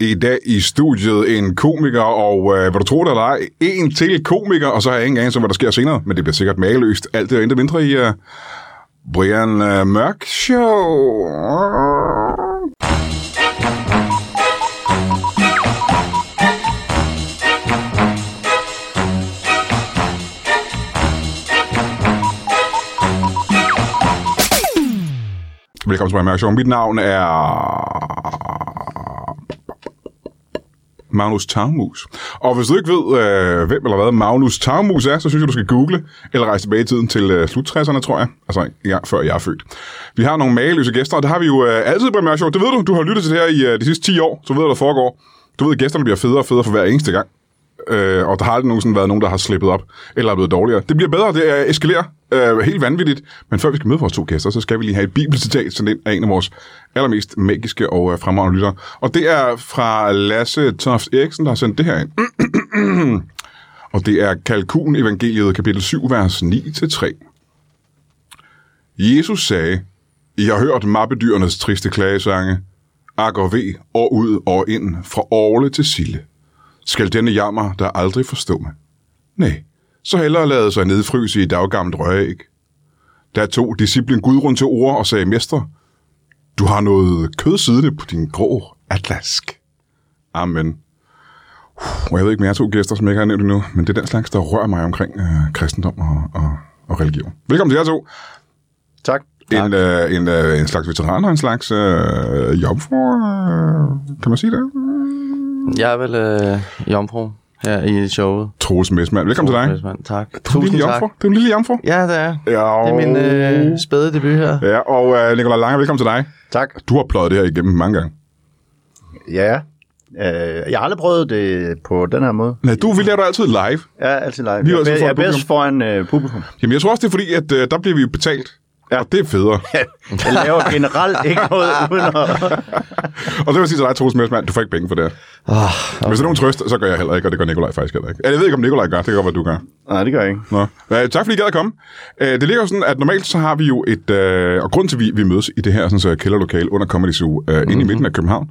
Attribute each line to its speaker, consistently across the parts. Speaker 1: I dag i studiet en komiker, og øh, hvad du tror det eller ej, en til komiker, og så har jeg ingen anelse om, hvad der sker senere, men det bliver sikkert mageløst. Alt det og intet mindre i øh, Brian øh, Mørk Show. Velkommen til Brian Mørk Show. Mit navn er... Magnus Tarmus. Og hvis du ikke ved, øh, hvem eller hvad Magnus Tarmus er, så synes jeg, du skal google, eller rejse tilbage i tiden til øh, slut-60'erne, tror jeg. Altså, ja, før jeg er født. Vi har nogle mageløse gæster, og det har vi jo øh, altid i Brian Mørk Show. Det ved du. Du har lyttet til det her i øh, de sidste 10 år, så du ved, hvad der foregår. Du ved, at gæsterne bliver federe og federe for hver eneste gang. Øh, og der har aldrig nogensinde været nogen, der har slippet op eller er blevet dårligere. Det bliver bedre, det øh, eskalerer øh, helt vanvittigt. Men før vi skal møde vores to gæster, så skal vi lige have et bibelcitat sendt ind af en af vores allermest magiske og øh, fremragende lyttere. Og det er fra Lasse Toft Eriksen, der har sendt det her ind. og det er Kalkun-evangeliet, kapitel 7, vers 9-3. Jesus sagde, I har hørt mappedyrenes triste klagesange, ak og ve, år ud og ind, fra orle til sille skal denne jammer der aldrig forstå mig. Nej, så hellere lade sig nedfryse i et daggammelt røgeæg. Der tog disciplen Gudrun til ord og sagde, Mester, du har noget kød siddende på din grå atlask. Amen. Uh, jeg ved ikke mere to gæster, som jeg ikke har nævnt endnu, men det er den slags, der rører mig omkring øh, kristendom og, og, og religion. Velkommen til jer to.
Speaker 2: Tak.
Speaker 1: En, øh, en, øh, en slags veteran og en slags øh, jomfru, øh, kan man sige det?
Speaker 2: Jeg er vel øh, jomfru her i showet.
Speaker 1: Troels Messmann, velkommen til dig.
Speaker 2: Messmann, Tak.
Speaker 1: Du er en
Speaker 2: Tusind
Speaker 1: lille
Speaker 2: tak.
Speaker 1: jomfru. Du er en lille jomfru.
Speaker 2: Ja, det er jeg.
Speaker 1: Ja,
Speaker 2: Det er min øh, spæde debut her.
Speaker 1: Ja, og øh, Nikolaj Lange, velkommen til dig.
Speaker 3: Tak.
Speaker 1: Du har pløjet det her igennem mange gange.
Speaker 3: Ja. Øh, jeg har aldrig prøvet det på den her måde.
Speaker 1: Nej, du vi laver det altid live.
Speaker 3: Jeg er altid live.
Speaker 1: Vi er
Speaker 3: Jeg, er
Speaker 1: altid
Speaker 3: be-
Speaker 1: foran
Speaker 3: jeg er bedst foran øh, publikum.
Speaker 1: Jamen, jeg tror også, det er fordi, at øh, der bliver vi jo betalt. Ja. Og det er federe.
Speaker 3: Jeg laver generelt ikke noget uden at...
Speaker 1: og det vil jeg sige til dig, Troels Messmann, du får ikke penge for det her.
Speaker 2: Ah,
Speaker 1: Hvis der er nogen trøst, så gør jeg heller ikke, og det gør Nikolaj faktisk heller ikke. Eller jeg ved ikke, om Nikolaj gør, det gør, hvad du gør.
Speaker 3: Nej, det gør jeg ikke.
Speaker 1: Nå. Øh, tak fordi I gad at komme. Øh, det ligger jo sådan, at normalt så har vi jo et... Øh, og grund til, at vi, vi mødes i det her sådan, så kælderlokale under Comedy Zoo, øh, mm-hmm. inde i
Speaker 3: Mhm.
Speaker 1: midten af København.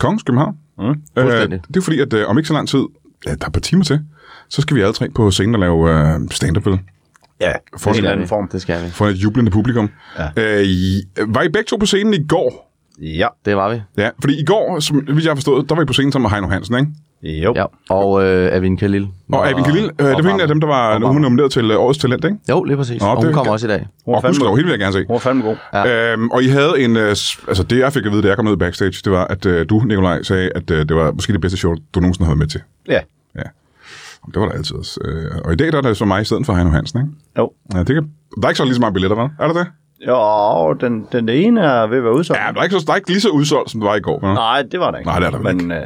Speaker 1: Kongens København. Mm, øh,
Speaker 2: fuldstændig.
Speaker 1: det er fordi, at øh, om ikke så lang tid, ja, der er et par timer til, så skal vi alle tre på scenen og lave øh, stand-up vel,
Speaker 3: Ja, for en eller anden form.
Speaker 2: Det skal vi.
Speaker 1: for et jublende publikum. Ja. Øh, I, var I begge to på scenen i går?
Speaker 3: Ja.
Speaker 2: Det var vi.
Speaker 1: Ja, fordi i går, som hvis jeg har forstået, der var I på scenen sammen med Heino Hansen, ikke?
Speaker 3: Jo.
Speaker 2: Ja. Og øh, Avin Khalil.
Speaker 1: Og Abin Khalil, øh, det var en af dem, der var hun er nomineret til øh, Årets Talent, ikke?
Speaker 2: Jo, lige præcis.
Speaker 1: Nå,
Speaker 2: og
Speaker 1: det-
Speaker 2: hun kommer også i dag.
Speaker 3: Hun var
Speaker 1: Og husk
Speaker 3: fandme,
Speaker 1: hende vil jeg gerne se.
Speaker 3: hun var fandme god.
Speaker 1: Ja. Øhm, og I havde en... Øh, s- altså, det jeg fik at vide, da jeg kom ned backstage, det var, at øh, du, Nikolaj, sagde, at øh, det var måske det bedste show, du nogensinde havde været med til.
Speaker 3: Ja.
Speaker 1: Ja. Jamen, Det var der altid også. Øh, og i dag der er det så mig i stedet for Heino Hansen, ikke?
Speaker 3: Jo.
Speaker 1: Ja, det kan, der er ikke så lige så mange billetter, hva'? Er der det?
Speaker 3: Jo, den, den ene er ved at være udsolgt.
Speaker 1: Ja, der er ikke, så, der er ikke lige så udsolgt, som det var i går. Hva'?
Speaker 3: Nej, det var der ikke.
Speaker 1: Nej, det er der vel
Speaker 3: Men øh,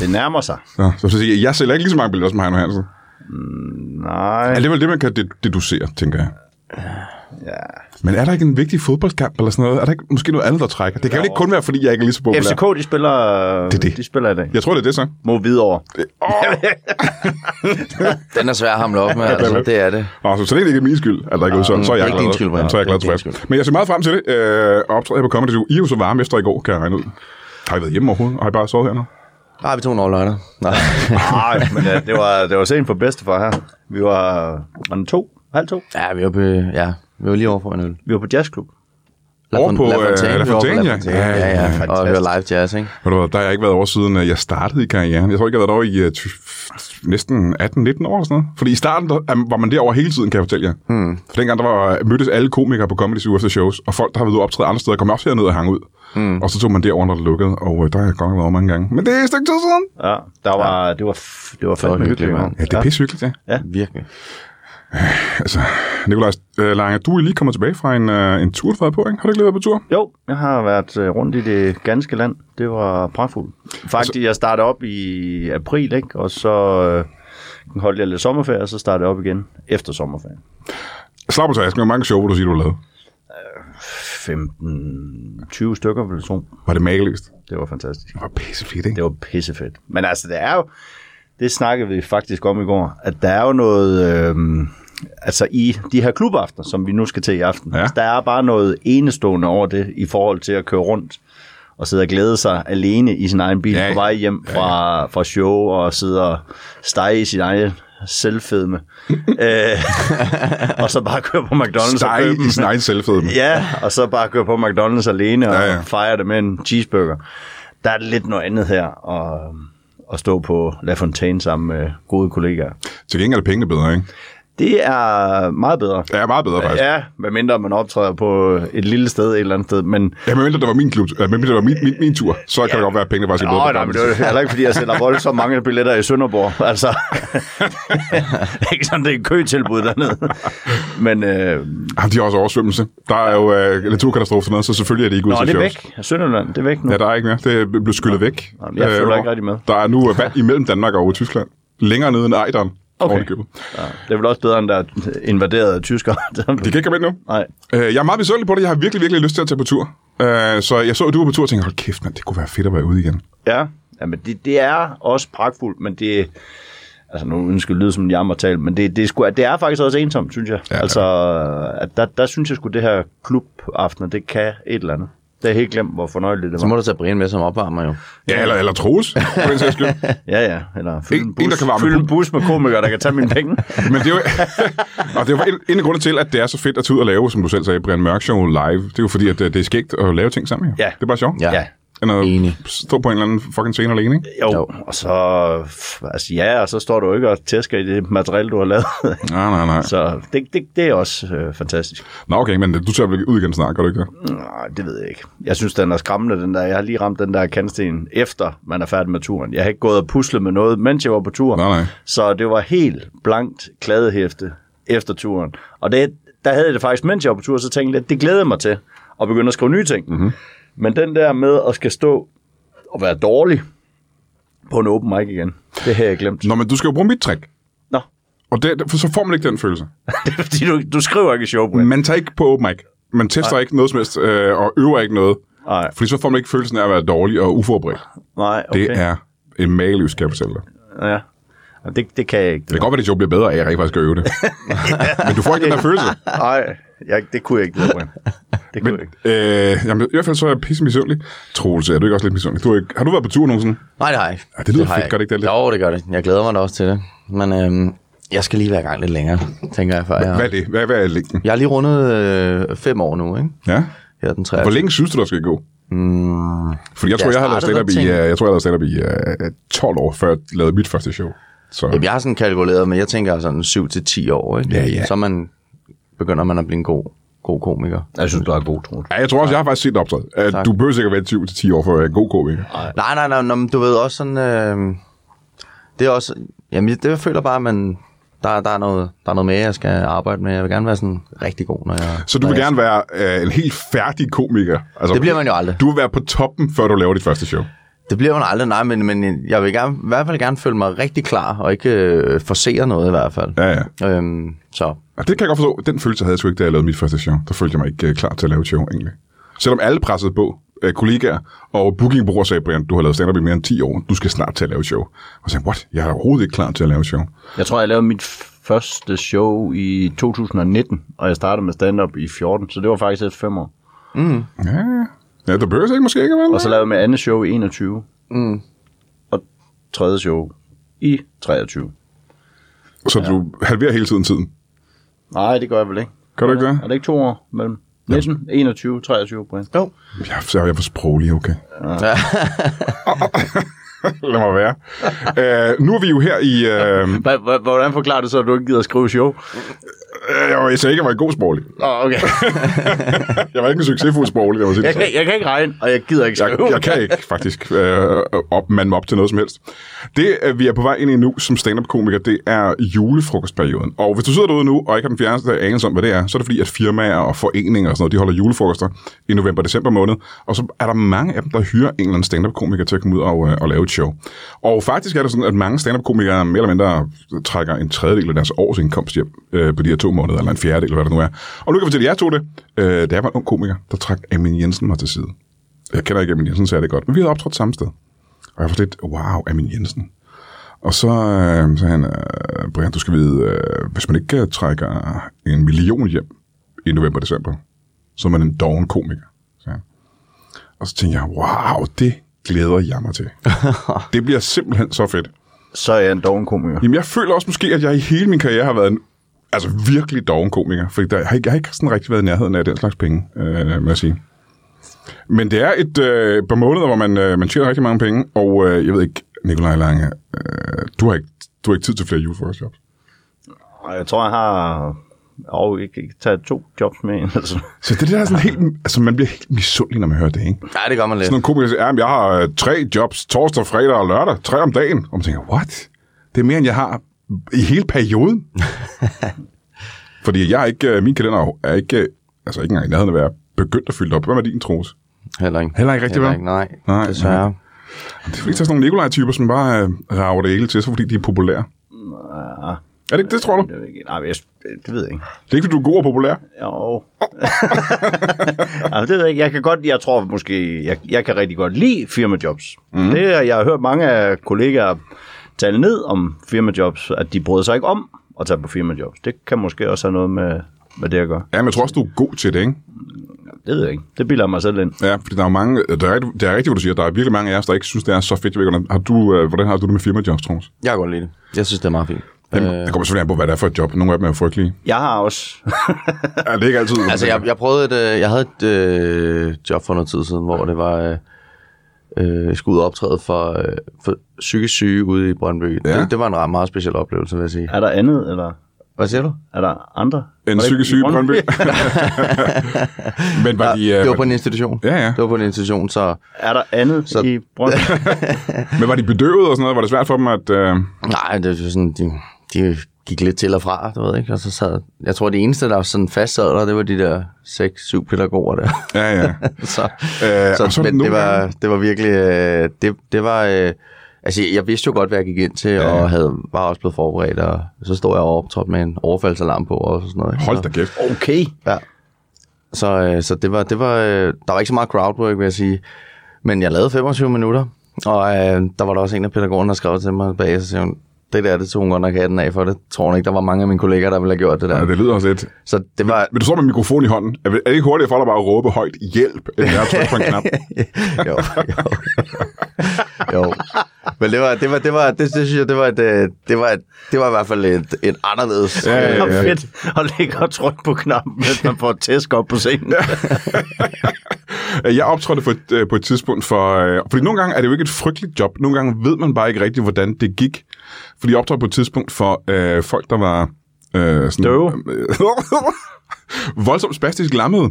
Speaker 3: det nærmer sig.
Speaker 1: Så, så, så siger jeg, jeg sælger ikke lige så mange billetter som Heino Hansen.
Speaker 3: Nej.
Speaker 1: Ja, det er vel det, man kan ded- deducere, tænker jeg.
Speaker 3: Ja.
Speaker 1: Men er der ikke en vigtig fodboldkamp eller sådan noget? Er der ikke måske noget andet, der trækker? Det kan jo ikke kun være, fordi jeg ikke er lige så populær.
Speaker 3: FCK, de spiller, det
Speaker 1: er det.
Speaker 3: De spiller i dag.
Speaker 1: Jeg tror, det er det så.
Speaker 3: Mod Hvidovre.
Speaker 2: Den er svær at hamle op med, altså. Det er det.
Speaker 1: Nå, så, så det er egentlig ikke min skyld, at der ikke er udsolgt. Så er jeg
Speaker 2: det er ikke
Speaker 1: glad.
Speaker 2: din skyld, Brian.
Speaker 1: så er jeg glad
Speaker 2: Det er ikke din
Speaker 1: tilbage. Men jeg ser meget frem til det. Øh, optræder på Comedy Zoo. I er jo så varme efter i går, kan jeg regne ud. Har I været hjemme overhovedet? Har I bare sovet hernede?
Speaker 2: Nej, vi tog en overløgner. Nej.
Speaker 3: Nej, men øh, det var, det var sent for bedstefar her. Vi var, var den to, halv to.
Speaker 2: Ja, vi var, på, ja, vi var lige over for en øl.
Speaker 3: Vi var på jazzklub.
Speaker 2: La
Speaker 1: Over
Speaker 2: Fon-
Speaker 1: på,
Speaker 2: La
Speaker 1: øh,
Speaker 2: Fontaine,
Speaker 1: La
Speaker 2: vi var på
Speaker 1: Fontaine, ja. Ja,
Speaker 2: Ja,
Speaker 1: ja,
Speaker 2: ja, ja. Og
Speaker 3: fantastisk.
Speaker 2: høre live jazz, ikke?
Speaker 1: Ved du hvad, der har jeg ikke været over siden, at jeg startede i karrieren. Jeg tror ikke, jeg har været over i øh, ty- næsten 18-19 år eller sådan noget. Fordi i starten der, øh, var man derover hele tiden, kan jeg fortælle jer. Hmm. For dengang der var, mødtes alle komikere på Comedy Zoo efter shows, og folk, der har været ude og optræde andre steder, kom også herned og hang ud. Hmm. Og så tog man derover, når det lukkede, og øh, der har jeg godt nok været over mange gange. Men det er et stykke tid siden.
Speaker 3: Ja, der var, det var, f- det var fandme
Speaker 2: hyggeligt,
Speaker 3: hyggeligt,
Speaker 2: mand.
Speaker 3: mand.
Speaker 1: Ja, det er ja. pissehyggeligt, ja.
Speaker 2: Virkelig.
Speaker 1: Altså, Nikolaj øh, Lange, du er lige kommet tilbage fra en, øh, en tur, du har været på, ikke? Har du ikke lige været på tur?
Speaker 3: Jo, jeg har været øh, rundt i det ganske land. Det var pragtfuldt. Faktisk, altså, jeg startede op i april, ikke? og så øh, holdt jeg lidt sommerferie, og så startede jeg op igen efter sommerferien.
Speaker 1: Slap på tasken, hvor mange show, vil du sige, du har lavet?
Speaker 3: 15-20 stykker vel så.
Speaker 1: Var det mageløst?
Speaker 3: Det var fantastisk.
Speaker 1: Det var pissefedt, ikke?
Speaker 3: Det var pissefedt. Men altså, det er jo, det snakkede vi faktisk om i går, at der er jo noget, øh, altså i de her klubaftener, som vi nu skal til i aften,
Speaker 1: Ja.
Speaker 3: ja. der er bare noget enestående over det i forhold til at køre rundt og sidde og glæde sig alene i sin egen bil
Speaker 1: Ja,
Speaker 3: ja,
Speaker 1: ja.
Speaker 3: på vej hjem
Speaker 1: Ja, ja.
Speaker 3: fra, fra show og sidde og stege i sin egen selvfedme. øh, og så bare køre på McDonald's og
Speaker 1: Steg
Speaker 3: købe
Speaker 1: i
Speaker 3: en-
Speaker 1: sin egen selvfedme.
Speaker 3: Ja, og så bare køre på McDonald's alene og
Speaker 1: Ja,
Speaker 3: ja,
Speaker 1: ja.
Speaker 3: ja. fejre det med en cheeseburger. Der er det lidt noget andet her og, at stå på La Fontaine sammen med gode kollegaer.
Speaker 1: Til gengæld er pengene bedre, ikke?
Speaker 3: Det er meget bedre.
Speaker 1: Ja, meget bedre faktisk.
Speaker 3: Ja, medmindre man optræder på et lille sted et eller andet sted. Men,
Speaker 1: Ja, men mindre det var min klub, øh, men mindre det var min, min, min tur, så kan det godt være, at pengene faktisk er bedre.
Speaker 3: Nå,
Speaker 1: på
Speaker 3: nej, men det
Speaker 1: Bamsen.
Speaker 3: er jo heller ikke, fordi jeg sælger voldsomt mange billetter i Sønderborg. Altså, det er ikke sådan, det er et køtilbud dernede. Men øh,
Speaker 1: Jamen, de har også oversvømmelse. Der er jo øh, naturkatastrofer sådan noget, så selvfølgelig er det ikke ud
Speaker 3: nå,
Speaker 1: til
Speaker 3: det er
Speaker 1: shows.
Speaker 3: væk. Sønderland, det er væk nu.
Speaker 1: Ja, der er ikke mere. Det er blevet skyllet væk.
Speaker 3: Nå, men jeg følger ikke rigtig med.
Speaker 1: Der er nu øh, vand imellem Danmark og over Tyskland. Længere nede end Ejderen.
Speaker 3: Okay.
Speaker 1: oven i købet.
Speaker 3: Ja, det er vel også bedre, end der er invaderede tyskere.
Speaker 1: De kan ikke komme ind nu.
Speaker 3: Nej.
Speaker 1: Øh, jeg er meget misundelig på det. Jeg har virkelig, virkelig lyst til at tage på tur. Øh, så jeg så, at du var på tur og tænkte, hold kæft, mand, det kunne være fedt at være ude igen.
Speaker 3: Ja, Jamen, det, det er også pragtfuldt, men det Altså, nu ønsker det lyde som en jammertal, men det, det, er sgu, det er faktisk også ensomt, synes jeg.
Speaker 1: Ja,
Speaker 3: Ja,
Speaker 1: ja.
Speaker 3: altså, at der, der synes jeg sgu, det her klubaftener, det kan et eller andet. Det er helt glemt, hvor fornøjeligt det
Speaker 2: Så
Speaker 3: var.
Speaker 2: må du tage Brian med som opvarmer jo.
Speaker 1: Ja, eller, eller Troels, for den sags skyld.
Speaker 3: Ja, ja. Eller fylde
Speaker 1: En-
Speaker 3: en,
Speaker 1: en, der
Speaker 3: bus,
Speaker 1: kan varme
Speaker 3: fylde
Speaker 1: en
Speaker 3: en bus med komikere, der kan tage mine penge.
Speaker 1: Men det er jo, og det er jo en, en af grundene til, at det er så fedt at tage ud og lave, som du selv sagde, Brian Mørk Show live. Det er jo fordi, at øh, det er skægt at lave ting sammen. jo.
Speaker 3: Ja.
Speaker 1: Det er bare sjovt.
Speaker 2: Ja.
Speaker 3: Ja.
Speaker 1: End at
Speaker 2: Enig.
Speaker 1: stå på en eller anden fucking scene alene, ikke?
Speaker 3: Jo,
Speaker 2: Jo.
Speaker 3: jo. og så... pff, Altså, ja, og så står du ikke og tæsker i det materiale, du har lavet.
Speaker 1: Nej, nej, nej.
Speaker 3: så det, det, det er også øh, fantastisk.
Speaker 1: Nå, okay, men du tager vel ud igen snart, gør du ikke det?
Speaker 3: Nej, det ved jeg ikke. Jeg synes, den er skræmmende, den der. Jeg har lige ramt den der kandsten, efter man er færdig med turen. Jeg har ikke gået og puslet med noget, mens jeg var på turen.
Speaker 1: Nej, nej.
Speaker 3: Så det var helt blankt kladehæfte efter turen. Og det, der havde jeg det faktisk, mens jeg var på tur, så tænkte jeg, det glæder jeg mig til at begynde at skrive nye ting.
Speaker 1: Mhm.
Speaker 3: Mm-hmm. Men den der med at skal stå og være dårlig på en open mic igen, det har jeg glemt.
Speaker 1: Nå, men du skal jo bruge mit trick.
Speaker 3: Nå,
Speaker 1: Og det, for så får man ikke den følelse.
Speaker 3: det er fordi, du, du skriver ikke i show, Brian.
Speaker 1: Man tager ikke på open mic. Man tester ikke noget som helst, øh, og øver ikke noget.
Speaker 3: Nej,
Speaker 1: Fordi så får man ikke følelsen af at være dårlig og uforberedt.
Speaker 3: nej, okay.
Speaker 1: Det er en mageløs, skal jeg fortælle dig. Det
Speaker 3: Ja. Og Det, det kan jeg ikke.
Speaker 1: kan godt være, at det sjovt bliver bedre af, at jeg rent faktisk skal øve det. men du får ikke den der følelse.
Speaker 3: Nej, jeg, det kunne jeg ikke, det der, Brian. Det kunne jeg ikke.
Speaker 1: Øh, jamen, I hvert fald så er jeg pisse misundelig. Troels, er du ikke også lidt misundelig? Du er ikke, har du været på tur nogensinde?
Speaker 2: Nej, det har jeg ikke.
Speaker 1: Ja, det lyder
Speaker 2: har
Speaker 1: fedt,
Speaker 2: jeg
Speaker 1: gør det ikke det lidt?
Speaker 2: Jo, det gør det. Jeg glæder mig da også til det. Men øhm, jeg skal lige være i gang lidt længere, tænker jeg, før jeg...
Speaker 1: Hvad er det? Hvad, hvad er længden?
Speaker 2: Jeg har lige rundet øh, fem år nu, ikke?
Speaker 1: Ja?
Speaker 2: Her den 23.
Speaker 1: Hvor længe synes du, der skal gå?
Speaker 2: Mm,
Speaker 1: Fordi jeg tror,
Speaker 2: Jeg
Speaker 1: jeg, har lavet stand-up
Speaker 2: startede
Speaker 1: i,
Speaker 2: med at
Speaker 1: øh, jeg tror, jeg har lavet stand-up i øh, 12 år, før jeg lavede mit første show. Så
Speaker 2: jamen, jeg har sådan kalkuleret, men jeg tænker sådan 7 til 10 år, ikke?
Speaker 1: Ja, ja.
Speaker 2: Så man, begynder man at blive en god, god komiker.
Speaker 3: Jeg synes, du er god, Troels.
Speaker 1: ja, jeg tror også, jeg har faktisk set et optræde. Øh, Du behøver sikkert være 20-10 år for at være en god komiker.
Speaker 2: Nej, nej, nej, nej, men du ved også sådan... Øh, det er også... Jamen, det, jeg føler bare, at man, der, der, er noget, der er noget mere, jeg skal arbejde med. Jeg vil gerne være sådan rigtig god, når jeg...
Speaker 1: Så du
Speaker 2: når
Speaker 1: vil
Speaker 2: jeg-
Speaker 1: gerne være øh, en helt færdig komiker? Altså,
Speaker 2: Det bliver man jo aldrig.
Speaker 1: Du vil være på toppen, før du laver dit første show.
Speaker 2: Det bliver man aldrig, nej, men, men jeg vil gerne, i hvert fald gerne føle mig rigtig klar, og ikke øh, forsere noget i hvert fald.
Speaker 1: Ja, ja.
Speaker 2: Øhm, så
Speaker 1: Og det kan jeg godt forstå. Den følelse havde jeg sgu ikke, da jeg lavede mit første show. Der følte jeg mig ikke øh, klar til at lave et show, egentlig. Selvom alle pressede på, øh, kollegaer og bookingbureauer sagde, Brian, du har lavet stand-up i mere end 10 år, du skal snart til at lave et show. Og jeg sagde, what? Jeg er overhovedet ikke klar til at lave et show.
Speaker 3: Jeg tror, jeg lavede mit første show i 2019, og jeg startede med stand-up i 14, så det var faktisk efter fem år.
Speaker 1: Ja, ja. ja der behøver ikke måske ikke, vel?
Speaker 3: Og så lavede jeg mit andet show i 21. Mm. Og tredje show i 23.
Speaker 1: så du halverer hele tiden tiden.
Speaker 3: Nej, det gør jeg vel ikke.
Speaker 1: Gør du ikke det?
Speaker 3: Er det ikke to år mellem 19, 21, 23, Brian? Jo.
Speaker 1: Jeg, så er jeg for sproglig, okay.
Speaker 2: Ja.
Speaker 1: Lad mig være. øh, nu er vi jo her i... Øh,
Speaker 3: Hvordan forklarer du så, at du ikke gider at skrive show?
Speaker 1: øh, jeg sagde ikke, at jeg var en god sproglig.
Speaker 3: Oh, okay.
Speaker 1: Jeg var ikke en succesfuld sproglig, lad mig sige det
Speaker 3: jeg,
Speaker 1: sådan.
Speaker 3: kan, jeg kan ikke regne, og jeg gider ikke skrive.
Speaker 1: Jeg, jeg kan ikke faktisk øh, op, mande mig op til noget som helst. Det, øh, vi er på vej ind i nu som stand-up-komiker, det er julefrokostperioden. Og hvis du sidder derude nu og ikke har den fjerneste anelse om, hvad det er, så er det fordi, at firmaer og foreninger og sådan noget, de holder julefrokoster i november-december måned. Og så er der mange af dem, der hyrer en eller anden stand-up-komiker til at komme ud og, øh, og lave et show. Og faktisk er det sådan, at mange stand-up-komikere mere eller mindre trækker en tredjedel af deres årsindkomst hjem øh, på de her to måneder, eller en fjerdedel, eller hvad det nu er. Og nu kan jeg fortælle jer to det. Øh, da jeg var en ung komiker, der trak Amin Jensen mig til side. Jeg kender ikke Amin Jensen særlig godt, men vi havde optrådt samme sted. Og jeg var sådan lidt, wow, Amin Jensen. Og så øh, sagde han, øh, Brian, du skal vide, øh, hvis man ikke øh, trækker en million hjem i november og december, så er man en doven komiker, sagde han. Og så tænkte jeg, wow, det glæder jeg mig til. det bliver simpelthen så fedt.
Speaker 3: Så er jeg en doven komiker.
Speaker 1: Jamen, jeg føler også måske, at jeg i hele min karriere har været en altså virkelig doven komiker, fordi der, jeg, har ikke, jeg har ikke sådan rigtig været i nærheden af den slags penge, øh, må jeg sige. Men det er et øh, par måneder, hvor man, øh, man tjener rigtig mange penge, og øh, jeg ved ikke, Nikolaj Lange, øh, du, har ikke, du har ikke tid til flere juleforsjobs.
Speaker 3: Og jeg tror, jeg har og ikke, ikke taget to jobs med ind. Altså.
Speaker 1: Så det der er sådan helt, altså man bliver helt misundelig, når man hører det, ikke?
Speaker 2: Nej, det gør man lidt.
Speaker 1: Sådan nogle komikere siger, at jeg har øh, tre jobs, torsdag, fredag og lørdag, tre om dagen. Og man tænker, what? Det er mere, end jeg har i hele perioden. Fordi jeg er ikke, øh, min kalender er ikke, øh, altså ikke engang i nærheden at være begyndt at fylde op. Hvad med din, Troels?
Speaker 2: Heller ikke.
Speaker 1: Heller ikke rigtig,
Speaker 2: Heller
Speaker 1: vel?
Speaker 2: ikke, nej.
Speaker 1: Nej,
Speaker 2: nej desværre.
Speaker 1: Det er fordi, der er sådan nogle Nikolaj-typer, som bare øh, rager det hele til, så fordi de er populære.
Speaker 3: Ja,
Speaker 1: Er det ikke det, tror du?
Speaker 3: Ah, det, ved jeg ikke. Nej, men jeg, det ved jeg ikke.
Speaker 1: Det er ikke, fordi du er god og populær.
Speaker 3: Jo. altså, det ved jeg ikke. Jeg kan godt, jeg tror måske, jeg, jeg kan rigtig godt lide firmajobs.
Speaker 1: Mhm.
Speaker 3: Mm. Det, er- jeg har hørt mange af kollegaer tale ned om firmajobs, at de brød sig ikke om at tage på firmajobs. Det kan måske også have noget med, med det at gøre.
Speaker 1: Ja, men jeg tror også, du er god til det, ikke?
Speaker 3: Det ved jeg ikke. Det bilder jeg mig selv ind.
Speaker 1: Ja, fordi der er jo mange, øh, det er, rigtigt- det er rigtigt, hvad du siger. Der er virkelig mange af os, der ikke synes, det er så fedt. Jeg ved ikke, hvordan har du, øh, hvordan har du det med firmajobs, Troels?
Speaker 2: Jeg kan godt lide det. Jeg synes, det er meget fint.
Speaker 1: Øh. Det kommer selvfølgelig an på, hvad det er for et job. Nogle af dem er jo frygtelige.
Speaker 3: Jeg har også...
Speaker 1: Ja, det er ikke altid.
Speaker 2: Altså, jeg, jeg prøvede et, øh, jeg havde et øh, job for noget tid siden, hvor det var, øh, øh, jeg skulle ud og optræde for, øh, for psykisk syge ude i Brøndby.
Speaker 1: Ja.
Speaker 2: Ja. Det, det, var en ret, meget speciel oplevelse, vil jeg sige.
Speaker 3: er der andet, eller
Speaker 2: Hvad siger du?
Speaker 3: er der andre?
Speaker 1: en
Speaker 3: Var det ikke
Speaker 1: psykisk
Speaker 3: i
Speaker 1: syg i Brøndby. Men var
Speaker 2: Ja,
Speaker 1: de, øh,
Speaker 2: det var
Speaker 1: var,
Speaker 2: på en institution.
Speaker 1: Ja, ja.
Speaker 2: Det var på en institution, så
Speaker 3: Er der andet
Speaker 2: Så-
Speaker 3: så... i Brøndby?
Speaker 1: men var de bedøvet og sådan noget? Var det svært for dem at... Øh,
Speaker 2: nej, det var sådan, de, de gik lidt til og fra, du ved ikke, og så sad, jeg tror, det eneste, der var sådan fast sad der, det var de der 6-7 pædagoger der.
Speaker 1: ja, ja.
Speaker 2: så,
Speaker 1: Øh,
Speaker 2: så,
Speaker 1: og så er
Speaker 2: så
Speaker 1: der
Speaker 2: men det
Speaker 1: nogle
Speaker 2: var,
Speaker 1: gange-
Speaker 2: det var virkelig, øh, det, det var, øh, altså jeg vidste jo godt, hvad jeg gik ind til, ja. og havde, var også blevet forberedt, og så stod jeg og optrådte med en overfaldsalarm på og sådan noget. ikke?
Speaker 1: Hold da
Speaker 2: så,
Speaker 1: kæft.
Speaker 3: Okay.
Speaker 2: ja. så, øh, så det var, det var, øh, der var ikke så meget crowdwork, vil jeg sige, men jeg lavede 25 minutter, og øh, der var der også en af pædagogerne, der skrev til mig bag, så siger hun, det der, det tog hun godt nok hatten af for, det tror hun ikke, der var mange af mine kolleger, der ville have gjort det
Speaker 1: Ja,
Speaker 2: der.
Speaker 1: det lyder også lidt.
Speaker 2: Så det var,
Speaker 1: Men du står med mikrofon i hånden. Er det er det ikke hurtigt for dig bare at råbe højt hjælp, eller jeg trykker på en knap?
Speaker 2: jo, jo. jo. Men det var, det var, det var, det, det synes jeg, det var, et, øh, det var, et, det var i hvert fald et, et anderledes.
Speaker 1: Ja, ja,
Speaker 3: Det
Speaker 1: ja.
Speaker 2: øh,
Speaker 3: er fedt at ligge og trykke på knappen, hvis man får et tæsk op på scenen.
Speaker 1: Øh, Jeg optrådte for et, øh, på et tidspunkt for... Øh, fordi nogle gange er det jo ikke et frygteligt job. Nogle gange ved man bare ikke rigtigt, hvordan det gik. Fordi jeg optrådte på et tidspunkt for øh, folk, der var... Øh, sådan,
Speaker 3: Døve.
Speaker 1: Øh, voldsomt spastisk lammede.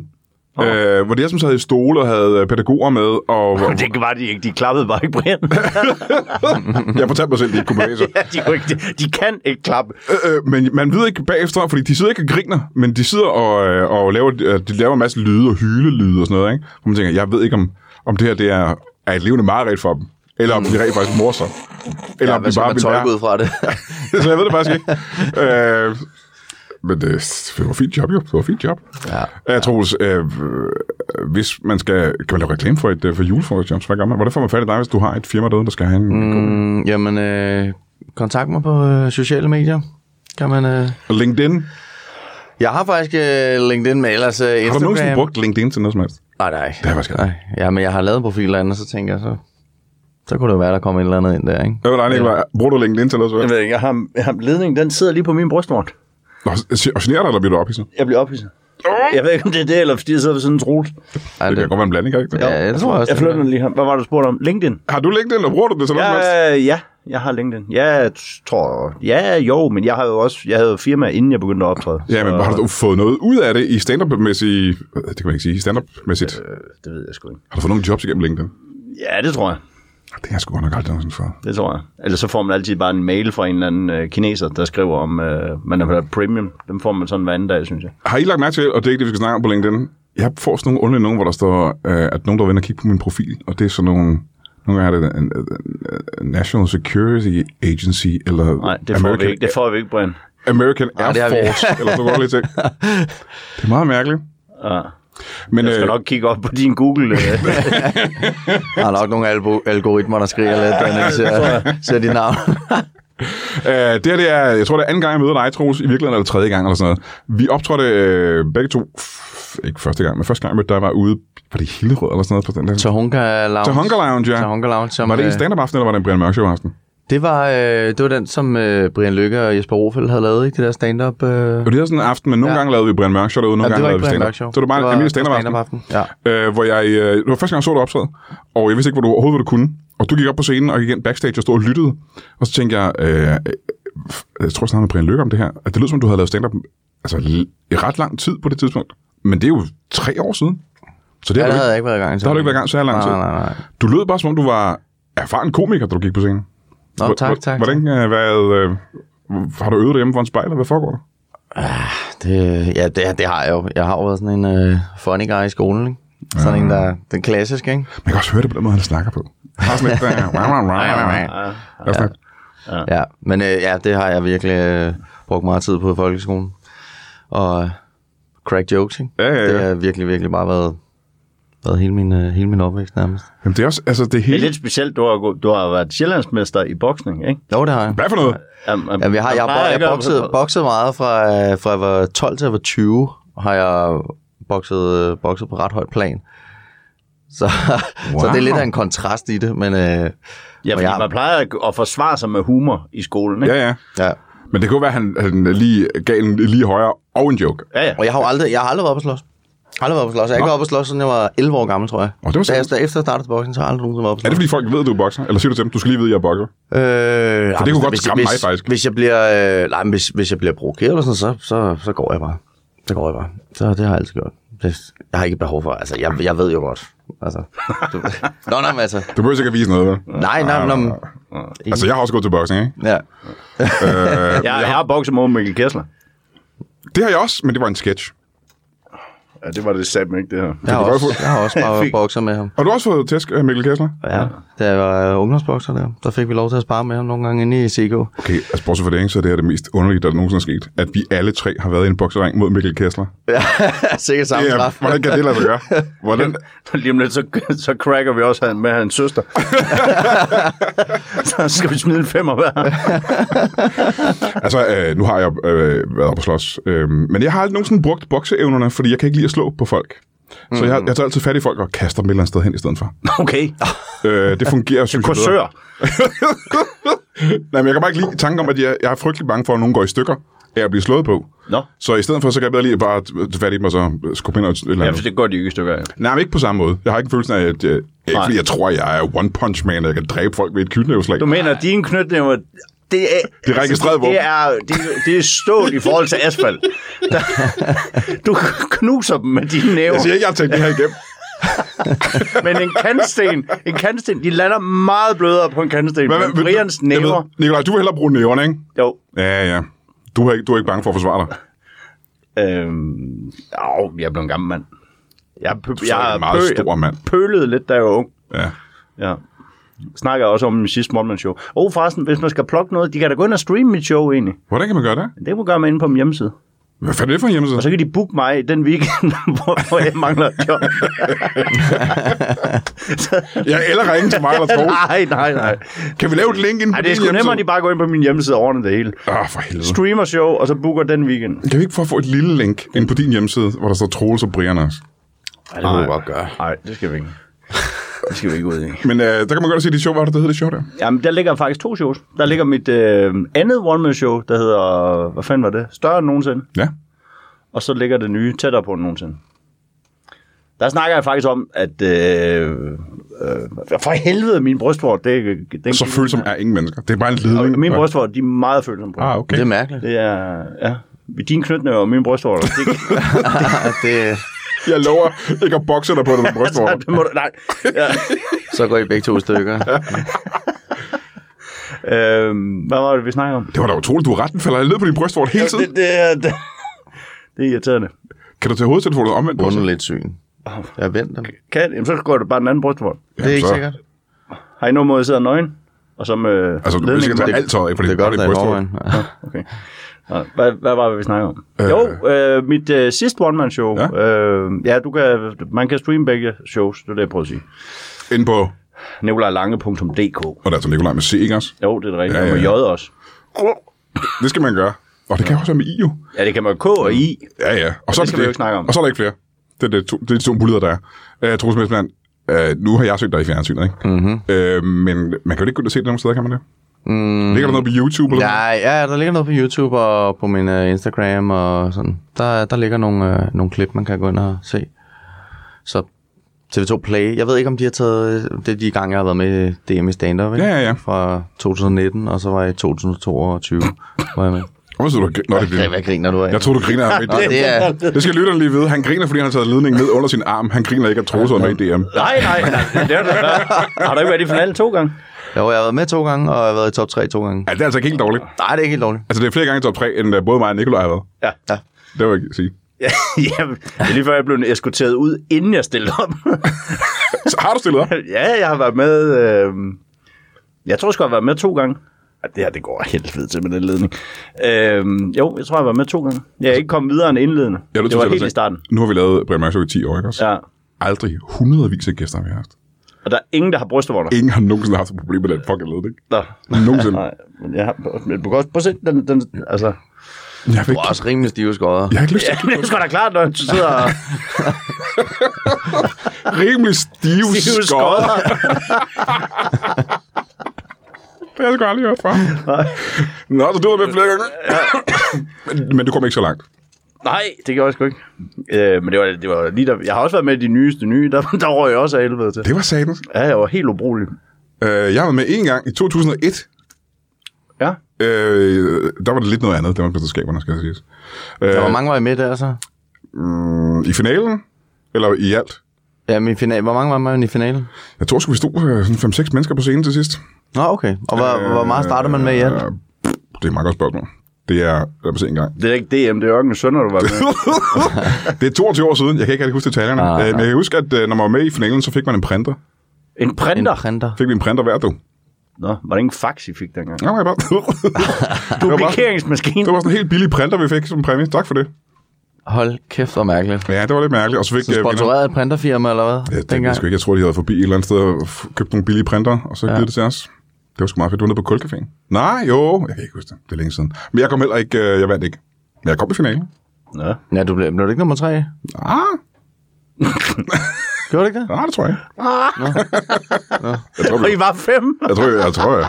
Speaker 1: Oh. Øh, hvor de her, som sad i stole og havde øh, pædagoger med, og hvor-
Speaker 3: Det var de ikke. De klappede bare ikke på hænderne.
Speaker 1: jeg fortalte mig selv, at de ikke kunne bevæge sig.
Speaker 3: Ja, de, kunne ikke, de, de kan ikke klappe.
Speaker 1: Øh, øh, men man ved ikke bagefter, fordi de sidder ikke og griner, men de sidder og, øh, og laver, øh, de laver en masse lyde og hylelyde og sådan noget, ikke? Hvor man tænker, jeg ved ikke, om, om det her det er, er et levende mareridt for dem, eller om de rent faktisk morser. Eller
Speaker 2: ja,
Speaker 1: om de
Speaker 2: hvad skal
Speaker 1: bare
Speaker 2: man
Speaker 1: vil
Speaker 2: tolke ud
Speaker 1: være.
Speaker 2: fra det?
Speaker 1: så jeg ved det faktisk ikke. Øh, men det, det var fint job, jo. Det var fint job.
Speaker 2: Ja.
Speaker 1: Jeg Troels, øh, hvis man skal... Kan man lave reklame for et øh, for juleforsjobs? Hvad gør man? Hvordan får man fat i dig, hvis du har et firma derude, der skal have en mm.
Speaker 2: Mm, jamen, øh, kontakt mig på øh, sociale medier. Kan man, øh...
Speaker 1: LinkedIn?
Speaker 2: Jeg har faktisk øh, LinkedIn med, ellers øh, Instagram.
Speaker 1: Har du nogensinde brugt LinkedIn til noget som helst?
Speaker 2: Nej, nej.
Speaker 1: har jeg faktisk ikke.
Speaker 2: nej. Ja, men jeg har lavet en profil derinde, og så tænker jeg, så, så kunne det jo være, der kom et eller andet ind der, ikke?
Speaker 1: Hvad med dig, Nicolaj? Bruger du LinkedIn til noget som helst?
Speaker 3: Jeg ved ikke, jeg har, jeg har ledningen, den sidder lige på min brystvorn.
Speaker 1: Nå, s- og generer dig, eller bliver du ophidset?
Speaker 3: Jeg bliver ophidset. Jeg ved ikke, om det er det, eller fordi jeg sidder ved sådan en trus.
Speaker 2: Ej,
Speaker 1: Det kan godt være en blanding, kan det ikke det?
Speaker 2: ja, jeg tror også.
Speaker 3: Jeg
Speaker 2: det.
Speaker 3: flytter den lige her. Hvad var det, du spurgte om? LinkedIn?
Speaker 1: Har du LinkedIn, og bruger du det til noget som helst?
Speaker 3: Ja, ja, jeg har LinkedIn. Jeg t- tror... Ja, jo, men jeg har jo også... Jeg havde jo firma, inden jeg begyndte at optræde.
Speaker 1: Ja, men har du fået noget ud af det i stand-up-mæssigt? Det kan man ikke sige. i Stand-up-mæssigt.
Speaker 3: Øh, det ved jeg sgu ikke.
Speaker 1: Har du fået nogle jobs igennem LinkedIn?
Speaker 3: Ja, det tror jeg.
Speaker 1: Det har jeg sgu godt nok aldrig nogensinde for.
Speaker 3: Det tror jeg. Ellers så får man altid bare en mail fra en eller anden øh, kineser, der skriver om, øh, man har været premium. Dem får man sådan hver anden dag, synes jeg.
Speaker 1: Har I lagt mærke til, og det er ikke det, vi skal snakke om på LinkedIn, jeg får sådan nogle underlige nogen, hvor der står, øh, at nogen, der vender og kigge på min profil, og det er sådan nogle... Nogle gange er det en, en, en National Security Agency, eller
Speaker 3: Nej, det får
Speaker 1: American,
Speaker 3: vi ikke. Det får vi ikke, Brian.
Speaker 1: American Air
Speaker 2: Nej, det har vi ikke.
Speaker 1: Force, eller sådan noget ting. Det er meget mærkeligt.
Speaker 3: Ja.
Speaker 1: Men,
Speaker 3: Jeg skal
Speaker 1: øh,
Speaker 3: nok kigge op på din Google. øh.
Speaker 2: Der er nok nogle albo- algoritmer, der skriger lidt, når de ser, ser dit navn.
Speaker 1: Øh, det her, det er, jeg tror, det er anden gang, jeg møder dig, Troels, i virkeligheden, eller tredje gang, eller sådan noget. Vi optrådte øh, begge to f- ikke første gang, men første gang, jeg mødte dig, var ude, var det i Hillerød eller sådan noget? På den der?
Speaker 2: Tohonka Lounge.
Speaker 1: Tohonka Lounge, ja.
Speaker 2: Tohonka Lounge. Som,
Speaker 1: var det en
Speaker 2: øh,
Speaker 1: stand-up aften, eller var det en Brian Mørk Show aften?
Speaker 2: det, var, øh, det var den, som øh, Brian Lykke og Jesper Rofeldt havde lavet, ikke? Det der stand-up... Øh...
Speaker 1: Jo, det er sådan en aften, men nogle
Speaker 2: Ja.
Speaker 1: gange lavede vi Brian Mørk Show derude, nogle
Speaker 2: Ja, det
Speaker 1: gange
Speaker 2: var
Speaker 1: lavede
Speaker 2: ikke
Speaker 1: vi
Speaker 2: Brian
Speaker 1: stand-up.
Speaker 2: Mørk Show.
Speaker 1: Så det var bare en almindelig stand-up aften.
Speaker 2: aften. Ja.
Speaker 1: øh, hvor jeg, øh, det var første gang, jeg så dig optræde, og jeg vidste ikke, hvor du overhovedet hvad du kunne. Og du gik op på scenen og gik ind backstage og stod og lyttede. Og så tænkte jeg, øh, øh, jeg tror, jeg snakkede med Brian Lykke om det her, at det lød som, du havde lavet stand-up altså, l- i ret lang tid på det tidspunkt. Men det er jo tre år siden. Så det
Speaker 2: Ja,
Speaker 1: har,
Speaker 2: der
Speaker 1: du, ikke,
Speaker 2: havde jeg ikke været i gang.
Speaker 1: der har du ikke været i gang så her lang tid.
Speaker 2: Nej, nej, nej.
Speaker 1: Du lød bare, som om du var erfaren komiker, da du gik på scenen.
Speaker 2: Nå,
Speaker 1: Hvor-
Speaker 2: tak,
Speaker 1: hvor-
Speaker 2: tak,
Speaker 1: Hvordan, øh, hvad, øh, har du øvet dig hjemme for en spejl, eller hvad foregår der?
Speaker 2: Det, ja, det, det har jeg jo. Jeg har jo været sådan en øh, funny guy i skolen,
Speaker 1: Ah.
Speaker 2: ikke? Sådan en, der den klassiske, ikke?
Speaker 1: Man kan også høre det på den måde, han snakker på. Han har sådan lidt, øh, rah, rah, rah, rah, rah. Hvad for noget?
Speaker 2: Ja, men øh, ja, det har jeg virkelig øh, brugt meget tid på i folkeskolen. Og øh, crack jokes, ikke?
Speaker 1: Ja, ja, ja.
Speaker 2: Det har virkelig, virkelig bare været, været hele, min, øh, hele min opvækst nærmest.
Speaker 1: Jamen, det er også, altså, det
Speaker 3: Det er
Speaker 1: hele...
Speaker 3: lidt specielt, du har, gå- du har været sjællandsmester i boksning, ikke?
Speaker 2: Jo, det har jeg.
Speaker 1: Hvad for noget?
Speaker 3: Um, um,
Speaker 2: Ja, jeg har, jeg har jeg bokset, bokset meget fra, øh, fra jeg var 12 til jeg var 20, har jeg bokset, øh, bokset på ret højt plan. Så, wow. så det er lidt af en kontrast i det, men øh,
Speaker 3: Ja,
Speaker 2: og
Speaker 3: fordi man plejer at- at forsvare sig med humor i skolen, ikke?
Speaker 1: Ja, ja.
Speaker 2: ja.
Speaker 1: Men det kunne være, at han, han lige gav en lige højere og en joke.
Speaker 3: Ja, ja.
Speaker 2: Og jeg har jo aldrig, jeg har aldrig været på slås. Jeg har aldrig været på slås. Jeg har ikke været på slås, siden jeg var 11 år gammel, tror jeg.
Speaker 1: Åh, det var
Speaker 2: da jeg,
Speaker 1: sindssygt.
Speaker 2: da efter jeg startede til boxing, så har jeg aldrig nogensinde været på
Speaker 1: Er
Speaker 2: slås.
Speaker 1: det, fordi folk ved, at du er bokser? Eller siger du til dem, du skal lige vide, at jeg er bokser?
Speaker 2: Øh, det
Speaker 1: kunne godt skræmme mig, faktisk.
Speaker 2: Hvis jeg bliver, øh, nej, men hvis, hvis jeg bliver provokeret eller sådan, noget, så, så, så går jeg bare. Så går jeg bare. Så det har jeg altid gjort. Det, jeg har ikke behov for, altså, jeg, jeg ved jo godt. Altså, du, nå, nej, men altså, Ah.
Speaker 1: Du behøver sikkert vise noget, vel?
Speaker 2: nej, nej, nej, nej,
Speaker 1: Altså, jeg har også gået til boksning, ikke?
Speaker 2: ja.
Speaker 1: Øh,
Speaker 3: Jeg, jeg har bokset mod Mikkel Kessler.
Speaker 1: det har jeg også, men det var en sketch.
Speaker 3: Ja, det var det samme, ikke det her?
Speaker 2: Jeg har,
Speaker 1: godt
Speaker 2: også,
Speaker 1: få-
Speaker 2: jeg har også bare bokser med ham.
Speaker 1: Har du også fået tæsk, øh, Mikkel Kessler?
Speaker 2: Ja, da jeg var øh, ungdomsbokser der, der fik vi lov til at spare med ham nogle gange inde i CK.
Speaker 1: Okay, altså bortset fra det, ikke, så er det her det mest underlige, der nogensinde er sket. At vi alle tre har været i en boksering mod Mikkel Kessler.
Speaker 2: Sikkert samme
Speaker 1: Det er,
Speaker 2: straf.
Speaker 1: hvordan kan det lade sig gøre? Hvordan?
Speaker 3: Lige om lidt, så, så cracker vi også han- med hans søster. så skal vi smide en femmer hver.
Speaker 1: Altså, øh, nu har jeg øh, været på slås. Øh, men jeg har aldrig nogensinde brugt bokseevnerne, fordi jeg kan ikke lide at slå på folk. Så jeg, jeg tager altid fat i folk og kaster dem et eller andet sted hen i stedet for.
Speaker 3: Okay.
Speaker 1: Øh, det fungerer, synes jeg, bedre.
Speaker 3: Korsør.
Speaker 1: Nej, men jeg kan bare ikke lide tanken om, at jeg, jeg er frygtelig bange for, at nogen går i stykker af at blive slået på.
Speaker 3: Nå.
Speaker 1: Så i stedet for, så kan jeg bedre lige bare t- tage fat i dem og så øh, skubbe ind og et eller
Speaker 3: Ja,
Speaker 1: andet.
Speaker 3: for det går de ikke i stykker. af.
Speaker 1: Nej, men ikke på samme måde. Jeg har ikke følelsen af, at jeg, ikke
Speaker 3: Nej.
Speaker 1: fordi jeg tror, jeg er one punch man, og jeg kan dræbe folk ved et knytnæveslag.
Speaker 3: Du mener, at dine knytnæver, det er... altså,
Speaker 1: Det er registreret våben.
Speaker 3: Det er, det, det er stål i forhold til asfalt. Der, du knuser dem med dine næver.
Speaker 1: Jeg siger ikke, jeg har tænkt det her igennem.
Speaker 3: Men en kantsten, en kantsten, de lander meget blødere på en kantsten. Men,
Speaker 1: vil-
Speaker 3: Brians
Speaker 1: jeg ved-
Speaker 3: næver,
Speaker 1: Nikolaj, du vil hellere bruge næverne, ikke?
Speaker 3: jo,
Speaker 1: Ja, ja. Du er, ikke, du er ikke bange for at forsvare dig.
Speaker 3: øhm, au, jeg blev en gammel mand. Jeg, pø-
Speaker 1: så
Speaker 3: jeg,
Speaker 1: en meget
Speaker 3: pø-
Speaker 1: stor mand.
Speaker 3: jeg pølede lidt, da jeg var ung.
Speaker 1: Ja.
Speaker 3: Ja. Snakker også om min sidste Mormon Show. Og forresten, hvis man skal plukke noget, de kan da gå ind og streame mit show egentlig.
Speaker 1: Hvordan kan man gøre det?
Speaker 3: Det kan man gøre med inde på min hjemmeside.
Speaker 1: Hvad fanden er det for en hjemmeside?
Speaker 3: Og så kan de booke mig i den weekend, hvor, hvor jeg mangler et job.
Speaker 1: Ja, eller ringe til mig eller Troels.
Speaker 3: nej, nej, nej.
Speaker 1: Kan vi lave et link ind på
Speaker 3: Ej, det er
Speaker 1: din
Speaker 3: sgu nemmere, at de
Speaker 1: hjemmeside?
Speaker 3: bare går ind på min hjemmeside og ordner det hele.
Speaker 1: Åh, for helvede.
Speaker 3: Streamer show, og så booker den weekend.
Speaker 1: Kan vi ikke få, få et lille link ind på din hjemmeside, hvor der står Troels og Brian også?
Speaker 2: Ja, det kunne jeg godt gøre.
Speaker 3: Nej, det skal vi ikke. Det skal vi ikke ud i.
Speaker 1: Men øh, der kan man godt se dit show. Hvad er det, der hedder det show der?
Speaker 3: Jamen, der ligger faktisk to shows. Der ligger mit øh, andet one-man-show, der hedder, hvad fanden var det? Større end nogensinde.
Speaker 1: Ja.
Speaker 3: Og så ligger det nye tættere på end nogensinde. Der snakker jeg faktisk om, at øh, øh, for helvede, min brystvort, det, den,
Speaker 1: Så følsom er ingen mennesker. Det er bare en ledning.
Speaker 3: Min
Speaker 1: Ja.
Speaker 3: brystvort, de er meget følsomme på.
Speaker 1: Ah, okay.
Speaker 2: Det er mærkeligt.
Speaker 3: Det er, ja, ved dine knytnæver og mine brystvort. Det,
Speaker 2: Ja, det,
Speaker 1: Jeg lover ikke at bokse dig på det med brystvort.
Speaker 3: det må du, nej. Ja.
Speaker 2: så går I begge to i stykker.
Speaker 3: Øh, hvad var det, vi snakker om?
Speaker 1: Det var da utroligt. Du har retten falder ned på din brystvort hele tiden.
Speaker 3: Det, det, er, det, det er irriterende.
Speaker 1: Kan du tage hovedtelefonen omvendt på?
Speaker 2: Underligt syn.
Speaker 1: Ah,
Speaker 2: Jeg venter dem.
Speaker 3: Kan, jamen, så går det bare den anden brystvort.
Speaker 2: Det er ikke
Speaker 1: så-
Speaker 2: sikkert.
Speaker 3: Har I noget måde, at sidde nøgen? Og så med
Speaker 1: Altså, du behøver ikke at tage alt tøjet af, fordi
Speaker 2: Det gør
Speaker 1: det
Speaker 2: det da
Speaker 1: er
Speaker 2: i
Speaker 1: brystvort.
Speaker 2: forvejen.
Speaker 3: Okay. Nå, Hvad, hvad var det, vi snakkede om? Øh. Jo, øh, mit øh, sidste one-man-show.
Speaker 1: Ja.
Speaker 3: Ja, øh, ja du kan, man kan streame begge shows, det er det, jeg prøver at sige.
Speaker 1: Ind på,
Speaker 3: Nikolajlange.dk
Speaker 1: og der er så Nikolaj med C, ikke også?
Speaker 3: Jo, det er det rigtige.
Speaker 1: Ja,
Speaker 3: Ja,
Speaker 1: ja,
Speaker 3: ja. Med J
Speaker 1: ja.
Speaker 3: også.
Speaker 1: Det skal man gøre. Og det kan også være med I jo.
Speaker 3: Ja, det kan man K og I.
Speaker 1: Ja, ja. Og så,
Speaker 3: det skal vi jo ikke snakke om.
Speaker 1: Og så er der ikke flere. Det, er det, to, det er de to muligheder, der er. Øh, Troels Mæsland, øh, nu har jeg søgt dig i fjernsynet, ikke? Mm-hmm.
Speaker 3: Mhm.
Speaker 1: Øh, men man kan jo ikke gå ind og se det nogen steder, kan man det? Mm. Ligger der noget på YouTube? Eller
Speaker 2: Ja, ja, der ligger noget på YouTube og på min uh, Instagram og sådan. Der, der ligger nogle, uh, nogle klip, man kan gå ind og se. Så TV2 Play. Jeg ved ikke, om de har taget... øh, Det er de gange, jeg har været med i DM i stand-up, ikke?
Speaker 1: Ja, ja, ja.
Speaker 2: Fra 2019, og så var jeg i 2022, hvor jeg med.
Speaker 1: Hvorfor sidder du og gr- Nå, det
Speaker 2: Hvad,
Speaker 1: bliver...
Speaker 2: hvad griner du af?
Speaker 1: Jeg tror du griner af
Speaker 2: Nå,
Speaker 1: med det.
Speaker 2: det er...
Speaker 1: Det skal lytterne lige vide. Han griner, fordi han har taget ledningen ned under sin arm. Han griner ikke, at Troels var med i DM.
Speaker 3: Nej, nej, nej. men Det har, du, har du ikke været i finalen to gange?
Speaker 2: Jo, jeg har været med to gange, og jeg har været i top 3 to gange.
Speaker 1: Ja, det er altså ikke helt dårligt.
Speaker 2: Nej, det er ikke helt dårligt.
Speaker 1: Altså, det er flere gange i top 3, end øh, både mig og Nikolaj har været.
Speaker 3: Ja.
Speaker 2: Ja.
Speaker 1: Det vil jeg ikke sige.
Speaker 3: ja jamen, det er lige før, jeg blev eskorteret ud, inden jeg stillede op.
Speaker 1: Så har du stillet op?
Speaker 3: ja, jeg har været med... Øh, jeg tror, jeg skulle have været med to gange. Ej, det her, det går helvede til med den ledning. Øh, jo, jeg tror, jeg var med to gange. Jeg er ikke kommet videre end indledende.
Speaker 1: Ja,
Speaker 3: det
Speaker 1: tror
Speaker 3: var
Speaker 1: jeg,
Speaker 3: helt
Speaker 1: altså.
Speaker 3: i starten.
Speaker 1: Nu har vi lavet Brian Mørk Show i 10 år, ikke også?
Speaker 3: Ja.
Speaker 1: Aldrig hundredvis af gæster, vi har haft.
Speaker 3: Og der er ingen, der har brystvorter.
Speaker 1: Ingen har nogensinde haft et problem med den fucking ledning.
Speaker 3: Nå.
Speaker 1: Nogensinde.
Speaker 3: Nej, men jeg har... Men du kan også prøv at se, den, den, altså...
Speaker 1: Jeg har
Speaker 2: Du er
Speaker 1: ikke,
Speaker 2: også rimelig stive skodder.
Speaker 1: jeg har ikke lyst til
Speaker 3: Ja, men det er sgu da klart, når du sidder og...
Speaker 1: rimelig stive
Speaker 3: Stive
Speaker 1: skodder. Det har jeg sgu aldrig hørt fra. Nå, så du var med flere gange. men, men du kom ikke så langt.
Speaker 3: Nej, det gjorde jeg sgu ikke. Øh, men det var, det var lige der... Jeg har også været med i de nyeste nye. Der, der røg jeg også af helvede til.
Speaker 1: Det var satans.
Speaker 3: Ja, jeg var helt ubrugelig.
Speaker 1: Øh, jeg var med en gang i 2001.
Speaker 3: Ja.
Speaker 1: Øh, der var det lidt noget andet. Det var mesterskaberne, skal jeg sige.
Speaker 2: Der var
Speaker 1: Øh,
Speaker 2: mange var I med der, så?
Speaker 1: mm, I finalen? Eller i alt?
Speaker 2: Ja, min final... Hvor mange var man i finalen?
Speaker 1: Jeg tror sgu, vi stod øh, sådan 5-6 mennesker på scenen til sidst.
Speaker 2: Nå, okay. Og hvor, øh, hvor meget starter man med i alt?
Speaker 1: Øh, pff, det er et meget godt spørgsmål. Det er, lad mig se en gang.
Speaker 3: Det er ikke DM, det er Ørken Sønder, du var med.
Speaker 1: Det er 22 år siden. Jeg kan ikke rigtig huske detaljerne. Ah,
Speaker 2: Ah,
Speaker 1: øh, men jeg kan huske, at øh, når man var med i finalen, så fik man en printer.
Speaker 3: En
Speaker 2: En
Speaker 3: printer.
Speaker 2: printer.
Speaker 1: Fik vi en printer hver dag.
Speaker 3: Nå, var det ikke en fax, I fik dengang?
Speaker 1: Ja, bare. det, var bare,
Speaker 3: Publikeringsmaskine.
Speaker 1: det var sådan en helt billig printer, vi fik som præmie. Tak for det.
Speaker 2: Hold kæft, hvor mærkeligt.
Speaker 1: Ja, det var lidt mærkeligt. Og så fik
Speaker 2: Så
Speaker 1: øh, vinderen-
Speaker 2: sponsoreret et printerfirma, eller hvad?
Speaker 1: Ja, det ved jeg sgu ikke. Jeg tror, de havde forbi et eller andet sted og f- købt nogle billige printer, og så ja. givet det til os. Det var sgu meget fedt. Du var nede på Kulcaféen. Nej, jo. Jeg kan ikke huske det. Det er længe siden. Men jeg kom heller ikke. øh, Jeg vandt ikke. Men jeg kom i finalen.
Speaker 3: Nå.
Speaker 2: Ja, du blev, blev du ikke nummer tre?
Speaker 1: Ah,
Speaker 2: Gjorde du ikke det?
Speaker 1: nej, det tror jeg ikke. jeg, tror,
Speaker 3: Og
Speaker 1: jeg,
Speaker 3: I var fem.
Speaker 1: jeg, tror, jeg, jeg, tror, jeg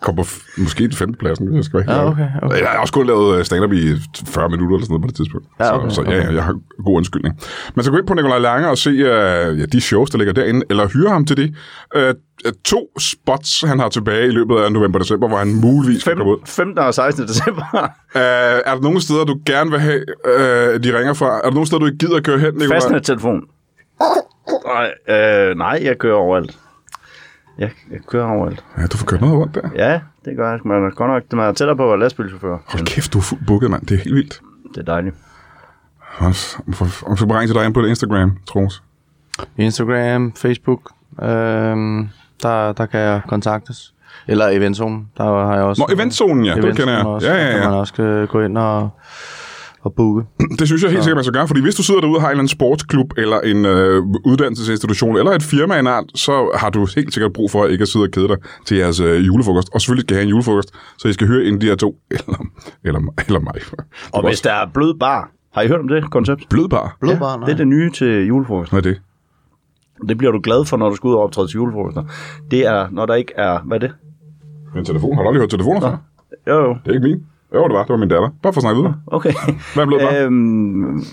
Speaker 1: kom på f- måske den femte pladsen. Jeg, skal ikke
Speaker 2: Ja,
Speaker 1: være-
Speaker 2: okay, okay.
Speaker 1: jeg har også kun lavet øh, stand-up i 40 minutter eller sådan noget på det tidspunkt.
Speaker 2: Ja,
Speaker 1: så,
Speaker 2: okay,
Speaker 1: så ja,
Speaker 2: okay.
Speaker 1: ja, jeg har god undskyldning. Man skal gå ind på Nikolaj Lange og se øh, ja, de shows, der ligger derinde, eller hyre ham til det. Øh, to spots, han har tilbage i løbet af november og december, hvor han muligvis kan komme ud.
Speaker 3: 15. og 16. december.
Speaker 1: Øh, er der nogle steder, du gerne vil have, øh, de ringer fra? Er der nogle steder, du ikke gider at køre hen, Nicolaj?
Speaker 3: Fastnet telefon. Nej, øh, nej, jeg kører overalt. Jeg, jeg kører overalt.
Speaker 1: Ja, du får kørt noget rundt der.
Speaker 3: Ja, det gør jeg. sgu. Man er godt nok man er tættere på at være lastbilchauffør.
Speaker 1: Hold kæft, du er fuldt booket, mand. Det er helt vildt.
Speaker 3: Det er dejligt.
Speaker 1: Om skal bare ringe til dig ind på Instagram, Troels.
Speaker 2: Instagram, Facebook, øhm, der, der kan jeg kontaktes. Eller Eventzonen, der har jeg også...
Speaker 1: Nå, eventzonen, ja. Det
Speaker 2: Eventzonen
Speaker 1: kender jeg.
Speaker 2: Også,
Speaker 1: Ja,
Speaker 2: der
Speaker 1: ja,
Speaker 2: kan man
Speaker 1: ja.
Speaker 2: også øh, gå ind og, og booke.
Speaker 1: Det synes jeg helt sikkert, man skal gøre. Fordi hvis du sidder derude og har en eller anden sportsklub, eller en øh, uddannelsesinstitution, eller et firma af en art, så har du helt sikkert brug for ikke at sidde og kede dig til jeres øh, julefrokost. Og selvfølgelig skal I have en julefrokost, så I skal høre en af de her to. Eller, eller, eller mig.
Speaker 3: Og hvis der er blød bar. Har I hørt om det koncept?
Speaker 1: Blødbar.
Speaker 2: Blød barn,
Speaker 3: det er det nye til julefrokosten.
Speaker 1: Hvad er det?
Speaker 3: Det bliver du glad for, når du skal ud og optræde til julefrokoster. Det er, når der ikke er... Hvad er det?
Speaker 1: En telefon? Har du aldrig hørt telefoner før?
Speaker 3: Jo, jo.
Speaker 1: Det er ikke min. Jo, det var. Det var min datter. Bare for at snakke videre.
Speaker 3: Okay.
Speaker 1: Hvad er blød bar?
Speaker 3: Øhm, øh,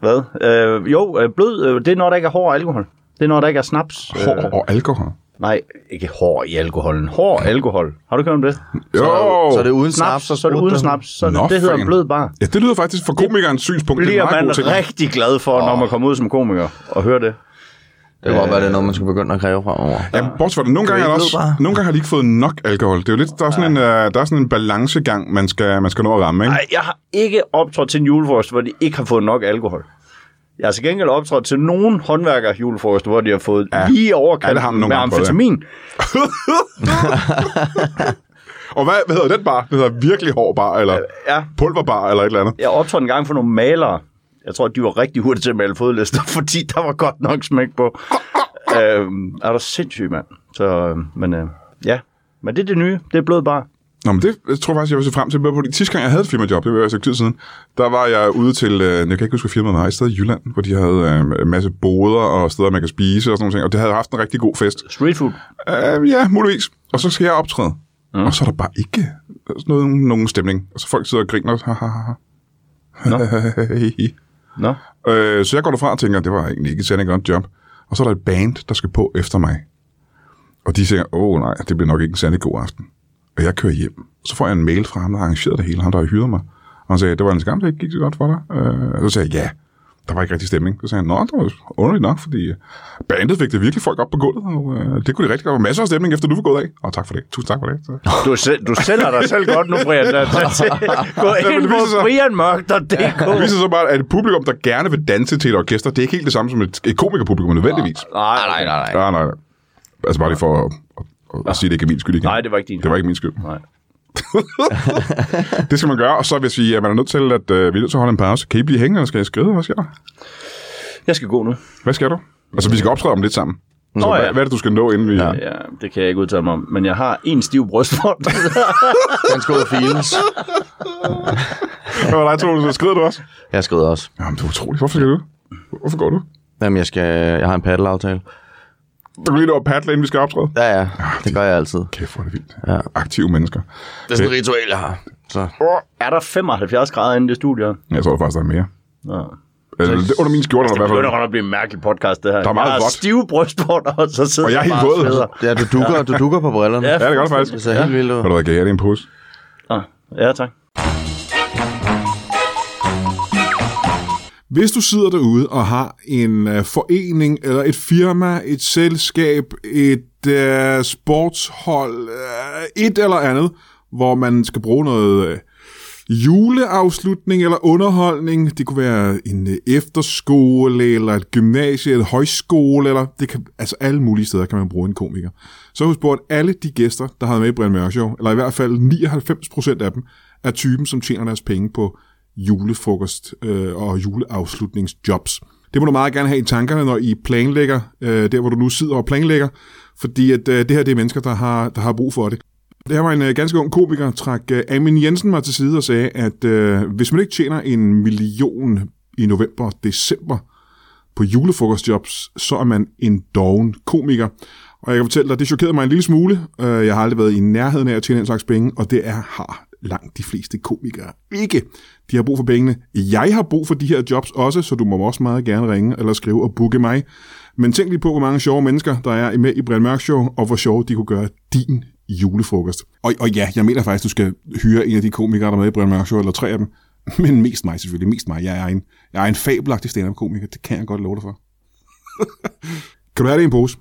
Speaker 3: hvad? Øh, jo, øh, blød, øh, det er når der ikke er hård alkohol. Det er når der ikke er snaps. Øh,
Speaker 1: Hår og alkohol.
Speaker 3: Nej, ikke hård i alkoholen. Hård alkohol. Har du ikke hørt om det?
Speaker 1: Jo!
Speaker 2: Så er det uden
Speaker 3: Snaps,
Speaker 2: snaps,
Speaker 3: så er det uden snaps. Så
Speaker 1: Nå,
Speaker 3: Nå, det hedder
Speaker 1: fan.
Speaker 3: blød bar.
Speaker 1: Ja, det lyder faktisk fra komikernes synspunkt. det er
Speaker 3: Bliver
Speaker 1: en meget
Speaker 3: man
Speaker 1: god ting.
Speaker 3: rigtig glad for, når man kommer ud som komiker og hører det.
Speaker 2: Det kan godt være, det er noget, man skal begynde at kræve fremover.
Speaker 1: Ja, bortset fra det. Nogle gange, er
Speaker 2: ikke
Speaker 1: der
Speaker 2: blød
Speaker 1: også,
Speaker 2: bare.
Speaker 1: nogle gange har de ikke fået nok alkohol. Det er jo lidt, der er sådan, en, øh, der er sådan en balancegang, man skal, man skal nå at ramme, ikke?
Speaker 3: Nej, jeg har ikke optrådt til en julefrokost, hvor de ikke har fået nok alkohol. Jeg har til gengæld optrådt til nogen håndværker julefrokost, hvor de har fået ja. lige
Speaker 1: Ja, det
Speaker 3: overkant
Speaker 1: har man nogle
Speaker 3: med
Speaker 1: gange fået, ja.
Speaker 3: amfetamin.
Speaker 1: Og hvad, hvad hedder den bar? Det hedder virkelig hård bar, eller
Speaker 3: Ja,
Speaker 1: pulverbar, eller et eller andet.
Speaker 3: jeg optrådte en gang for nogle malere. Jeg tror, de var rigtig hurtige til at male fodlister, fordi der var godt nok smæk på. øhm, er du sindssyg, mand? Så, øh, men øh, ja, men det er det nye. Det er blød bar.
Speaker 1: Nå, men det jeg tror jeg faktisk, jeg vil se frem til bedre på. De sidste gang, jeg havde et firmajob, det var altså et stykke tid siden, der var jeg ude til, øh, jeg kan ikke huske, hvad firmaet var, et sted i Jylland, hvor de havde øh, en masse boder og steder, man kan spise og sådan nogle ting, og det havde haft en rigtig god fest.
Speaker 3: Street food.
Speaker 1: Øh, ja, muligvis. Og så skal jeg optræde. Mm. Og så er der bare ikke øh, sådan noget, nogen stemning. Og så folk sidder og griner. Ha, ha, ha.
Speaker 3: Nå.
Speaker 1: Øh, så jeg går derfra og tænker, det var egentlig ikke et særlig godt job. Og så er der et band, der skal på efter mig. Og de siger, åh nej, det bliver nok ikke en særlig god aften. Og jeg kører hjem. Så får jeg en mail fra ham, der arrangerede det hele, ham der har hyret mig. Og han sagde, det var en skam, det ikke gik så godt for dig. Øh, og så sagde jeg, ja, der var ikke rigtig stemning. Så sagde han, nå, det var underligt nok, fordi øh, bandet fik det virkelig folk op på gulvet, og øh, det kunne de rigtig godt. Masser af stemning, efter du var gået af. Og tak for det. Tusind tak for det. Så.
Speaker 3: Du, selv, du sælger dig selv godt nu, Brian. Gå
Speaker 1: men
Speaker 3: ind
Speaker 1: det
Speaker 3: på
Speaker 1: viser sig-
Speaker 3: brianmørk.dk.
Speaker 1: Det viser så bare, at et publikum, der gerne vil danse til et orkester, det er ikke helt det samme som et, et komikerpublikum nødvendigvis.
Speaker 3: Nej, nej, nej.
Speaker 2: nej.
Speaker 1: Nej, nej, nej. Altså bare lige for at, at, at sige, at det ikke er min skyld igen.
Speaker 3: Nej, det var ikke din.
Speaker 1: Det var ikke min skyld.
Speaker 3: Nej.
Speaker 1: Det skal man gøre, og så vil jeg sige, at man er nødt til at, øh, vi er nødt til at holde en pause. Kan I blive hængende, eller skal jeg skride? Hvad sker der?
Speaker 3: Jeg skal gå nu.
Speaker 1: Hvad sker du? Altså, vi skal optræde om lidt sammen. Så
Speaker 3: Nå,
Speaker 1: hvad,
Speaker 3: ja.
Speaker 1: hvad er det, du skal nå, inden vi... Ja.
Speaker 3: Ja, det kan jeg ikke udtale mig om. Men jeg har en stiv brystvorm.
Speaker 2: Den skal ud og files.
Speaker 1: Hvad var dig, Troels? Skrider du også?
Speaker 2: Jeg skal ud også.
Speaker 1: Jamen, det er utroligt. Hvorfor skal du? Hvorfor går du?
Speaker 2: Jamen, jeg, skal, jeg har en paddelaftale.
Speaker 1: Du kan lige nå at paddle, inden vi skal optræde.
Speaker 2: Ja, ja. Ah, Det gør jeg altid.
Speaker 1: Kæft, hvor er det vildt. Ja. Aktive mennesker.
Speaker 2: Det er sådan et ritual, jeg har. Så.
Speaker 3: er der 75 grader inde i det studie? her?
Speaker 1: Jeg tror faktisk, der er mere.
Speaker 3: Nå.
Speaker 1: Eller, det er under min skjorte,
Speaker 3: Det
Speaker 1: eller hvad?
Speaker 3: begynder godt at blive en mærkelig podcast, det her.
Speaker 1: Der er meget
Speaker 3: jeg har
Speaker 1: vådt.
Speaker 3: stive brystvorter, og så sidder
Speaker 1: Og jeg er helt
Speaker 3: bare
Speaker 1: våd. altså.
Speaker 3: sveder.
Speaker 2: Ja, du dukker, du dukker på brillerne.
Speaker 3: Ja.
Speaker 1: Ja, det er godt faktisk.
Speaker 2: Det ser helt vildt ud.
Speaker 1: Har du været gæret i en pose?
Speaker 3: Ah, ja, tak.
Speaker 4: Hvis du sidder derude og har en øh, forening, eller et firma, et selskab, et øh, sportshold, øh, et eller andet, hvor man skal bruge noget øh, juleafslutning eller underholdning, det kunne være en øh, efterskole, eller et gymnasie, et højskole, eller det kan, altså alle mulige steder kan man bruge en komiker. Så har vi spurgt alle de gæster, der havde med i Brian Mørk Show, eller i hvert fald 99% af dem, er typen, som tjener deres penge på julefrokost øh, og juleafslutningsjobs. Det må du meget gerne have i tankerne, når I planlægger, øh, der hvor du nu sidder og planlægger, fordi at, øh, det her det er mennesker, der har, der har brug for det. Der var en øh, ganske ung komiker, trak øh, Amin Jensen mig til side og sagde, at øh, hvis man ikke tjener en million i november og december, på julefrokostjobs, så er man en doven komiker. Og jeg kan fortælle dig, det chokerede mig en lille smule. Øh, Jeg har aldrig været i nærheden af at tjene en slags penge, og det er har langt de fleste komikere ikke. De har brug for pengene. Jeg har brug for de her jobs også, så du må også meget gerne ringe eller skrive og booke mig. Men tænk lige på, hvor mange sjove mennesker, der er med i Brian Mørk Show, og hvor sjove de kunne gøre din julefrokost. Og, og ja, jeg mener faktisk, du skal hyre en af de komikere, der er med i Brian Mørk Show, eller tre af dem. Men mest mig selvfølgelig, mest mig. Jeg er en, jeg er en fabelagtig stand-up-komiker, det kan jeg godt love dig for. kan du have det i en pose?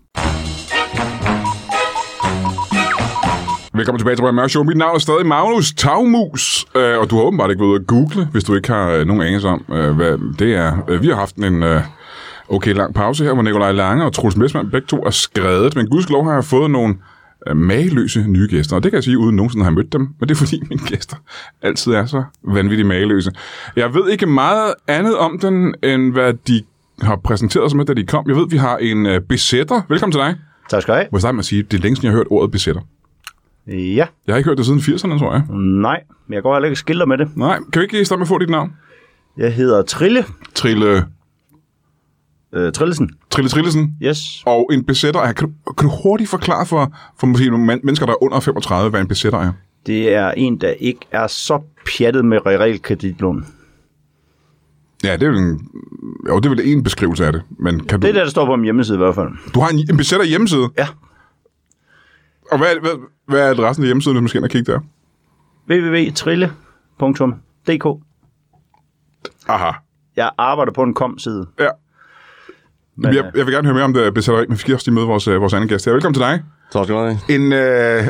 Speaker 1: Velkommen tilbage til Brian Mørk Show. Mit navn er stadig Magnus Tavmus, øh, og du har åbenbart ikke været ude at google, hvis du ikke har øh, nogen anelse om, øh, hvad det er. Øh, Vi har haft en øh, okay lang pause her, hvor Nikolaj Lange og Troels Messmann begge to er skrevet, men gudskelov har jeg fået nogle øh, mageløse nye gæster, og det kan jeg sige, uden nogensinde at have mødt dem, men det er fordi mine gæster altid er så vanvittigt mageløse. Jeg ved ikke meget andet om den, end hvad de har præsenteret sig med, da de kom. Jeg ved, vi har en øh, besætter. Velkommen til dig.
Speaker 3: Tak skal du have.
Speaker 1: Må jeg starte med at sige, det er længe siden, jeg har hørt ordet besætter.
Speaker 3: Ja,
Speaker 1: Jeg har ikke hørt det siden 80'erne, tror jeg.
Speaker 3: nej, men jeg går heller ikke skilder med det.
Speaker 1: Nej, kan vi ikke starte med at få dit navn?
Speaker 3: Jeg hedder Trille.
Speaker 1: Trille,
Speaker 3: Øh, Trillesen.
Speaker 1: Trille Trillesen
Speaker 3: Yes.
Speaker 1: og en besætter er. Kan du, kan du hurtigt forklare for, for måske nogle men- mennesker, der er under 35, hvad en besætter er?
Speaker 3: Det er en, der ikke er så pjattet med realkreditlån.
Speaker 1: Ja, det er vel en, jo, det er vel en beskrivelse af det. Men kan du,
Speaker 3: Det er det, der står på min hjemmeside i hvert fald.
Speaker 1: du har en, en besætter hjemmeside,
Speaker 3: Ja.
Speaker 1: og hvad, er- hvad, hvad er adressen til hjemmesiden, hvis man skal ind og kigge der?
Speaker 3: www.trille.dk
Speaker 1: Aha.
Speaker 3: Jeg arbejder på en kom-side.
Speaker 1: Ja.
Speaker 3: Men,
Speaker 1: jeg, jeg vil gerne høre mere om det besætteri, men vi skal også lige møde vores, øh, vores anden gæst her. Velkommen til dig.
Speaker 2: Tak skal du have.
Speaker 1: En øh,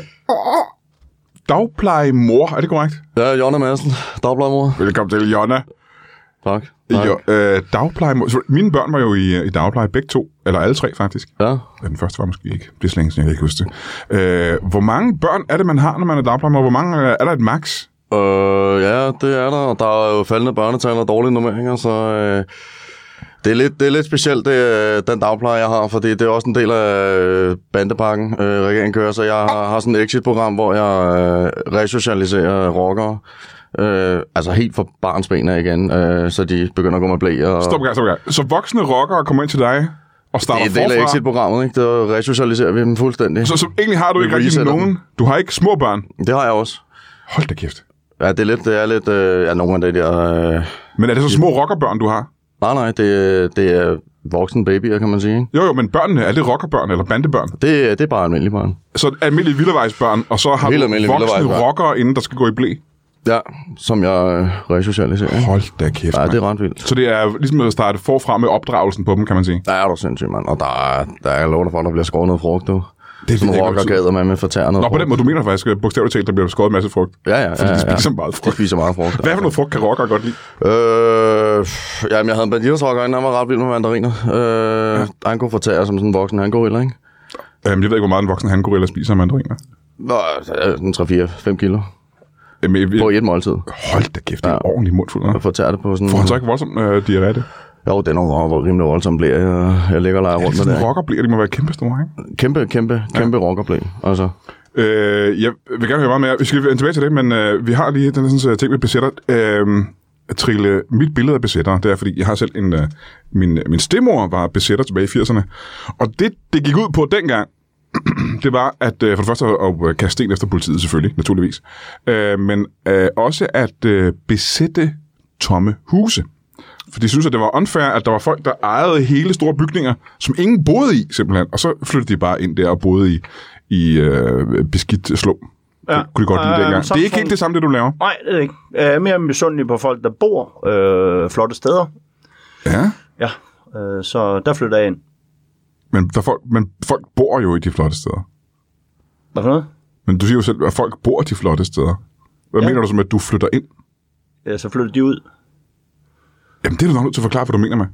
Speaker 1: dagplejemor, er det korrekt?
Speaker 2: Ja, Jonna Madsen, dagplejemor.
Speaker 1: Velkommen til, Jonna.
Speaker 2: Tak. tak.
Speaker 1: Jo, øh, dagpleje. Mine børn var jo i, i dagpleje, begge to, eller alle tre faktisk.
Speaker 2: Ja.
Speaker 1: Den første var måske ikke. Det er så længe, siden, jeg kan ikke huske det. Øh, hvor mange børn er det, man har, når man er dagplejemor? Hvor mange øh, er der et max?
Speaker 2: Øh, ja, det er der, og der er jo faldende børnetal og dårlige normeringer, så øh, Det er lidt, det er lidt specielt, det, øh, den dagpleje, jeg har, fordi det er også en del af øh, bandepakken, øh, regeringen kører, så jeg har, har sådan et exit-program, hvor jeg øh, resocialiserer rockere. Øh, altså helt fra barns ben af igen, øh, så de begynder at gå med blæ. Og
Speaker 1: Stop en gang, stop en gang. Så voksne rockere kommer ind til dig og
Speaker 2: det
Speaker 1: starter
Speaker 2: er en del af
Speaker 1: forfra.
Speaker 2: exit-programmet, ikke? Der resocialiserer vi dem fuldstændig.
Speaker 1: Så, så egentlig har du
Speaker 2: Vi
Speaker 1: ikke rigtig
Speaker 2: resetter
Speaker 1: nogen. Du har ikke små børn.
Speaker 2: Det har jeg også.
Speaker 1: Hold da kæft.
Speaker 2: Ja, det er lidt, det er lidt, øh, ja, nogle af det der... Øh,
Speaker 1: Men er det så små rockerbørn, du har?
Speaker 2: nej, nej, det, er- det er voksne babyer, kan man sige. ikke?
Speaker 1: Jo, jo, men børnene, er det rockerbørn eller bandebørn?
Speaker 2: Det, er- det er bare almindelig barn.
Speaker 1: Så almindelige vildervejsbørn, og så har
Speaker 2: Helt
Speaker 1: du
Speaker 2: almindelige
Speaker 1: voksne
Speaker 2: vildervejsbørn.
Speaker 1: rockere, inden der skal gå i blæ.
Speaker 2: Ja, som jeg øh, resocialiserer. ikke?
Speaker 1: Hold da kæft,
Speaker 2: Ja,
Speaker 1: mand.
Speaker 2: det er ret vildt.
Speaker 1: Så det er ligesom at starte forfra med opdragelsen på dem, kan man sige.
Speaker 2: Der er du sindssygt, mand. Og der er, der er lov for, at der bliver skåret noget frugt, du.
Speaker 1: Det er
Speaker 2: Som
Speaker 1: vildt,
Speaker 2: rocker
Speaker 1: ikke?
Speaker 2: gader med med fortærer noget
Speaker 1: Nå, på den
Speaker 2: frugt.
Speaker 1: måde, du mener faktisk øh, bogstaveligt talt, der bliver skåret en masse frugt.
Speaker 2: Ja, ja, ja.
Speaker 1: Fordi de
Speaker 2: ja,
Speaker 1: spiser meget
Speaker 2: De
Speaker 1: frugt.
Speaker 2: spiser meget frugt.
Speaker 1: Hvad for noget frugt kan rockere godt lide?
Speaker 2: Øh, pff, jamen, jeg havde en banditersrokker, han var ret vild med mandariner. Øh, ja. Han kunne fortære som sådan en voksen hangorilla, ikke?
Speaker 1: Øhm, jeg ved ikke, hvor meget en voksen hangorilla spiser af mandariner.
Speaker 2: Nå, altså, sådan 3-4-5 kilo
Speaker 1: Øhm, jeg,
Speaker 2: på
Speaker 1: jeg,
Speaker 2: et måltid.
Speaker 1: hold da kæft, det er ja. ordentligt mundfuld. hva'?
Speaker 2: Jeg fortærer det på sådan...
Speaker 1: Får han så ikke voldsom øh, diarré? Det
Speaker 2: Jo, det er nogle gange, hvor rimelig voldsomt bliver jeg, og jeg ligger og leger
Speaker 1: er
Speaker 2: rundt med
Speaker 1: sådan
Speaker 2: det.
Speaker 1: en rocker bliver, de må være kæmpe store, ikke?
Speaker 2: ikke? Kæmpe, kæmpe, kæmpe ja. rockerblæ. Altså,
Speaker 1: Øh, jeg vil gerne høre meget mere. Vi skal vende tilbage til det, men øh, vi har lige den her sådan, øh, ting med besætter. Øh, at trille mit billede af besætter, det er, fordi jeg har selv en... Øh, min, min stemor var besætter tilbage i 80'erne. Og det, det gik ud på dengang, det var at øh, for det første at, at kaste sten efter politiet selvfølgelig, naturligvis, øh, men øh, også at øh, besætte tomme huse. For de synes, at det var unfair, at der var folk, der ejede hele store bygninger, som ingen boede i simpelthen, og så flyttede de bare ind der og boede i, i øh, beskidt slum. Ja.
Speaker 3: Ja.
Speaker 1: Det kunne de godt lide
Speaker 3: Ja, ja,
Speaker 1: dengang.
Speaker 3: så-
Speaker 1: Det er ikke helt det samme, det du laver.
Speaker 3: Nej, det er det ikke. Jeg er mere misundelig på folk, der bor øh, flotte steder.
Speaker 1: Ja,
Speaker 3: Ja, øh, så der flytter jeg ind.
Speaker 1: men, der folk, men folk bor jo i de flotte steder.
Speaker 3: Hvad for noget?
Speaker 1: Men du siger jo selv, at folk bor de flotte steder. Hvad ja.
Speaker 3: Ja.
Speaker 1: mener du så med, at du flytter ind?
Speaker 3: Ja, Øh, så flytter de ud.
Speaker 1: Jamen, det er du nok nødt til at forklare, hvad du mener med.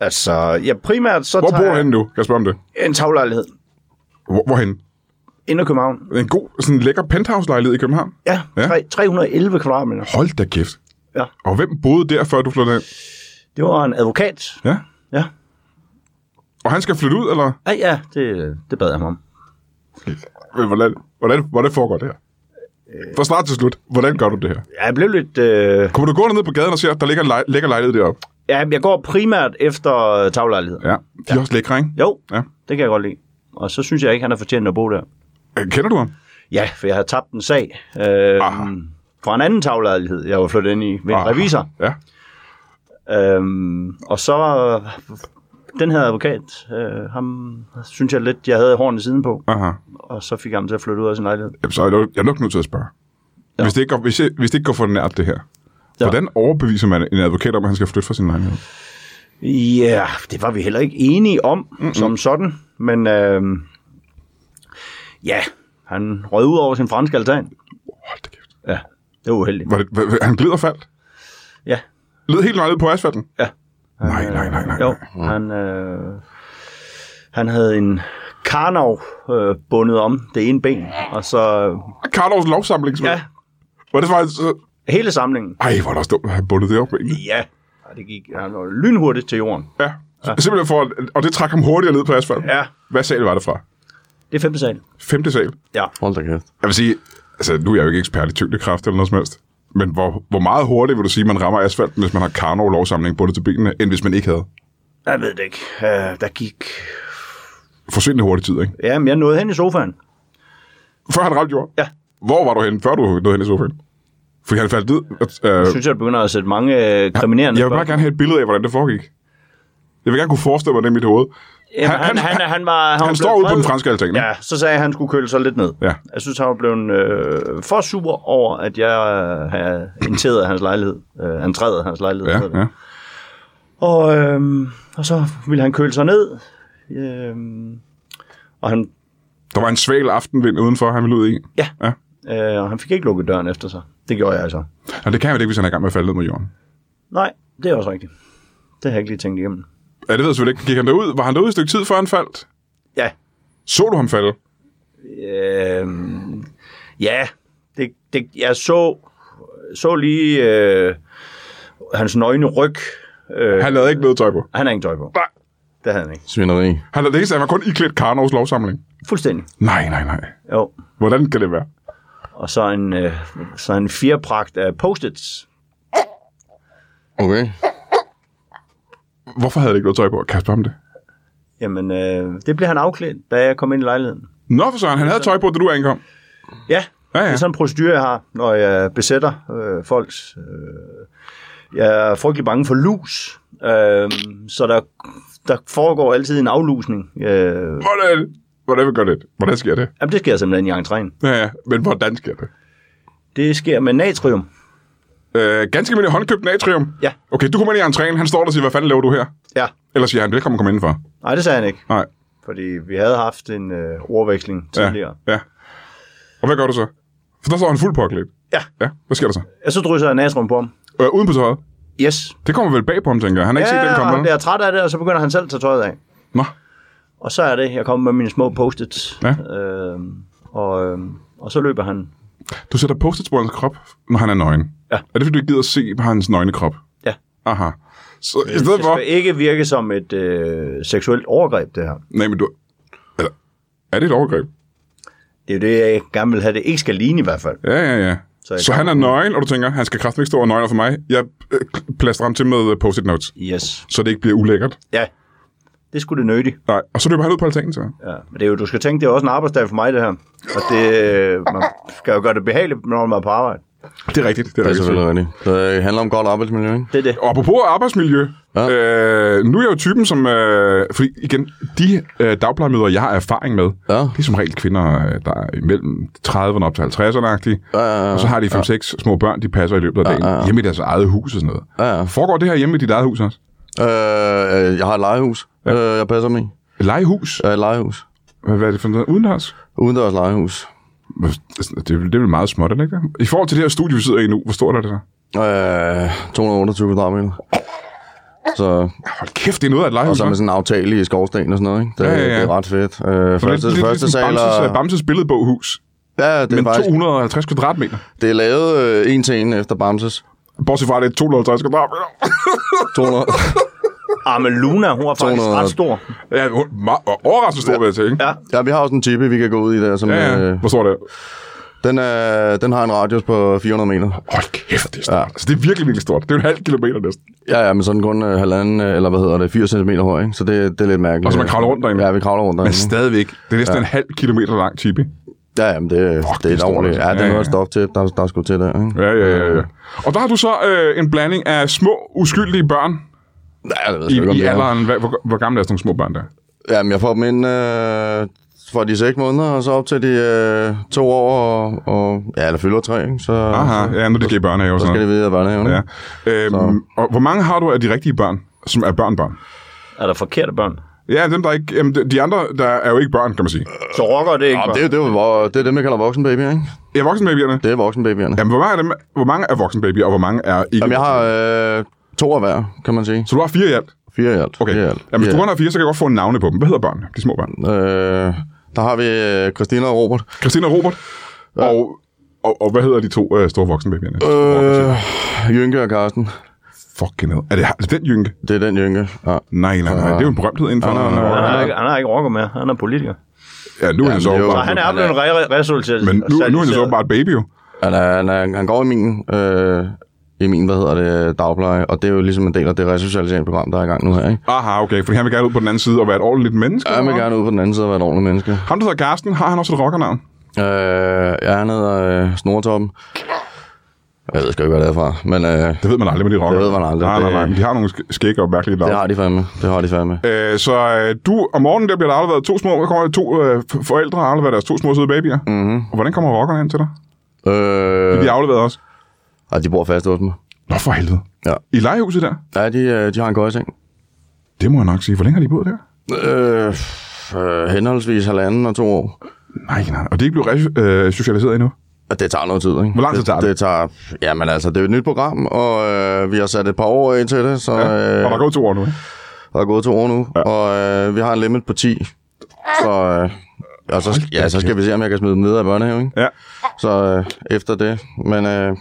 Speaker 3: Altså, ja, primært så
Speaker 1: Hvor
Speaker 3: tager
Speaker 1: bor
Speaker 3: jeg
Speaker 1: han nu? Kan jeg spørge om det?
Speaker 3: en taglejlighed
Speaker 1: Hvor, hvorhen?
Speaker 3: inde i København.
Speaker 1: En god, sådan lækker penthouse-lejlighed i København?
Speaker 3: Ja,
Speaker 1: Ja.
Speaker 3: ja. 311 kvadratmeter.
Speaker 1: Hold da kæft.
Speaker 3: Ja.
Speaker 1: Og hvem boede der, før du flyttede ind?
Speaker 3: Det var en advokat.
Speaker 1: Ja.
Speaker 3: Ja,
Speaker 1: Og han skal flytte ud, eller
Speaker 3: ja, ja det, det bad jeg ham om.
Speaker 1: Men Øh, hvordan, hvordan, hvordan foregår det her?
Speaker 3: Øh.
Speaker 1: Fra start til slut, hvordan gør du det her?
Speaker 3: Ja, Jeg blev lidt... Øh,
Speaker 1: Kommer du gå ned på gaden og se, at der ligger en lej- lækker lejlighed deroppe?
Speaker 3: ja, jeg går primært efter øh, taglejligheder.
Speaker 1: Ja. De er også lækre, ikke?
Speaker 3: Jo,
Speaker 1: Ja.
Speaker 3: ja. det kan jeg godt lide. Og så synes jeg ikke, han har fortjent at bo der.
Speaker 1: Øh, Kender du ham?
Speaker 3: Ja, for jeg har tabt en sag øh,
Speaker 1: Aha.
Speaker 3: fra en anden taglejlighed, jeg var flyttet ind i ved en
Speaker 1: Aha.
Speaker 3: revisor.
Speaker 1: Ah. Ja.
Speaker 3: Øhm, og så øh, den her advokat, øh, ham synes jeg lidt, jeg havde hårene siden på.
Speaker 1: Aha.
Speaker 3: Og så fik jeg ham til at flytte ud af sin lejlighed.
Speaker 1: Jamen, så er jeg nok- jeg er nok nødt til at spørge. Ja.
Speaker 3: Ja.
Speaker 1: Hvis, det ikke går, hvis, jeg, hvis det ikke går for nært, det her. Ja.
Speaker 3: Ja.
Speaker 1: Hvordan overbeviser man en advokat om, at han skal flytte fra sin lejlighed?
Speaker 3: Ja, yeah, det var vi heller ikke enige om mm-hmm. som sådan, men øh, ja, han røg ud over sin franske altan.
Speaker 1: Hold da kæft.
Speaker 3: Ja, det var uheldigt.
Speaker 1: Var det, var, var, han gled og faldt?
Speaker 3: Ja,
Speaker 1: Led helt nøjlet på asfalten?
Speaker 3: ja.
Speaker 1: Nej, nej, nej, nej.
Speaker 3: Jo, Mm. han, øh, han havde en karnav øh, bundet om det ene ben, og så, øh,
Speaker 1: Karlovs lovsamling,
Speaker 3: ja,
Speaker 1: ja. Var det faktisk... så-
Speaker 3: hele samlingen.
Speaker 1: Ej, hvor er det også dumt at have bundet det op, egentlig.
Speaker 3: Ja, og det gik han var lynhurtigt til jorden.
Speaker 1: Ja. ja. Simpelthen for, at- og det trak ham hurtigere ned på asfalten.
Speaker 3: Ja.
Speaker 1: Hvad sal var det fra?
Speaker 3: Det er femte sal.
Speaker 1: Femte sal.
Speaker 3: Ja,
Speaker 2: hold da kæft.
Speaker 1: Jeg vil sige, altså nu er jeg jo ikke ekspert i tyngdekraft eller noget som helst, men hvor, hvor meget hurtigt vil du sige, man rammer asfalten, hvis man har Karnov-lovsamling bundet til benene, end hvis man ikke havde?
Speaker 3: jeg ved det ikke. Øh, der gik...
Speaker 1: Forsvindende hurtig tid, ikke?
Speaker 3: Ja, men jeg nåede hen i sofaen.
Speaker 1: Før han ramte jorden?
Speaker 3: Ja.
Speaker 1: Hvor var du henne, før du nåede hen i sofaen? Fordi han faldt ned. Øh,
Speaker 3: Jeg synes, jeg begynder at sætte mange øh, kriminerende
Speaker 1: jeg vil bare
Speaker 3: spørgsmål.
Speaker 1: gerne have et billede af, hvordan det foregik. Jeg vil gerne kunne forestille mig det i mit hoved.
Speaker 3: Jamen, han, han, han, han, var, han, var
Speaker 1: han står
Speaker 3: blevet
Speaker 1: ude på den
Speaker 3: vred.
Speaker 1: franske altan, ikke?
Speaker 3: Ja, så sagde jeg, at han skulle køle sig lidt ned.
Speaker 1: Ja.
Speaker 3: Jeg synes, han var blevet øh, for sur over, at jeg øh, havde interet hans lejlighed. Øh, han trædede hans lejlighed. hedder det.
Speaker 1: ja, ja.
Speaker 3: Og, øh, og så ville han køle sig ned. Øh, og han,
Speaker 1: Der var en sval aftenvind udenfor, han ville ud i.
Speaker 3: Ja.
Speaker 1: ja.
Speaker 3: øh, og han fik ikke lukket døren efter sig. Det gjorde jeg altså.
Speaker 1: Og det kan man ikke, hvis han er i gang med at falde ned mod jorden.
Speaker 3: Nej, det er også rigtigt. Det har jeg ikke lige tænkt igennem.
Speaker 1: Ja, det ved jeg selvfølgelig ikke. Gik han derud? Var han derude et stykke tid, før han faldt?
Speaker 3: Ja.
Speaker 1: Så du ham falde?
Speaker 3: Øh, ja, det, det, jeg så, så lige øh, hans nøgne ryg Øh,
Speaker 1: Han lavede ikke noget tøj på.
Speaker 3: han har ingen tøj på.
Speaker 1: Nej.
Speaker 3: Det havde han ikke.
Speaker 2: Svineri.
Speaker 1: Han lavede det eneste, han var kun iklædt Karnovs lovsamling.
Speaker 3: Fuldstændig.
Speaker 1: Nej, nej, nej.
Speaker 3: Jo.
Speaker 1: Hvordan kan det være?
Speaker 3: Og så en, øh, så en firpragt af post-its.
Speaker 2: Okay.
Speaker 1: Hvorfor havde det ikke noget tøj på? Kan jeg spørge om det?
Speaker 3: Jamen, øh, det blev han afklædt, da jeg kom ind i lejligheden.
Speaker 1: Nå for søren, han havde tøj på, da du ankom.
Speaker 3: Ja,
Speaker 1: Ja, ja.
Speaker 3: det er sådan en procedure, jeg har, når jeg besætter øh, folks. Øh, jeg er frygtelig bange for lus, øh, så der, der foregår altid en aflusning. Øh,
Speaker 1: Hvordan, hvordan gør det? Hvordan sker det?
Speaker 3: jamen, det sker simpelthen i entréen.
Speaker 1: Ja, ja. Men hvordan sker det?
Speaker 3: Det sker med natrium.
Speaker 1: Øh, ganske almindelig håndkøbt natrium.
Speaker 3: Ja.
Speaker 1: Okay, du kommer ind i entréen, han står der og siger, hvad fanden laver du her?
Speaker 3: Ja,
Speaker 1: Eller siger han, velkommen, kom indenfor.
Speaker 3: nej, det sagde han ikke,
Speaker 1: Nej,
Speaker 3: fordi vi havde haft en øh, ordveksling
Speaker 1: ja,
Speaker 3: tidligere. Ja.
Speaker 1: ja. Og hvad gør du så? For der står han fuld påklædt.
Speaker 3: Ja.
Speaker 1: Ja, hvad sker der så?
Speaker 3: Jeg så drysser jeg natrium på ham.
Speaker 1: Øh, uden på tøjet.
Speaker 3: Yes.
Speaker 1: Det kommer vel bag på ham, tænker jeg. Han har ikke set den
Speaker 3: Ja, og
Speaker 1: komme.
Speaker 3: han
Speaker 1: vel?
Speaker 3: bliver træt af det, og så begynder han selv at tage tøjet af.
Speaker 1: Nå,
Speaker 3: Og så er det, jeg kommer med mine små post-its.
Speaker 1: Ja.
Speaker 3: Øh, og, øh, og så løber han.
Speaker 1: du sætter post-its på hans krop, når han er nøgen.
Speaker 3: Ja.
Speaker 1: Er det, fordi du ikke gider at se på hans nøgne krop?
Speaker 3: Ja.
Speaker 1: Aha. Så i stedet
Speaker 3: Det
Speaker 1: for...
Speaker 3: skal ikke virke som et øh, seksuelt overgreb, det her.
Speaker 1: Nej, men du... Eller, er det et overgreb?
Speaker 3: Det er jo det, jeg gerne vil have, det ikke skal ligne i hvert fald.
Speaker 1: Ja, ja, ja.
Speaker 3: Så
Speaker 1: Så,
Speaker 3: jeg
Speaker 1: så
Speaker 3: kan-
Speaker 1: han er nøgen, og du tænker, han skal kraftigt ikke stå og nøgen for mig. Jeg øh, plaster ham til med øh, post-it notes,
Speaker 3: Yes.
Speaker 1: så det ikke bliver ulækkert.
Speaker 3: Ja, det skulle det nødigt.
Speaker 1: Nej, og så løber han ud på altanen, så.
Speaker 3: Ja. Men det er jo, du skal tænke, det er også en arbejdsdag for mig, det her. Og det, øh, man skal jo gøre det behageligt, når man er på arbejde.
Speaker 1: Det er rigtigt. Det er
Speaker 2: Det er
Speaker 1: rigtigt.
Speaker 2: selvfølgelig rigtigt. Det handler om godt arbejdsmiljø, ikke?
Speaker 3: Det er det.
Speaker 1: Og apropos arbejdsmiljø,
Speaker 2: Ja.
Speaker 1: ja. øh, nu er jeg jo typen, som... Øh, fordi igen, de øh, dagplejemøder, jeg har erfaring med,
Speaker 2: Ja.
Speaker 1: det er som regel kvinder, øh, der er imellem 30'erne op til 50'erne-agtige.
Speaker 2: Ja, ja, ja.
Speaker 1: Og så har de 5-6 små børn, de passer i løbet af dagen
Speaker 2: ja, ja.
Speaker 1: hjemme i deres eget hus og sådan noget.
Speaker 2: Ja, ja.
Speaker 1: Foregår det her hjemme i dit eget hus også?
Speaker 2: Øh, øh, jeg har et legehus, ja. øh, jeg passer mig i.
Speaker 1: Legehus?
Speaker 2: Jeg har et legehus.
Speaker 1: Hvad hvad er det for noget? Udendørs?
Speaker 2: Udendørs legehus.
Speaker 1: Det, er vel- det er vel meget småt, er det ikke det? I forhold til det her studie, vi sidder i nu, hvor stort er det så?
Speaker 2: Øh, 228 kvadratmeter. Så,
Speaker 1: Hold kæft, det er noget af et
Speaker 2: og
Speaker 1: legehus.
Speaker 2: så med
Speaker 1: hva'?
Speaker 2: sådan en aftale i skovsten og sådan noget, ikke? Det,
Speaker 1: Ja, ja,
Speaker 2: det
Speaker 1: ja.
Speaker 2: er ret fedt. Øh,
Speaker 1: Så det er
Speaker 2: første,
Speaker 1: lidt- lidt
Speaker 2: første
Speaker 1: ligesom
Speaker 2: sal
Speaker 1: Bamses,
Speaker 2: er...
Speaker 1: øh, Bamses billedboghus,
Speaker 2: Ja, det er
Speaker 1: men
Speaker 2: faktisk...
Speaker 1: 250 kvadratmeter.
Speaker 2: Det er lavet øh, en til en efter Bamses.
Speaker 1: Bortset fra, at det er 250 kvadratmeter.
Speaker 2: 200...
Speaker 3: Ah, men Luna, hun er faktisk
Speaker 2: 200.
Speaker 3: ret stor.
Speaker 1: ja, hun er meget- og overraskende stor, vil jeg tænke.
Speaker 3: Ja.
Speaker 2: ja, vi har også en tippe, vi kan gå ud i der, som...
Speaker 1: Ja, ja.
Speaker 2: Øh,
Speaker 1: Hvor stor er det?
Speaker 2: den, er, den har en radius på 400 meter.
Speaker 1: Hold kæft, det er stort. Altså, det er virkelig, virkelig stort. Det er jo en halv kilometer næsten.
Speaker 2: Ja, ja, men sådan kun øh, halvanden, øh, eller hvad hedder det, 80 cm høj, ikke? Så det, det er lidt mærkeligt.
Speaker 1: Og så man kravler rundt derinde.
Speaker 2: Ja, vi kravler rundt derinde.
Speaker 1: Men stadigvæk. Mhm. Det er næsten en halv kilometer lang tipi.
Speaker 2: Ja, ja, men det, Fuck, det
Speaker 1: det
Speaker 2: er
Speaker 1: er
Speaker 2: et
Speaker 1: stort,
Speaker 2: ordentligt. Ja,
Speaker 1: altså.
Speaker 2: det
Speaker 1: Ja,
Speaker 2: er
Speaker 1: ja,
Speaker 2: noget
Speaker 1: ja.
Speaker 2: stof til, der, der skulle til der, ikke?
Speaker 1: Ja, ja, ja. ja. Og der har du så øh, en blanding af små, uskyldige børn
Speaker 2: Ja, det ved jeg
Speaker 1: i,
Speaker 2: sgu ikke, om
Speaker 1: i
Speaker 2: det er.
Speaker 1: alderen. Hvad, hvor, hvor gamle er sådan nogle små børn der?
Speaker 2: Jamen, jeg får dem ind øh, fra de 6 måneder, og så op til de øh, to år, og, og, ja, eller fylder tre, ikke? Så,
Speaker 1: Aha, ja, nu er de skal i børnehave og
Speaker 2: så
Speaker 1: sådan
Speaker 2: skal
Speaker 1: noget.
Speaker 2: det videre i børnehaven.
Speaker 1: Ja.
Speaker 2: Ja.
Speaker 1: Øhm, og hvor mange har du af de rigtige børn, som er børnbørn?
Speaker 3: Er der forkerte børn?
Speaker 1: Ja, dem der ikke... Jamen, de- de andre, der er jo ikke børn, kan man sige.
Speaker 3: Så rocker det ikke.
Speaker 1: Ah,
Speaker 2: Jamen, det,
Speaker 3: børn.
Speaker 2: er jo- det, er jo vo- det er dem, jeg kalder voksenbabyer, ikke?
Speaker 1: Ja, voksenbabyerne.
Speaker 2: Det er voksenbabyerne.
Speaker 1: Jamen, hvor mange, af dem, hvor mange er voksenbabyer, og hvor mange er ikke?
Speaker 2: Jamen, jeg har øh, to af hver, kan man sige.
Speaker 1: Så du har fire i alt?
Speaker 2: Fire i alt.
Speaker 1: Okay.
Speaker 2: Fire i alt.
Speaker 1: Jamen, hvis
Speaker 2: Fire
Speaker 1: du
Speaker 2: i
Speaker 1: kun har fire, så kan jeg godt få navne på dem. Hvad hedder børnene? De små børn.
Speaker 2: alt. Øh, der har vi øh, Christina og Robert.
Speaker 1: Christina og Robert. Og, og, og hvad hedder de to øh, store voksenbabyerne?
Speaker 2: Øh, Jynke og Karsten.
Speaker 1: Fucking hell. Er det, er det den Jynke?
Speaker 2: Det er den Jynke. Ja.
Speaker 1: Nej, nej,
Speaker 2: Ah.
Speaker 1: nej. Det er jo en berømthed inden for...
Speaker 2: nej, nej,
Speaker 3: Han er, ikke, han er ikke rocker mere, han er politiker.
Speaker 1: Ja, nu er han så
Speaker 2: Jamen, det er jo-
Speaker 1: åbenbart.
Speaker 3: Han er
Speaker 2: Han
Speaker 3: blevet
Speaker 2: er-
Speaker 3: re- resulteret.
Speaker 1: Men nu, nu er han så åbenbart et baby jo.
Speaker 2: Han, er, han, er, han går i min, øh, i min, hvad hedder det, dagpleje, og det er jo ligesom en del af det resocialiseringsprogram, der er i gang nu her, ikke?
Speaker 1: Aha, okay. Fordi han vil gerne ud på den anden side og være et ordentligt menneske.
Speaker 2: Ja, Jeg vil gerne ud på den anden side og være et ordentligt menneske.
Speaker 1: Ham, der hedder Karsten, har han også et rockernavn?
Speaker 2: Øh, ja, han hedder øh, Snortoppen. Jeg ved sgu ikke, hvad det er fra, men øh,
Speaker 1: Det ved man aldrig med de rocker.
Speaker 2: Det ved man aldrig.
Speaker 1: Nej, nej, nej.
Speaker 2: Det-
Speaker 1: Men de har nogle sk- skæg og mærkelige
Speaker 2: det
Speaker 1: navne.
Speaker 2: har de fandme. Det har de fandme.
Speaker 1: Øh, så øh, du, om morgenen der bliver der afleveret to små, der kommer to øh, f- forældre og afleverer deres to små søde babyer. Mm-hmm. Og hvordan kommer rockerne hen til dig? Øh.
Speaker 2: Mhm. Øh,
Speaker 1: De er afleveret også.
Speaker 2: og de bor fast hos mig.
Speaker 1: Nå for helvede.
Speaker 2: Ja.
Speaker 1: I legehuset der?
Speaker 2: Ja, de, øh, de har en køjeseng.
Speaker 1: Det må jeg nok sige. Hvor længe har de boet der?
Speaker 2: Øh, øh, henholdsvis halvanden og to år.
Speaker 1: Nej, nej. Og det er ikke blevet re- øh, socialiseret endnu?
Speaker 2: Og det tager noget tid, ikke?
Speaker 1: Hvor lang tid tager det?
Speaker 2: Det tager, jamen altså, det er jo et nyt program, og øh, vi har sat et par år af til det, så ja.
Speaker 1: Øh. Og der er gået to år nu, ikke?
Speaker 2: Der er gået to år nu, ja. og øh, vi har en limit på 10. Så, øh, og så, ja, så skal vi se, om jeg kan smide dem videre i børnehaven. Ikke?
Speaker 1: Ja.
Speaker 2: Så øh, efter det. Men øh,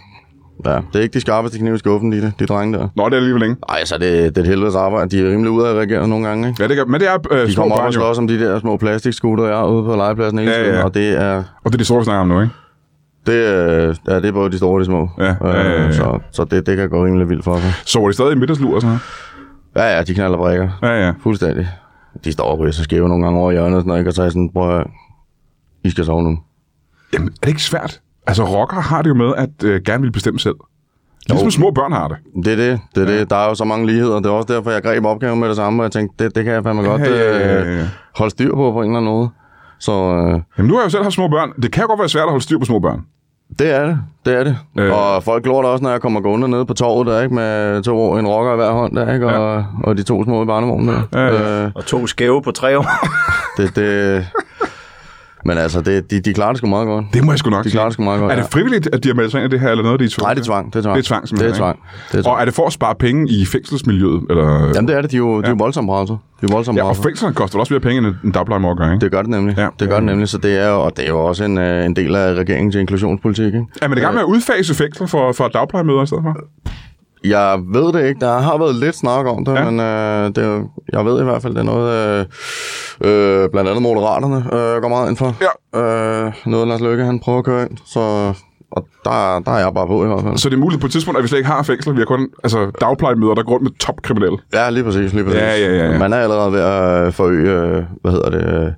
Speaker 2: Ja, det er ikke de skarpeste knive i skuffen, de, de drenge der.
Speaker 1: Nå, det er alligevel længe.
Speaker 2: Nej, altså det, det er et helvedes arbejde. De er rimelig ude af reagere nogle gange, ikke?
Speaker 1: Ja, det kan, men det er øh,
Speaker 2: De
Speaker 1: små
Speaker 2: kommer op
Speaker 1: børn
Speaker 2: og
Speaker 1: jo.
Speaker 2: slås om de der små plastikskutter, jeg er ude på legepladsen hele
Speaker 1: Ja,
Speaker 2: tiden, ja,
Speaker 1: ja.
Speaker 2: ja. og det er,
Speaker 1: Og det er de store, vi snakker om nu, ikke?
Speaker 2: det, er, ja, det er både de store og de små.
Speaker 1: Ja, ja, ja, ja.
Speaker 2: Øh, Så, så det, det kan gå rimelig vildt for dem.
Speaker 1: Så var de stadig i middagslur og sådan noget.
Speaker 2: Ja, ja, de knaller brækker.
Speaker 1: Ja, ja.
Speaker 2: Fuldstændig. De står og ryger sig skæve nogle gange over hjørnet og sådan noget, ikke? og så er jeg sådan, prøv at høre, I skal sove nu.
Speaker 1: Jamen, er det ikke svært? Altså, rockere har det jo med at øh, gerne vil bestemme selv. Ligesom små børn har det.
Speaker 2: Det er det, det er ja. det. Der er jo så mange ligheder, det er også derfor, jeg greb opgaven med det samme, og jeg tænkte, det, det kan jeg fandme godt
Speaker 1: ja, ja, ja, ja.
Speaker 2: Øh, holde styr på på en eller anden måde. Så øh,
Speaker 1: Jamen, nu har jeg jo selv haft små børn. Det kan jo godt være svært at holde styr på små børn.
Speaker 2: det er det, det er det.
Speaker 1: Øh.
Speaker 2: Øh. Og folk glor det også, når jeg kommer gående nede på torvet der, ikke? med to år, en rocker i hver hånd der, ikke? Og, og de to små i barnevognen der.
Speaker 1: Ja, ja.
Speaker 2: Øh,
Speaker 3: Og to skæve på tre år.
Speaker 2: det, det... Men altså, det, de, de klarer det sgu meget godt.
Speaker 1: Det må jeg sgu nok
Speaker 2: De klarer det sgu meget godt,
Speaker 1: Er det
Speaker 2: ja.
Speaker 1: frivilligt, at de har meldt sig ind i det her, eller noget, de er tvunget
Speaker 2: Nej, det er
Speaker 1: til?
Speaker 2: tvang, det er tvang.
Speaker 1: Det er tvang,
Speaker 2: det
Speaker 1: simpelthen.
Speaker 2: er tvang. Det er
Speaker 1: ikke?
Speaker 2: tvang.
Speaker 1: Og er det for at spare penge i fængselsmiljøet? Eller...
Speaker 2: Jamen det er det, de er jo, de er jo voldsomme bremser. De er jo voldsomme
Speaker 1: ja,
Speaker 2: ja,
Speaker 1: og fængslerne koster også mere penge, end en dagpleje må gøre, ikke?
Speaker 2: Det gør det nemlig.
Speaker 1: Ja.
Speaker 2: Ja. Det gør det nemlig, så det er jo, og det er jo også en, øh, en del af regeringens inklusionspolitik. Ikke?
Speaker 1: Er man i gang med at udfase fængsler for, for dagplejemøder i stedet for?
Speaker 2: Jeg ved det ikke, der har været lidt snak om det,
Speaker 1: Ja.
Speaker 2: ja. men øh, det er, jo- jeg ved i hvert fald, det er noget, øh, øh, blandt andet Moderaterne øh, går meget ind for.
Speaker 1: Ja.
Speaker 2: Øh, noget Lars Løkke, han prøver at køre ind, så og der, der er jeg bare på i hvert fald.
Speaker 1: Så det er muligt på et tidspunkt, at vi slet ikke har fængsler. Vi har kun altså, dagplejemøder, der går rundt med topkriminelle.
Speaker 2: Ja, lige præcis, lige præcis.
Speaker 1: Ja, ja, ja, ja.
Speaker 2: Man er allerede ved at forøge, øh, hvad hedder det, øh,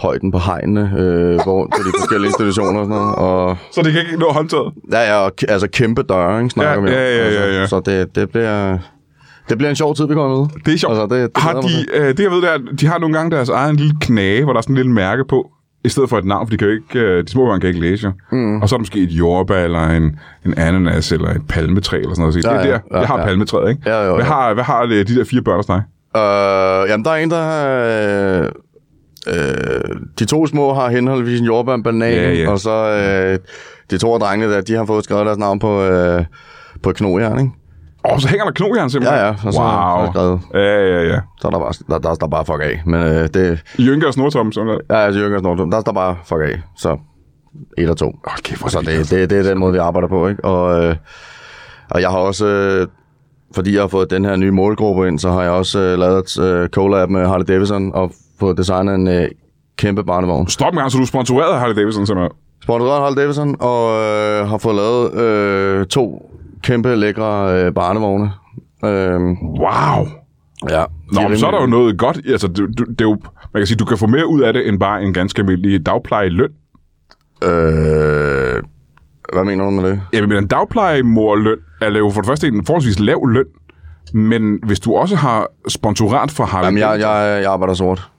Speaker 2: højden på hegnene, øh, hvor, på de forskellige institutioner og sådan noget, og
Speaker 1: Så det kan ikke nå håndtaget.
Speaker 2: Ja, ja, og k- altså kæmpe døre, ikke, snakker
Speaker 1: Ja,
Speaker 2: vi om.
Speaker 1: ja, ja,
Speaker 2: altså,
Speaker 1: ja, ja.
Speaker 2: Så det, det bliver... Det bliver en sjov tid, vi kommer med.
Speaker 1: Det er sjovt.
Speaker 2: Altså, det, det
Speaker 1: har
Speaker 2: glæder
Speaker 1: de,
Speaker 2: mig til.
Speaker 1: øh, det jeg ved, det er, at de har nogle gange deres egen lille knage, hvor der er sådan en lille mærke på, i stedet for et navn, for de, kan jo ikke, øh, de små børn kan ikke læse. jo.
Speaker 2: Mm.
Speaker 1: Og så er der måske et jordbær, eller en, en ananas, eller et palmetræ, eller sådan noget. Så det
Speaker 2: Ja,
Speaker 1: er
Speaker 2: ja,
Speaker 1: der,
Speaker 2: ja,
Speaker 1: jeg har
Speaker 2: ja.
Speaker 1: palmetræet, ikke?
Speaker 2: Ja, jo, jo.
Speaker 1: Hvad har, hvad har øh, de der fire børn hos dig?
Speaker 2: Øh, jamen, der er en, der har... Øh, øh, de to små har henholdsvis en jordbær og en banan,
Speaker 1: Ja, ja.
Speaker 2: og så øh, de to af drengene der, de har fået skrevet deres navn på, øh, på et knogjern, ikke?
Speaker 1: Åh, oh, så hænger der knogjern simpelthen.
Speaker 2: Ja, ja, så- så-
Speaker 1: wow.
Speaker 2: så skrevet.
Speaker 1: Ja, ja, ja.
Speaker 2: Så er der bare, der, der, der bare fuck af. Men øh, det...
Speaker 1: Jynke og Snortom, sådan der.
Speaker 2: Ja, altså, Jørgen Snortum, der står bare fuck af. Så et eller to.
Speaker 1: Hold kæft, hvor er
Speaker 2: Så
Speaker 1: det vildt,
Speaker 2: det, det, det er den måde, vi arbejder på, ikke? Og, øh, og jeg har også, øh, fordi jeg har fået den her nye målgruppe ind, så har jeg også øh, lavet et øh, collab med Harley Davidson og fået designet en øh, kæmpe barnevogn.
Speaker 1: Stop en gang, så du er sponsoreret af Harley Davidson, simpelthen.
Speaker 2: Sponsoreret Harley Davidson og øh, har fået lavet øh, to kæmpe lækre øh, barnevogne. Øh,
Speaker 1: Wow.
Speaker 2: ja,
Speaker 1: Nå,
Speaker 2: de
Speaker 1: men så er der jo
Speaker 2: rimelig-
Speaker 1: noget godt. i- Altså, det, det, det er jo, man kan sige, du kan få mere ud af det, end bare en ganske almindelig dagplejeløn.
Speaker 2: Øh, hvad mener du med det?
Speaker 1: Jamen, men en dagplejemorløn er jo for det første en forholdsvis lav løn, men hvis du også har sponsorat for Harley
Speaker 2: Jamen, jeg, jeg, jeg arbejder sort.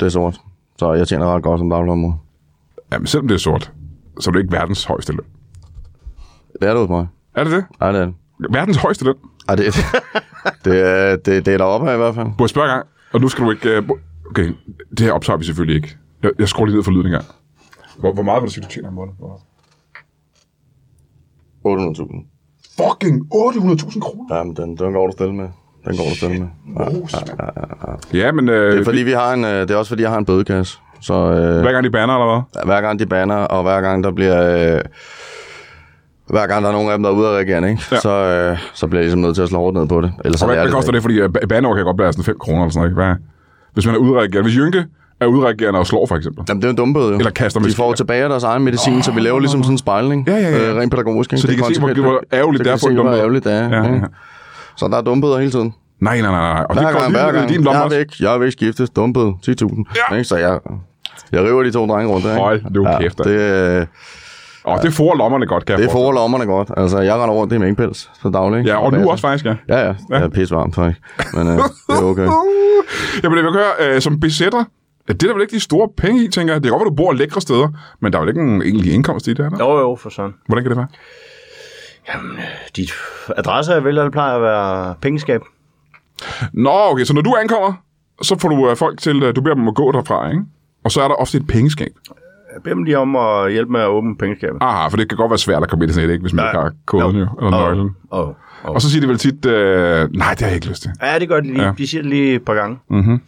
Speaker 2: Det er sort. Så jeg tjener ret godt som dagligmor.
Speaker 1: Jamen, selvom det er sort, så er det ikke verdens højeste løn.
Speaker 2: Det er det hos mig.
Speaker 1: Er det det?
Speaker 2: Ja, det er det.
Speaker 1: Verdens højeste løn?
Speaker 2: Ej, det, det, er, det, det er deroppe af i hvert fald.
Speaker 1: Må jeg spørge en gang? Og nu skal du ikke... øh, må- Okay, det her optager vi selvfølgelig ikke. Jeg, jeg skruer lige ned for lyden en gang. Hvor, hvor meget vil du sige, du tjener om måneden? Hvor-
Speaker 2: 800.000.
Speaker 1: Fucking 800.000 kroner!
Speaker 2: Jamen, den, den går du stille med. Den går du stille med.
Speaker 1: Mos, mand. Ja, men øh,
Speaker 2: ah, Det er, fordi vi har en, øh, det er også fordi, jeg har en bødekasse. Så øh,
Speaker 1: hver gang de banner, eller hvad?
Speaker 2: hver gang de banner, og hver gang der bliver... Øh, hver gang der er nogen af dem, der er ude af regeringen, ikke?
Speaker 1: Ja.
Speaker 2: Ja. Så, øh, så bliver jeg ligesom nødt til at slå hårdt ned på det. Ellers så
Speaker 1: Og hvad,
Speaker 2: lærer
Speaker 1: hvad
Speaker 2: det
Speaker 1: koster det? Fordi øh, ba- banner kan godt være sådan 5 kroner eller sådan noget. ikke? Hvad? Hvis man er udreagerende. Hvis Jynke er udreagerende og slår, for eksempel.
Speaker 2: Jamen, det er jo en dumbøde, jo.
Speaker 1: Eller kaster med
Speaker 2: de får
Speaker 1: skier.
Speaker 2: tilbage deres egen medicin, oh, så vi laver ligesom sådan en spejling.
Speaker 1: Ja, ja, ja.
Speaker 2: Øh, rent pædagogisk. ikke?
Speaker 1: Så de
Speaker 2: Det er
Speaker 1: kan se, hvor-
Speaker 2: konsekvent.
Speaker 1: hvor ærgerligt
Speaker 2: Så
Speaker 1: det er
Speaker 2: kan
Speaker 1: for
Speaker 2: de
Speaker 1: en
Speaker 2: se, hvor
Speaker 1: dumbøde.
Speaker 2: ærgerligt det er.
Speaker 1: Ja,
Speaker 2: ikke?
Speaker 1: ja.
Speaker 2: Så der er dumbøder hele tiden.
Speaker 1: Nej, nej, nej, nej. Og det
Speaker 2: Mm. Hver
Speaker 1: går
Speaker 2: gang, hver
Speaker 1: lige ned
Speaker 2: gang.
Speaker 1: i din lomme
Speaker 2: jeg,
Speaker 1: også.
Speaker 2: vil ikke, jeg vil ikke skifte. Dumpet. 10.000.
Speaker 1: Ja.
Speaker 2: Ikke? Så jeg, jeg river de to drenge rundt der. ikke?
Speaker 1: Hold nu kæft,
Speaker 2: det, øh,
Speaker 1: Og det får lommerne godt, kan jeg
Speaker 2: det er
Speaker 1: forestille
Speaker 2: for lommerne godt. Altså, jeg render rundt i mængpels så daglig. ikke?
Speaker 1: mig. Ja, og nu også faktisk, ja.
Speaker 2: Ja, ja. Det er pissevarmt, faktisk. Men øh, det er okay.
Speaker 1: Uh, Jamen, det vil jeg høre, øh, som besætter, at det er der vel ikke de store penge i, tænker jeg. Det er godt, at du bor lækre steder, men der er vel ikke en egentlig indkomst i det her, der?
Speaker 3: jo, jo, for sådan.
Speaker 1: Hvordan kan det være?
Speaker 3: Dit adresse er vel, det plejer at være pengeskab.
Speaker 1: Nå, okay, så når du ankommer, så får du øh, folk til, øh, du beder dem om at gå derfra, ikke? Og så er der ofte et pengeskab.
Speaker 3: Jeg beder dem lige om at hjælpe med at åbne pengeskabet.
Speaker 1: Ah, for det kan godt være svært at komme ind i sådan et, ikke? Hvis man
Speaker 3: Ja.
Speaker 1: ikke har koden, jo, eller nøglen.
Speaker 3: Og, og, og.
Speaker 1: Og så siger de vel tit, øh, nej, det har jeg ikke lyst til.
Speaker 3: Ja, det gør de lige.
Speaker 1: Ja.
Speaker 3: Ja. De siger det lige et par gange.
Speaker 1: Mhm.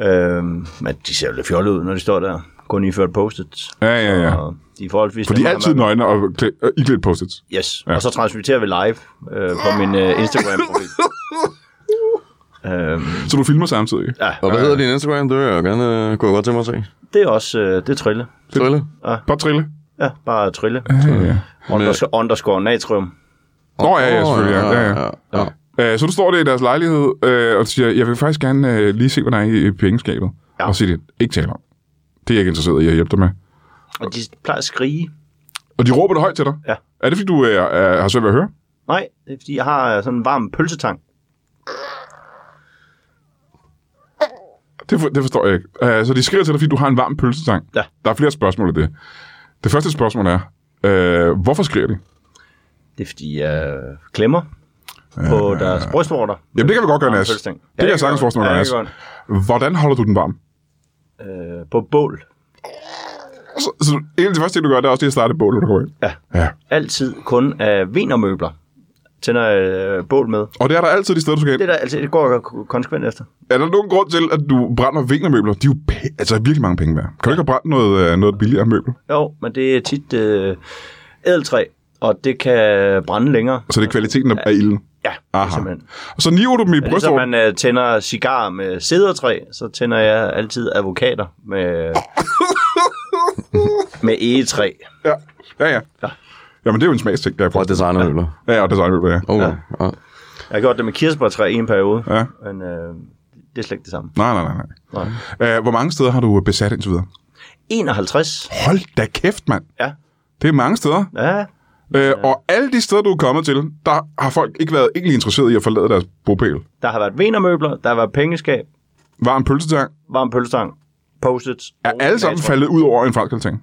Speaker 3: Øhm, men de ser jo lidt fjollede ud, når de står der. Kun iført post-its.
Speaker 1: Ja, ja, ja.
Speaker 3: Og De er forholdsvis
Speaker 1: For de er
Speaker 3: nemme at
Speaker 1: altid
Speaker 3: være med.
Speaker 1: nøgne og klæ- øh, iklædt post-its.
Speaker 3: Yes,
Speaker 1: Ja.
Speaker 3: ja. og så transmitterer vi live øh, på min øh, Instagram-profil. øhm,
Speaker 1: Så du filmer samtidig.
Speaker 3: ja,
Speaker 2: Og hvad hedder din Instagram? Det vil jeg gerne, øh, kunne jeg godt tænke mig at se.
Speaker 3: det er også øh, det er trille.
Speaker 2: Trille?
Speaker 1: Bare trille.
Speaker 3: Ja, bare trille.
Speaker 1: Ja, ja.
Speaker 3: Underscore, underscore natrium.
Speaker 1: Nå, ja, ja, selvfølgelig. Ja, ja, ja.
Speaker 2: ja.
Speaker 1: Øh, Så du står der i deres lejlighed øh, og siger, jeg vil faktisk gerne øh, lige se, hvad der er i i pengeskabet. Ja.
Speaker 3: Ja.
Speaker 1: Og sige det. Ikke tale om. Det er jeg ikke interesseret i at hjælpe dig med.
Speaker 3: Og de plejer at skrige.
Speaker 1: Og de råber det højt til dig.
Speaker 3: Ja.
Speaker 1: Er det, fordi du øh, er, har svært ved at høre?
Speaker 3: Nej, det er fordi, jeg har øh, sådan en varm pølsetang.
Speaker 1: Det, for, det forstår jeg ikke. Øh, så de skriver til dig, fordi du har en varm pølsetang.
Speaker 3: Ja.
Speaker 1: Der er flere spørgsmål af det. Det første spørgsmål er, øh, hvorfor skriver de?
Speaker 3: Det er fordi, jeg øh, klemmer på deres brystvorter.
Speaker 1: Jamen, det kan vi godt gøre, Nas.
Speaker 3: pølsetang.
Speaker 1: Det kan jeg sagtens forestille mig,
Speaker 3: ja,
Speaker 1: Nas.
Speaker 3: det kan
Speaker 1: Hvordan holder du den varm?
Speaker 3: jeg godt. Øh, på bål.
Speaker 1: Så, så en af de første ting, du gør, det er også lige at starte et bål, når du går ind.
Speaker 3: Ja.
Speaker 1: ja.
Speaker 3: Altid kun af vinermøbler. Tænder jeg øh, bål med.
Speaker 1: Og det er der altid de steder, du skal ind.
Speaker 3: Det, er der, altså, det går jeg ko- konsekvent efter.
Speaker 1: Er der nogen grund til, at du brænder vingermøbler? De er jo pæ- altså virkelig mange penge værd. Kan du ikke have brændt noget, øh, noget billigere møbel?
Speaker 3: Jo, men det er tit øh, ædeltræ, og det kan brænde længere.
Speaker 1: Så Altså, det er kvaliteten af, af ilden.
Speaker 3: Ja, Aha. det er
Speaker 1: Aha.
Speaker 3: simpelthen.
Speaker 1: Og så niver du dem i
Speaker 3: Ligesom
Speaker 1: brystet.
Speaker 3: man øh, tænder cigar med sædertræ, så tænder jeg altid avokater med, med egetræ.
Speaker 1: Ja. ja, ja. ja. Jamen, det er jo en smagsting, der er
Speaker 2: Prøv
Speaker 1: fra.
Speaker 2: at designe møbler.
Speaker 1: Ja, og designmøbler, ja.
Speaker 2: Okay. Ja.
Speaker 3: Jeg har gjort det med kirsebærtræ i en periode,
Speaker 1: Ja.
Speaker 3: men øh, det er slet ikke det samme.
Speaker 1: Nej, nej, nej. nej.
Speaker 3: Nej.
Speaker 1: Øh, hvor mange steder har du besat indtil videre?
Speaker 3: 51,
Speaker 1: Hold da kæft, mand.
Speaker 3: ja.
Speaker 1: Det er mange steder.
Speaker 3: Ja,
Speaker 1: Øh, og alle de steder, du er kommet til, der har folk ikke været egentlig interesseret i at forlade deres bopæl.
Speaker 3: der har været venermøbler, der har været pengeskab,
Speaker 1: Varm pølsetang
Speaker 3: varm pølstang, post-its.
Speaker 1: er
Speaker 3: og
Speaker 1: alle sammen
Speaker 3: natron.
Speaker 1: faldet ud over en fransk altan.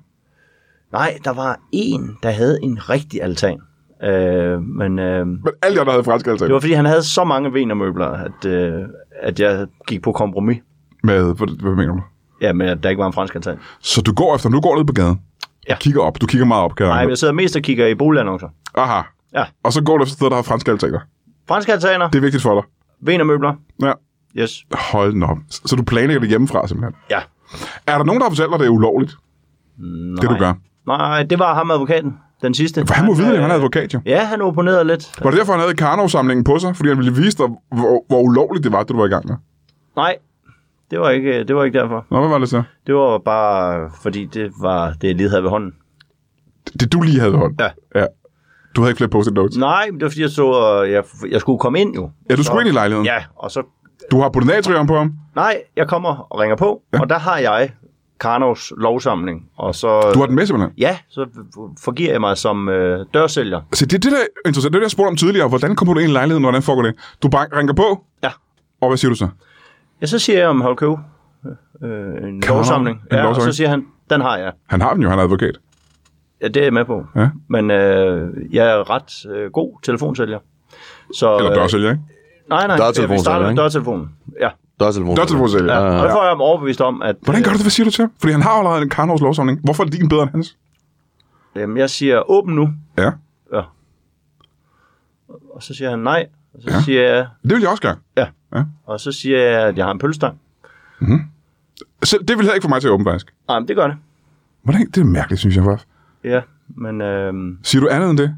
Speaker 3: Nej, der var en, der havde en rigtig altan. Øh, men øh,
Speaker 1: Men alle jer, der havde fransk altan.
Speaker 3: det var, fordi han havde så mange venermøbler, at, øh, at jeg gik på kompromis.
Speaker 1: Med, hvad, hvad mener du?
Speaker 3: Ja, men at der ikke var en fransk altan.
Speaker 1: Så du går efter, nu går du ned på gaden.
Speaker 3: Ja.
Speaker 1: Kigger op. Du kigger meget op, kan jeg
Speaker 3: Nej,
Speaker 1: regne
Speaker 3: men jeg sidder mest og kigger i boligannoncer.
Speaker 1: ud. Aha.
Speaker 3: Ja.
Speaker 1: Og så går du efter steder, der har franske altaner.
Speaker 3: Franske altaner,
Speaker 1: Det er vigtigt for dig.
Speaker 3: venermøbler.
Speaker 1: Ja.
Speaker 3: Yes.
Speaker 1: Hold nu op. Så du planlægger det hjemmefra, simpelthen.
Speaker 3: Ja.
Speaker 1: Er der nogen, der har fortalt dig, det er ulovligt,
Speaker 3: Nej.
Speaker 1: det du gør?
Speaker 3: Nej, det var ham advokaten, den sidste.
Speaker 1: For han må vide, at han er
Speaker 3: øh,
Speaker 1: advokat, jo.
Speaker 3: Ja, han opponerede lidt.
Speaker 1: Var det derfor, han havde Karnov-samlingen på sig? Fordi han ville vise dig, hvor, hvor ulovligt det var, det du var i gang med.
Speaker 3: Nej, det var ikke, øh, det var ikke derfor.
Speaker 1: Nå, hvad var det så?
Speaker 3: Det var bare, øh, fordi det var det, jeg lige havde ved hånden.
Speaker 1: Det, det du lige havde i hånden.
Speaker 3: Ja.
Speaker 1: ja. Du havde ikke flere post-it notes.
Speaker 3: Nej, men det var fordi, jeg så, øh, jeg, jeg skulle komme ind jo.
Speaker 1: Ja, du skulle
Speaker 3: Så-
Speaker 1: ind i lejligheden.
Speaker 3: Ja, og så
Speaker 1: Du har puttet natrium på ham.
Speaker 3: Nej, jeg kommer og ringer på, ja. og der har jeg Karnovs lovsamling, og så...
Speaker 1: Du har den med, simpelthen.
Speaker 3: Ja, så forgiver jeg mig som øh, dørsælger.
Speaker 1: Så det er det, der er interessant. Det er det, jeg spurgte om tidligere. Hvordan kommer du ind i lejligheden? Hvordan foregår det? Du bank, ringer på,
Speaker 3: Ja.
Speaker 1: og hvad siger du så?
Speaker 3: ja, så siger jeg om Holkø, øh, en
Speaker 1: Karnov,
Speaker 3: lovsamling,
Speaker 1: en
Speaker 3: ja, og så
Speaker 1: lovsamling.
Speaker 3: siger han, den har jeg.
Speaker 1: Han har den jo, han er advokat.
Speaker 3: Ja, det er jeg med på.
Speaker 1: Ja.
Speaker 3: Men øh, jeg er ret øh, god telefonsælger. Så,
Speaker 1: Eller dørsælger, ikke?
Speaker 3: Øh, nej, nej,
Speaker 2: Dørtelefonsælger,
Speaker 3: vi starter med
Speaker 2: ikke?
Speaker 3: dørtelefonen. Ja,
Speaker 2: Dørtelefon.
Speaker 1: Dørtelefonsælger.
Speaker 3: ja.
Speaker 2: Ja.
Speaker 3: og der får jeg ham overbevist om,
Speaker 1: Ah,
Speaker 3: at... øh,
Speaker 1: Hvordan gør du det? Hvad siger du til ham? Fordi han har allerede en Karnovs lovsamling. Hvorfor er din bedre end hans?
Speaker 3: Øh, jamen, jeg siger, åbn nu.
Speaker 1: Ja,
Speaker 3: Ja. Og så siger han nej, og så ja. siger jeg,
Speaker 1: det vil jeg også gøre.
Speaker 3: Ja.
Speaker 1: Ja.
Speaker 3: ja. Og så siger jeg, at jeg har en pølstang.
Speaker 1: Selv, det vil jeg ikke få mig til at åbne, faktisk.
Speaker 3: Nej, men det gør det.
Speaker 1: Hvordan? Det er mærkeligt, synes jeg faktisk.
Speaker 3: Ja, men øhm,
Speaker 1: Siger du andet end det?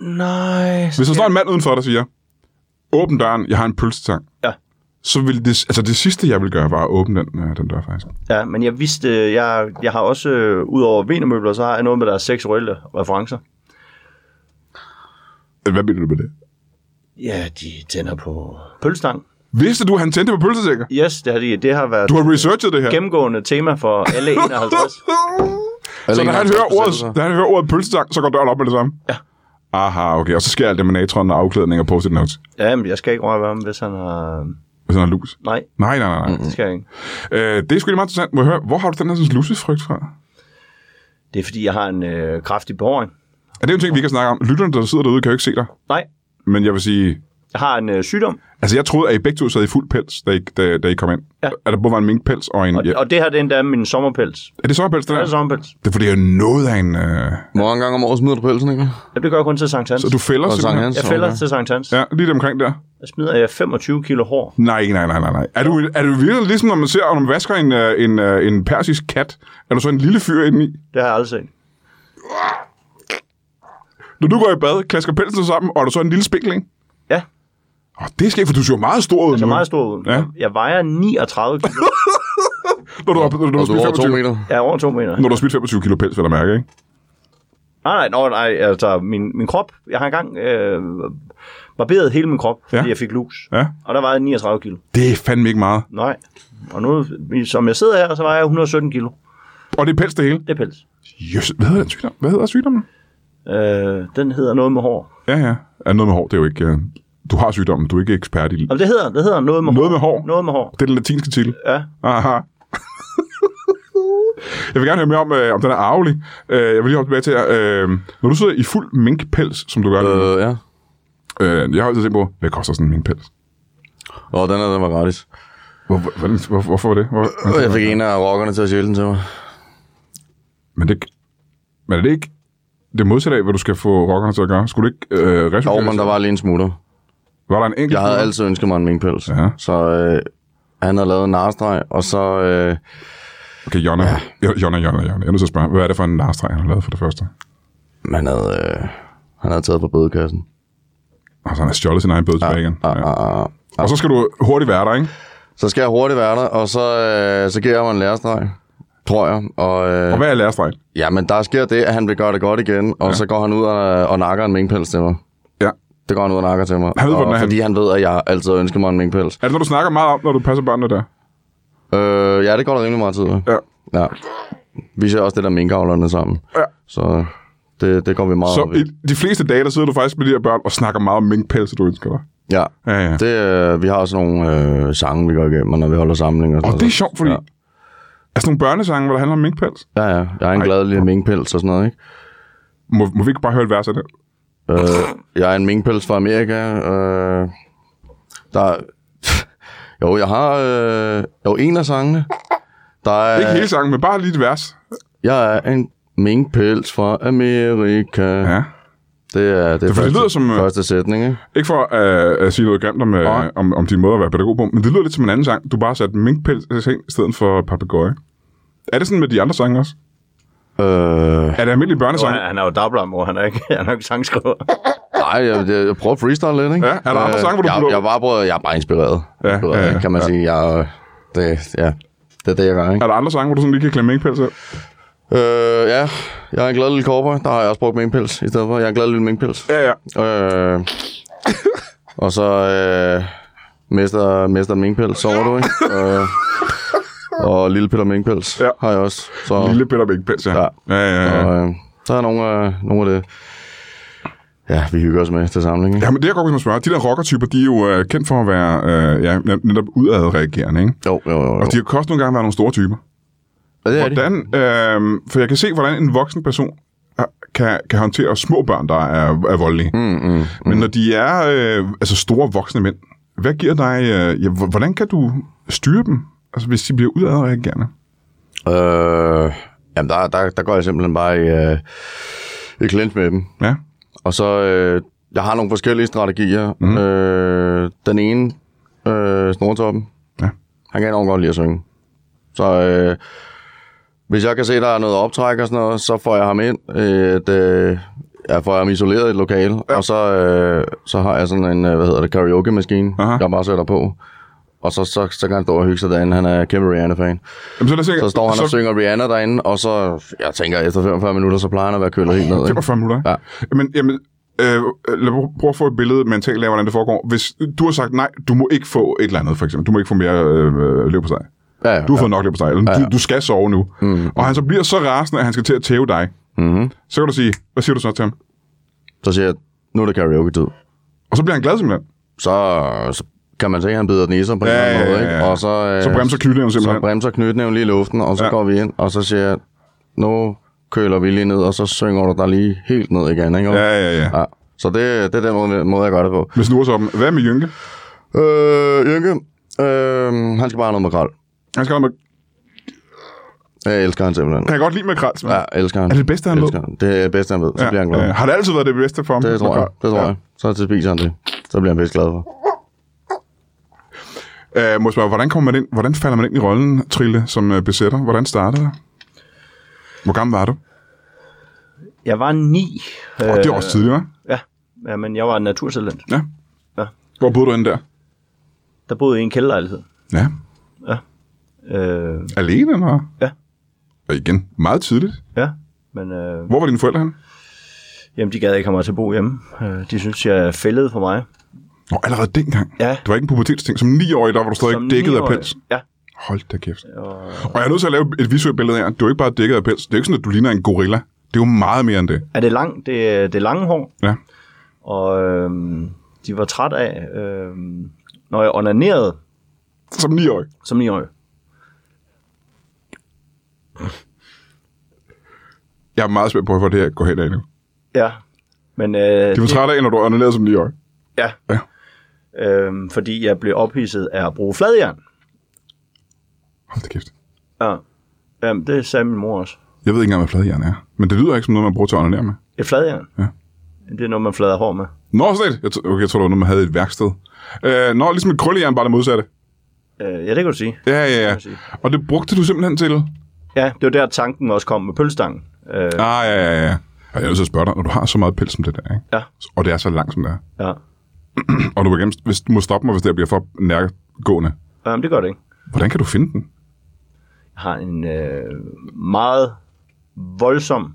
Speaker 3: nej.
Speaker 1: Hvis der står en mand udenfor, der siger, åbn døren, jeg har en pølsetang.
Speaker 3: Ja.
Speaker 1: Så vil det, altså det sidste, jeg vil gøre, var at åbne den, øh, den dør, faktisk.
Speaker 3: Ja, men jeg vidste, øh, jeg, jeg har også, øh, udover venemøbler, så har jeg noget med deres seksuelle referencer.
Speaker 1: Hvad mener du med det?
Speaker 3: Ja, de tænder på pølstang.
Speaker 1: Vidste du, at han tændte på pølsesækker?
Speaker 3: Yes, det har, de, det har været
Speaker 1: Du har researchet det her.
Speaker 3: gennemgående tema for E alle 51.
Speaker 1: Så da han, hører ordet,
Speaker 2: Så.
Speaker 1: da han hører ordet pølsesang, så går døren op med det samme?
Speaker 3: Ja.
Speaker 1: Aha, okay. Og så sker alt det med natron og afklædning og post-it notes.
Speaker 3: ja, men jeg skal ikke røre ved ham, hvis han har...
Speaker 1: Hvis han har lus.
Speaker 3: Nej,
Speaker 1: Nej, nej, nej. nej.
Speaker 3: det skal jeg ikke.
Speaker 1: Øh, det er sgu lige meget interessant. Må jeg høre, hvor har du den her sådan, lussefrygt fra?
Speaker 3: Det er, fordi jeg har en øh, kraftig behåring.
Speaker 1: Er det jo en ting, vi kan snakke om? Lytterne, der sidder derude, kan jo ikke se dig.
Speaker 3: Nej,
Speaker 1: Men jeg vil sige,
Speaker 3: har en øh, sygdom,
Speaker 1: Altså, jeg troede, at I begge to sad i fuld pels, da I, da, da I kom ind.
Speaker 3: Ja.
Speaker 1: Er der både var en minkpels og en...
Speaker 3: og,
Speaker 1: ja.
Speaker 3: og det her det er endda min sommerpels.
Speaker 1: Er det sommerpels, det
Speaker 3: Ja.
Speaker 1: der?
Speaker 3: Det er sommerpels.
Speaker 1: Det er fordi, jeg er noget af en... Øh...
Speaker 2: Hvor mange gange om året smider du pølsen, ikke?
Speaker 3: Ja, det gør jeg kun til Sankt Hans.
Speaker 1: Så du fælder
Speaker 2: Og Sankt Hans.
Speaker 3: Jeg fælder
Speaker 2: Okay.
Speaker 3: til Sankt Hans.
Speaker 1: Ja, lige omkring der.
Speaker 3: Der smider jeg 25 kilo hår.
Speaker 1: Nej, nej, nej, nej, nej. Er du, er du virkelig ligesom, når man ser, når man vasker en, øh, en, øh, en persisk kat? Er du så en lille fyr indeni?
Speaker 3: Det har jeg aldrig set.
Speaker 1: Når du går i bad, klasker pelsen sig sammen, og er du så en lille spikling?
Speaker 3: Ja,
Speaker 1: Åh, det skal for du ser jo meget stor ud
Speaker 3: så
Speaker 1: nu.
Speaker 3: Altså, meget stor ud.
Speaker 1: Ja.
Speaker 3: Jeg vejer 39 kilo.
Speaker 1: Når du har, når du
Speaker 2: Og
Speaker 1: har
Speaker 2: du er
Speaker 1: smidt
Speaker 2: over to
Speaker 1: 25,
Speaker 2: meter.
Speaker 3: Jeg er over to meter.
Speaker 1: når du har smidt 25 kilo pels, vil jeg mærke, ikke?
Speaker 3: Nej, nej, nej, nej altså min, min krop. Jeg har engang øh, barberet hele min krop, fordi
Speaker 1: Ja.
Speaker 3: jeg fik lus.
Speaker 1: Ja.
Speaker 3: Og der vejede jeg 39 kilo.
Speaker 1: Det er fandme ikke meget.
Speaker 3: Nej. Og nu, som jeg sidder her, så vejer jeg 117 kilo.
Speaker 1: Og det er pels det hele.
Speaker 3: Det er pels.
Speaker 1: Jøs, hvad hedder den sygdom? Hvad hedder sygdommen?
Speaker 3: Øh, den hedder noget med hår.
Speaker 1: Ja, ja. Er noget med hår, det er jo ikke... øh, Du har sygdommen, du er ikke ekspert i det.
Speaker 3: Jamen, det hedder, det hedder noget med
Speaker 1: Noget med
Speaker 3: hår.
Speaker 1: hår?
Speaker 3: Noget med hår.
Speaker 1: Det er den latinske titel.
Speaker 3: Ja.
Speaker 1: Aha. jeg vil gerne høre mere om, øh, om den er arvelig. Øh, jeg vil lige hoppe tilbage til, øh, når du sidder i fuld minkpels, som du gør øh.
Speaker 2: Øh, ja.
Speaker 1: Øh, jeg har altid tænkt på, hvad koster sådan en minkpels?
Speaker 2: Og den her, den var gratis.
Speaker 1: Hvor, hvor, hvordan- hvor, hvorfor var det? Hvor,
Speaker 2: Og jeg fik en af rockerne til at sjæle den til mig.
Speaker 1: Men det, men er det ikke det modsatte af, hvad du skal få rockerne til at gøre? Skulle du ikke øh,
Speaker 2: Jo,
Speaker 1: resultere?
Speaker 2: men der var lige en smutter.
Speaker 1: var der en enkelt?
Speaker 2: Jeg havde altid ønsket mig en minkpels.
Speaker 1: Ja.
Speaker 2: Så øh, han havde lavet en narstreg, og så... Øh,
Speaker 1: Okay, Jonna. Ja. Jonna, Jonna, Jonna. Jeg er nødt til at spørge, hvad er det for en narstreg, han har lavet for det første?
Speaker 2: man havde, øh, han havde taget på bødekassen.
Speaker 1: Altså, han har stjålet sin egen bøde tilbage igen.
Speaker 2: Ah, ah, ah.
Speaker 1: Og så skal du hurtigt være der, ikke?
Speaker 2: Så skal jeg hurtigt være der, og så, øh, så giver jeg mig en lærestreg, tror jeg. Og, øh,
Speaker 1: Og hvad er lærestregen?
Speaker 2: Ja, men der sker det, at han vil gøre det godt igen, og ja. så går han ud og, og nakker en minkpels til mig.
Speaker 1: Ja.
Speaker 2: Det går han ud og nakker til mig.
Speaker 1: Han ved,
Speaker 2: og,
Speaker 1: hvordan er han-
Speaker 2: fordi han ved, at jeg altid ønsker mig en minkpels.
Speaker 1: Er det noget, du snakker meget om, når du passer børnene der?
Speaker 2: Øh, ja, det går der rimelig meget tid. med.
Speaker 1: Ja.
Speaker 2: ja. Vi ser også det der minkavlerne sammen.
Speaker 1: Ja.
Speaker 2: Så det, det går vi meget
Speaker 1: Så
Speaker 2: op i.
Speaker 1: i de fleste dage, der sidder du faktisk med de her børn og snakker meget om minkpelse, du ønsker dig.
Speaker 2: Ja.
Speaker 1: Ja, ja.
Speaker 2: Det, øh, vi har også nogle øh, sange, vi går igennem, og når vi holder samlinger.
Speaker 1: Og
Speaker 2: sådan
Speaker 1: det
Speaker 2: noget.
Speaker 1: er sjovt, fordi...
Speaker 2: Ja.
Speaker 1: Er sådan nogle børnesange, hvor der handler om minkpels?
Speaker 2: Ja, ja. Jeg er en glad lille minkpels og sådan noget, ikke?
Speaker 1: Må, må vi ikke bare høre et vers af det?
Speaker 2: Øh, jeg er en minkpels fra Amerika. Øh, der er, jo, jeg har øh, jo en af sangene. Der
Speaker 1: Øh. Ikke
Speaker 2: er,
Speaker 1: hele sangen, men bare lige et vers.
Speaker 2: jeg er en minkpels fra Amerika.
Speaker 1: Ja.
Speaker 2: Det er det, det,
Speaker 1: for det
Speaker 2: første,
Speaker 1: lyder som, øh,
Speaker 2: første sætning, ikke?
Speaker 1: Ikke for øh, at sige noget grimt om, øh,
Speaker 2: Nej.
Speaker 1: om, om din måde at være pædagog på, men det lyder lidt som en anden sang. Du bare satte minkpels ind i stedet for papegøje. Er det sådan med de andre sange også?
Speaker 2: Øh,
Speaker 1: Er det almindelige
Speaker 3: Og
Speaker 1: børnesange?
Speaker 3: han, han er jo dablermor, han er ikke, han er ikke sangskriver.
Speaker 2: nej, jeg, jeg, jeg prøver at freestyle lidt, ikke? Øh,
Speaker 1: Ja, er der andre sange, hvor du
Speaker 2: jeg,
Speaker 1: putter-
Speaker 2: jeg, er bare prøvet, jeg er bare inspireret,
Speaker 1: Ja,
Speaker 2: inspireret
Speaker 1: ja,
Speaker 2: ikke? kan man
Speaker 1: ja.
Speaker 2: sige. Jeg, er- det, ja, det er det, jeg gør, ikke?
Speaker 1: Er der andre sange, hvor du sådan lige kan klemme minkpels af?
Speaker 2: Øh, ja, jeg er en glad lille cowboy. Der har jeg også brugt minkpels i stedet for. Jeg er en glad lille minkpels.
Speaker 1: Ja, ja.
Speaker 2: Øh, og så øh, mester, mester Minkpels, sover du, ikke? øh, og Lille Peter Minkpels
Speaker 1: Ja.
Speaker 2: ja. har jeg også. Så,
Speaker 1: Lille Peter Minkpels, ja.
Speaker 2: Ja.
Speaker 1: Ja, ja, ja. ja.
Speaker 2: og, øh, der er nogle, øh, nogle af det, ja, vi hygger os med til samling. Ikke?
Speaker 1: Ja, men det, jeg godt kunne spørge, de der rockertyper, de er jo øh, kendt for at være øh, ja, netop udadreagerende, ikke?
Speaker 2: Jo, jo, jo. jo.
Speaker 1: Og de har kost nogle gange været nogle store typer.
Speaker 2: Ja, det er de.
Speaker 1: Hvordan, øh, for jeg kan se, hvordan en voksen person er- kan, kan håndtere små børn, der er, er voldelige. Mm, mm, mm. Men når de er øh, altså store voksne mænd, hvad giver dig, øh, ja, h- hvordan kan du styre dem, altså, hvis de bliver udadreagerende?
Speaker 2: Øh, jamen, der, der, der går jeg simpelthen bare i, øh, i clinch med dem.
Speaker 1: Ja,
Speaker 2: Og så, øh, jeg har nogle forskellige strategier.
Speaker 1: Mhm.
Speaker 2: Mm. Øh, den ene, øh, Snortoppen,
Speaker 1: Ja.
Speaker 2: han kan enormt godt lide at synge. Så øh, hvis jeg kan se, der er noget optræk og sådan noget, så får jeg ham ind. øh, Et, øh, jeg får ham isoleret i et lokale, ja. og så, øh, så har jeg sådan en, øh, hvad hedder det, karaoke-maskine,
Speaker 1: Aha.
Speaker 2: jeg bare sætter på. Og så, så, så kan han stå og hygge sig derinde. Han er kæmpe Rihanna-fan.
Speaker 1: Jamen, så, lad os se,
Speaker 2: Så står han
Speaker 1: så,
Speaker 2: og synger Rihanna derinde, og så, jeg tænker, efter 45 minutter, så plejer han at være kølet helt ned. ikke?
Speaker 1: 45 minutter. ikke?
Speaker 2: Ja.
Speaker 1: Jamen, jamen øh, lad mig prøve at få et billede mentalt af, hvordan det foregår. Hvis du har sagt nej, du må ikke få et eller andet, for eksempel. Du må ikke få mere øh, løb på sig.
Speaker 2: Ja, ja,
Speaker 1: Du har
Speaker 2: ja.
Speaker 1: fået nok løb på sig. Eller, du, du skal sove nu. Mm. Og han så bliver så rasende, at han skal til at tæve dig.
Speaker 2: Mm-hmm.
Speaker 1: Mm. Så kan du sige, hvad siger du så til ham?
Speaker 2: Så siger jeg, nu er det karaoke-tid.
Speaker 1: Og så bliver han glad simpelthen.
Speaker 2: Så, så kan man se, at han bider den i sig på en
Speaker 1: Ja,
Speaker 2: eller anden
Speaker 1: ja,
Speaker 2: måde.
Speaker 1: ja, ja.
Speaker 2: Ikke? Og så, øh,
Speaker 1: Så bremser knytnæven
Speaker 2: så
Speaker 1: simpelthen.
Speaker 2: bremser knytnæven lige i luften, og så
Speaker 1: Ja.
Speaker 2: ja. går vi ind, og så siger jeg, nu køler vi lige ned, og så synger du dig lige helt ned igen. Ikke?
Speaker 1: Ja, ja, ja.
Speaker 2: ja. Så det, det er den måde, måde, jeg gør det på.
Speaker 1: Vi snurrer så dem. Hvad med Jynke?
Speaker 2: Øh, Jynke, øh, han skal bare have noget makrel.
Speaker 1: Han skal have med...
Speaker 2: Jeg elsker han simpelthen.
Speaker 1: Kan jeg godt lide med krals, men...
Speaker 2: Ja, elsker han.
Speaker 1: Er det det bedste, han ved?
Speaker 2: elsker Han. Det er det bedste, han ved. Så ja, bliver han glad.
Speaker 1: øh, har det altid været det bedste for ham?
Speaker 2: Det tror jeg. Det tror
Speaker 1: Ja.
Speaker 2: jeg. Så spiser han det. Så bliver han pisse glad for.
Speaker 1: Øh, må jeg spørge, hvordan, kommer man ind, hvordan falder man ind i rollen, Trille, som øh, besætter? Hvordan startede det? Hvor gammel var du? Øh,
Speaker 3: Jeg var ni. Øh,
Speaker 1: det var også tidligere, hva'?
Speaker 3: Ja, ja men jeg var en naturtalent.
Speaker 1: Ja.
Speaker 3: Ja.
Speaker 1: Hvor boede du inde der?
Speaker 3: Der boede jeg i en kælderlejlighed.
Speaker 1: Ja.
Speaker 3: Øh,
Speaker 1: Alene, eller?
Speaker 3: Ja.
Speaker 1: Og igen, meget tidligt.
Speaker 3: ja, men øh,
Speaker 1: Hvor var dine forældre henne?
Speaker 3: jamen, de gad ikke have mig til at bo hjemme. Øh, de synes, jeg fældede for mig.
Speaker 1: Nå, allerede dengang.
Speaker 3: Ja.
Speaker 1: Det var ikke en pubertetsting. Som 9-årig, der var du stadig
Speaker 3: Som
Speaker 1: dækket af
Speaker 3: niårig.
Speaker 1: pels.
Speaker 3: Ja,
Speaker 1: Hold da kæft.
Speaker 3: og
Speaker 1: Og jeg er nødt til at lave et visuelt billede af, at du er ikke bare dækket af pels. Det er ikke sådan, at du ligner en gorilla. Det er jo meget mere end det.
Speaker 3: er det langt? Det, er- det er lange hår.
Speaker 1: Ja.
Speaker 3: Og øhm, de var træt af, øhm, når jeg onanerede
Speaker 1: Som 9-årig.
Speaker 3: som 9-årig.
Speaker 1: Jeg er meget spændt på, hvor det her går hen af nu.
Speaker 3: Ja, men... Øh,
Speaker 1: De var trætte af, når du onanerede som 9-årig.
Speaker 3: Ja.
Speaker 1: Ja.
Speaker 3: Øhm, fordi jeg blev ophidset af at bruge fladjern.
Speaker 1: Hold da kæft.
Speaker 3: Ja. Jamen, det sagde min mor også.
Speaker 1: Jeg ved ikke engang, hvad fladjern er. Men det lyder ikke som noget, man bruger til at onanere med.
Speaker 3: Et fladjern?
Speaker 1: Ja.
Speaker 3: Det er noget, man flader hår med.
Speaker 1: Nå, sådan et. Jeg, t- okay, jeg tror, det var noget, man havde i et værksted. Øh, nå, ligesom et krøllejern, bare det modsatte.
Speaker 3: Øh, ja, det kan du sige.
Speaker 1: Ja, ja, ja.
Speaker 3: man sige.
Speaker 1: Og det brugte du simpelthen til...
Speaker 3: Ja, det var der tanken også kom med pølstangen. Øh, ja.
Speaker 1: Ah, ja, ja, ja. Og jeg er nødt til at spørge dig, når du har så meget pels som det der, ikke?
Speaker 3: Ja.
Speaker 1: og det er så langt, som det er,
Speaker 3: ja.
Speaker 1: og du må, gerne, hvis, du må stoppe mig, hvis det her bliver for nærgående,
Speaker 3: Jamen, det gør det ikke.
Speaker 1: hvordan kan du finde den?
Speaker 3: Jeg har en øh, meget voldsom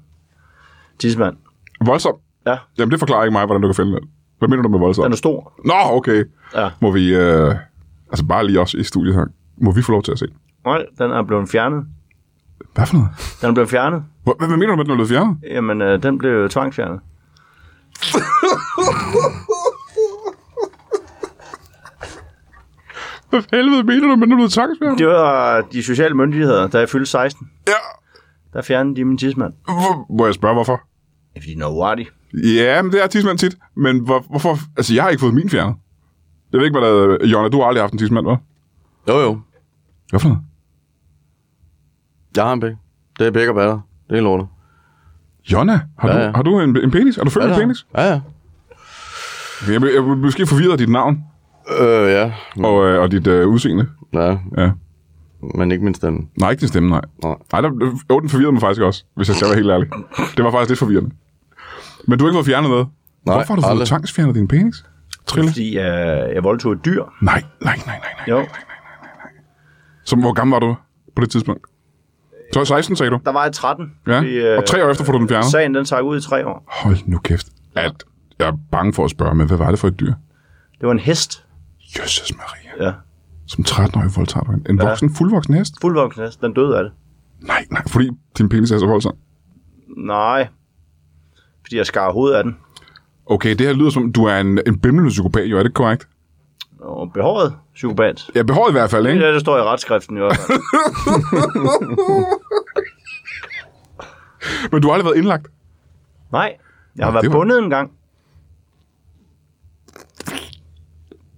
Speaker 3: tidsmand.
Speaker 1: Voldsom.
Speaker 3: Ja,
Speaker 1: Jamen, det forklarer ikke mig, hvordan du kan finde den. Hvad mener du med voldsom?
Speaker 3: den er stor.
Speaker 1: Nå, okay.
Speaker 3: Ja.
Speaker 1: Må vi, øh, altså bare lige også i studiet her, må vi få lov til at se? den?
Speaker 3: Nej, den er blevet fjernet.
Speaker 1: Hvad for noget?
Speaker 3: Den er blevet fjernet.
Speaker 1: Hvor- Hvad, hvad mener du med, at den er blevet fjernet?
Speaker 3: Jamen, øh, den blev tvangsfjernet.
Speaker 1: Hvad helvede mener du med, at den er blevet tvangsfjernet?
Speaker 3: Det var øh, de sociale myndigheder, da jeg fyldte 16.
Speaker 1: Ja.
Speaker 3: Der fjernede de min tidsmand.
Speaker 1: Hvor, må jeg spørge, hvorfor?
Speaker 3: Ja, fordi den er uartig.
Speaker 1: Ja, men det er tidsmand tit. Men hvor, hvorfor? Altså, jeg har ikke fået min fjernet. Jeg ved ikke, hvad der er. Jonna, du har aldrig haft en tidsmand, hva'?
Speaker 2: Jo, jo.
Speaker 1: Hvorfor noget?
Speaker 2: Jeg har en pæk. Det er pæk og batter. Det er lortet.
Speaker 1: Jonna, har, ja,
Speaker 2: Ja,
Speaker 1: ja.
Speaker 2: ja.
Speaker 1: Du, har du en, en penis? Har du født
Speaker 2: Ja,
Speaker 1: en
Speaker 2: ja.
Speaker 1: penis?
Speaker 2: Ja, ja.
Speaker 1: Jeg, blev- jeg blev måske forvirret af dit navn
Speaker 2: Øh, ja.
Speaker 1: og, øh, og dit øh, udseende.
Speaker 2: Ja,
Speaker 1: Ja.
Speaker 2: men ikke min stemme.
Speaker 1: Nej, ikke din stemme, nej.
Speaker 2: Nej.
Speaker 1: Nej, der, jo, den forvirrede mig faktisk også, hvis jeg skal være helt ærlig. Det var faktisk lidt forvirrende. Men du har ikke fået fjernet noget?
Speaker 2: Nej,
Speaker 1: Hvorfor har du fået
Speaker 2: aldrig.
Speaker 1: tvangsfjernet din penis? Trille?
Speaker 3: Fordi øh, jeg voldtog et dyr.
Speaker 1: Nej, nej, nej, nej, nej.
Speaker 3: Jo,
Speaker 1: Så hvor gammel var du på det tidspunkt? Så er 16, sagde du?
Speaker 3: der var jeg 13.
Speaker 1: Ja,
Speaker 3: fordi, øh,
Speaker 1: og tre år efter får du den fjernet.
Speaker 3: Sagen, den trak ud i tre år.
Speaker 1: Hold nu kæft. At, jeg er bange for at spørge, men hvad var det for et dyr?
Speaker 3: Det var en hest.
Speaker 1: Jesus Maria.
Speaker 3: Ja,
Speaker 1: Som 13-årig voldtager du en, en voksen, fuldvoksen hest?
Speaker 3: fuldvoksen hest. Den døde af det.
Speaker 1: Nej, nej, fordi din penis er så voldsom.
Speaker 3: Nej, fordi jeg skar hovedet af den.
Speaker 1: Okay, det her lyder som, du er en, en bimlende psykopat, jo, er det korrekt?
Speaker 3: Og behåret psykopat.
Speaker 1: Ja, behåret i hvert fald, ikke?
Speaker 3: Ja, det står i retskriften i hvert fald.
Speaker 1: Men du har aldrig været indlagt.
Speaker 3: Nej, jeg har
Speaker 1: Nå, det
Speaker 3: været
Speaker 1: var-
Speaker 3: bundet en gang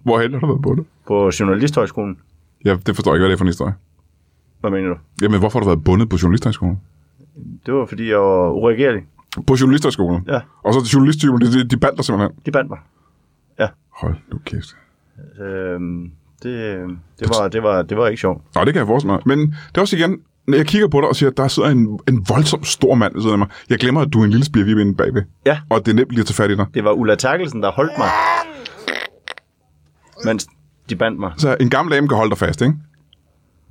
Speaker 1: Hvor heldig har du været på det?
Speaker 3: på Journalisthøjskolen.
Speaker 1: Ja, det forstår jeg ikke, hvad det er for en historie.
Speaker 3: Hvad mener du?
Speaker 1: Jamen, hvorfor har du været bundet på journalisterskolen?
Speaker 3: Det var, fordi jeg var uregerlig.
Speaker 1: På journalisterskolen?
Speaker 3: Ja.
Speaker 1: Og så journalisttypen, de, de, de bandt dig simpelthen.
Speaker 3: De bandt mig.
Speaker 1: Hold nu kæft.
Speaker 3: Øhm, det, det, var, det, var, det var ikke sjovt.
Speaker 1: Nå, det kan jeg forestille mig. Men det er også igen, når jeg kigger på dig og siger, at der sidder en, en voldsom stor mand ved siden af mig. Jeg glemmer, at du er en lille spirvip inde bagved.
Speaker 3: Ja.
Speaker 1: Og det er nemt lige at tage fat i dig.
Speaker 3: Det var Ulla Terkelsen, der holdt mig. Mens de bandt mig.
Speaker 1: Så en gammel dame kan holde dig fast, ikke?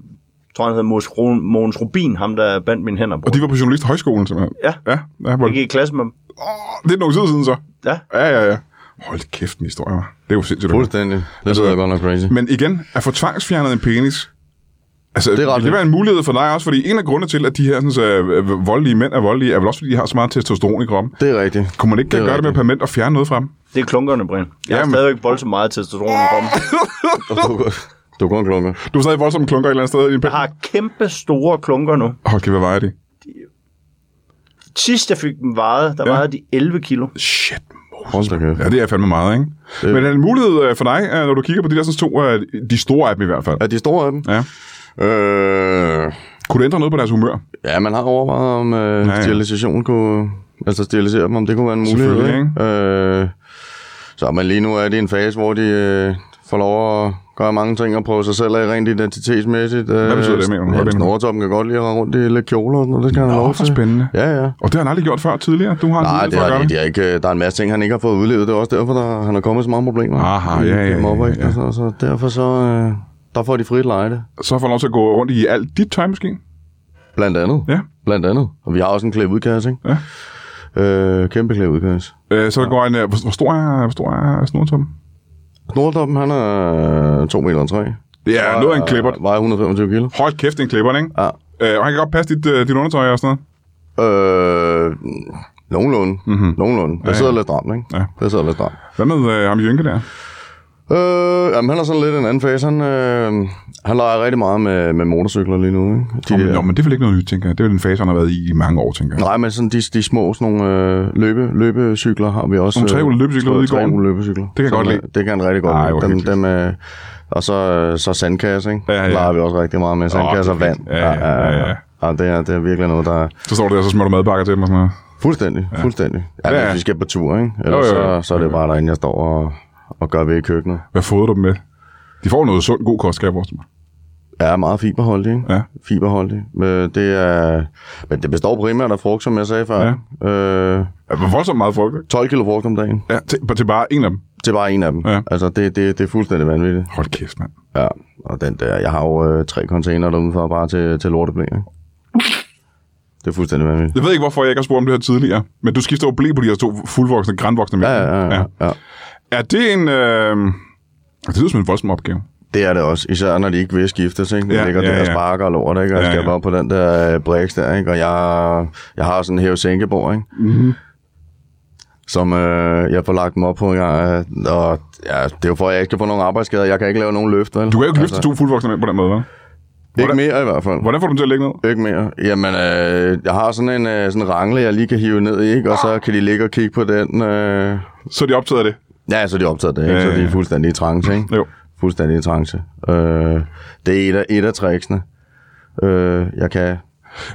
Speaker 3: Jeg tror, han hed Mos Ro- Mogens Rubin, ham der bandt mine hænder på.
Speaker 1: Og de var på journalisthøjskolen simpelthen.
Speaker 3: Ja.
Speaker 1: Ja, ja hvor...
Speaker 3: Jeg gik i klasse med dem.
Speaker 1: Åh, det er nogle tid siden så.
Speaker 3: Ja.
Speaker 1: Ja, ja, ja. Hold kæft, en historie, hva'? Det er jo sindssygt.
Speaker 2: Fuldstændig. Det lyder godt nok crazy.
Speaker 1: Men igen, at få tvangsfjernet en penis, altså, det,
Speaker 2: Det er
Speaker 1: vil
Speaker 2: ret
Speaker 1: det
Speaker 2: vildt.
Speaker 1: være en mulighed for dig også? Fordi en af grundene til, at de her sådan, øh, voldelige mænd er voldelige, er vel også, fordi de har så meget testosteron i kroppen.
Speaker 2: Det er rigtigt.
Speaker 1: Kunne man ikke
Speaker 2: Det
Speaker 1: gøre
Speaker 2: er
Speaker 1: det med
Speaker 2: rigtigt.
Speaker 1: permanent og fjerne noget fra dem?
Speaker 3: Det er klunkerne, Brian. Jeg har
Speaker 1: Jamen.
Speaker 3: stadigvæk voldsomt meget testosteron i kroppen.
Speaker 2: Og Du, er godt- du er kun klunker.
Speaker 1: Du er stadig voldsomme klunker et eller andet sted i din
Speaker 3: Jeg
Speaker 1: pind.
Speaker 3: har kæmpe store klunker nu.
Speaker 1: Hold kæft, hvad vejer de?
Speaker 3: Sidst jeg fik dem vejet, der
Speaker 1: Ja.
Speaker 3: vejede de 11 kilo.
Speaker 1: Shit, mor.
Speaker 2: Hold da kæft.
Speaker 1: Ja, det er fandme meget, ikke? Øh. Men er det en mulighed øh, for dig, øh, når du kigger på de der sådan to, øh, de store af dem i hvert fald?
Speaker 2: Er de store af dem?
Speaker 1: Ja.
Speaker 2: Øh,
Speaker 1: Kunne det ændre noget på deres humør?
Speaker 2: ja, man har overvejet, om øh,
Speaker 1: ja.
Speaker 2: sterilisation kunne... Altså sterilisere dem, om det kunne være en mulighed.
Speaker 1: Selvfølgelig,
Speaker 2: Øh, så men lige nu er det en fase, hvor de øh, får lov at gøre mange ting og prøve sig selv af rent identitetsmæssigt. Øh,
Speaker 1: Hvad betyder det, mener du? Hvad
Speaker 2: Ja,
Speaker 1: mener du?
Speaker 2: Snoretoppen kan godt lide at rende rundt i lidt kjoler og sådan noget. Det skal han have
Speaker 1: Åh,
Speaker 2: lov
Speaker 1: for
Speaker 2: til.
Speaker 1: spændende.
Speaker 2: Ja, ja.
Speaker 1: Og det har han aldrig gjort før tidligere. Du har en
Speaker 2: Nej,
Speaker 1: mulighed
Speaker 2: det
Speaker 1: for at
Speaker 2: er,
Speaker 1: gøre
Speaker 2: det, det er ikke. øh, Der er en masse ting, han ikke har fået udlevet. Det er også derfor, der, han har kommet så mange problemer.
Speaker 1: Aha,
Speaker 2: i-
Speaker 1: ja,
Speaker 2: i
Speaker 1: ja,
Speaker 2: mobber,
Speaker 1: ja.
Speaker 2: ja. Så, så derfor så... Øh, der får de frit lejde.
Speaker 1: Så får han lov til at gå rundt i alt dit tøj, måske?
Speaker 2: Blandt andet.
Speaker 1: Ja.
Speaker 2: Blandt andet. Og vi har også en klæbeudkasse, ikke?
Speaker 1: Ja.
Speaker 2: Øh, kæmpe klæbeudkasse.
Speaker 1: Øh, så der går en... øh, Hvor, hvor stor er, hvor stor er snortoppen?
Speaker 2: Snortoppen, han er 2 meter og 3.
Speaker 1: Det er noget af en klippert.
Speaker 2: Vejer 125 kilo.
Speaker 1: Hold kæft, det er en klippert, ikke?
Speaker 2: Ja.
Speaker 1: Øh, og han kan godt passe dit, øh, dit undertøj og sådan noget.
Speaker 2: Øh, nogenlunde. Mm-hmm. Nogenlunde. Det sidder lidt stramt, ikke?
Speaker 1: Mhm. Ja.
Speaker 2: Det sidder lidt stramt.
Speaker 1: Hvad med øh, ham Jynke der?
Speaker 2: Øh, jamen, han er sådan lidt en anden fase. Han, øh, han leger rigtig meget med, med motorcykler lige nu, ikke? De
Speaker 1: Nå, men-
Speaker 2: der-
Speaker 1: Nå, men det er vel ikke noget nyt, tænker jeg. Det er vel en fase, han har været i i mange år, tænker jeg.
Speaker 2: Nej, men sådan de, de små sådan nogle øh, løbe, løbecykler har vi også. øh,
Speaker 1: Nogle trehjulede løbecykler ude i gården?
Speaker 2: Trehjulede løbecykler.
Speaker 1: kan jeg
Speaker 2: Sådan,
Speaker 1: godt
Speaker 2: øh,
Speaker 1: lide.
Speaker 2: Det kan han rigtig godt
Speaker 1: Ej, hvor
Speaker 2: lide. Dem,
Speaker 1: hyggeligt.
Speaker 2: dem, øh, og så, øh, så sandkasse, ikke?
Speaker 1: Ja, ja.
Speaker 2: Leger vi også rigtig meget med. Sandkasse
Speaker 1: det
Speaker 2: og
Speaker 1: er
Speaker 2: vand.
Speaker 1: fint. Ja, ja, ja, ja.
Speaker 2: ja. det, er, det er virkelig noget, der er
Speaker 1: Så står du der, så smører du madpakker til dem og sådan noget.
Speaker 2: fuldstændig, ja. fuldstændig. Ja,
Speaker 1: Ja,
Speaker 2: ja,
Speaker 1: ja.
Speaker 2: ja. Hvis vi skal på tur, ikke? Eller
Speaker 1: Jo, jo,
Speaker 2: så,
Speaker 1: jo.
Speaker 2: så er det bare derinde, jeg står og, og gør ved i køkkenet.
Speaker 1: Hvad fodrer du dem med? De får noget sund, god kost, skal jeg forestille mig.
Speaker 2: er meget fiberholdig. Ikke?
Speaker 1: Ja.
Speaker 2: Fiberholdig. Men det, er, men det består primært af frugt, som jeg sagde før. Ja. Øh,
Speaker 1: Ja, hvor voldsomt meget frugt, ikke?
Speaker 2: 12 kilo frugt om dagen.
Speaker 1: Ja, til, til bare en af dem.
Speaker 2: til bare en af dem.
Speaker 1: Ja.
Speaker 2: Ja. Altså, det, det, det er fuldstændig vanvittigt.
Speaker 1: Hold kæft, mand.
Speaker 2: Ja, og den der, jeg har jo øh, tre container derude for bare til, til lorteblæ, ikke? Det er fuldstændig vanvittigt.
Speaker 1: Jeg ved ikke, hvorfor jeg ikke har spurgt om det her tidligere, men du skifter jo blæ på de her to fuldvoksne, grænvoksne mænd.
Speaker 2: Ja, ja, ja, ja.
Speaker 1: Er det en... Øh... Det lyder som en voldsom opgave.
Speaker 2: Det er det også, især når de ikke vil skiftes, ikke? De
Speaker 1: Ja,
Speaker 2: ja, ligger
Speaker 1: ja,
Speaker 2: ja, der og
Speaker 1: ja.
Speaker 2: sparker og lort, ikke? Og
Speaker 1: Ja,
Speaker 2: ja, skal
Speaker 1: ja.
Speaker 2: bare op på den der øh, briks der, ikke? Og jeg, jeg har sådan en hæve sænkebord, ikke? Mm-hmm. Som øh, jeg får lagt dem op på en gang, øh, og ja, det er jo for, at jeg ikke skal få nogen arbejdsskader. Jeg kan ikke lave nogen løft, vel?
Speaker 1: Du kan jo ikke altså... løfte to fuldvoksne mænd på den måde, hva'?
Speaker 2: Ikke mere i hvert fald.
Speaker 1: Hvordan får du dem til at ligge ned?
Speaker 2: Ikke mere. Jamen, øh, jeg har sådan en øh, sådan en rangle, jeg lige kan hive ned i, ikke? og
Speaker 1: Ah.
Speaker 2: så kan de ligge og kigge på den. Øh...
Speaker 1: Så er de optaget af det.
Speaker 2: Ja, så er de optaget det, ikke?
Speaker 1: Ja,
Speaker 2: så
Speaker 1: ja,
Speaker 2: de
Speaker 1: ja.
Speaker 2: er fuldstændig i trance, ikke?
Speaker 1: Jo.
Speaker 2: Fuldstændig i trance. Øh, det er et af, et af tricksene. Øh, jeg kan...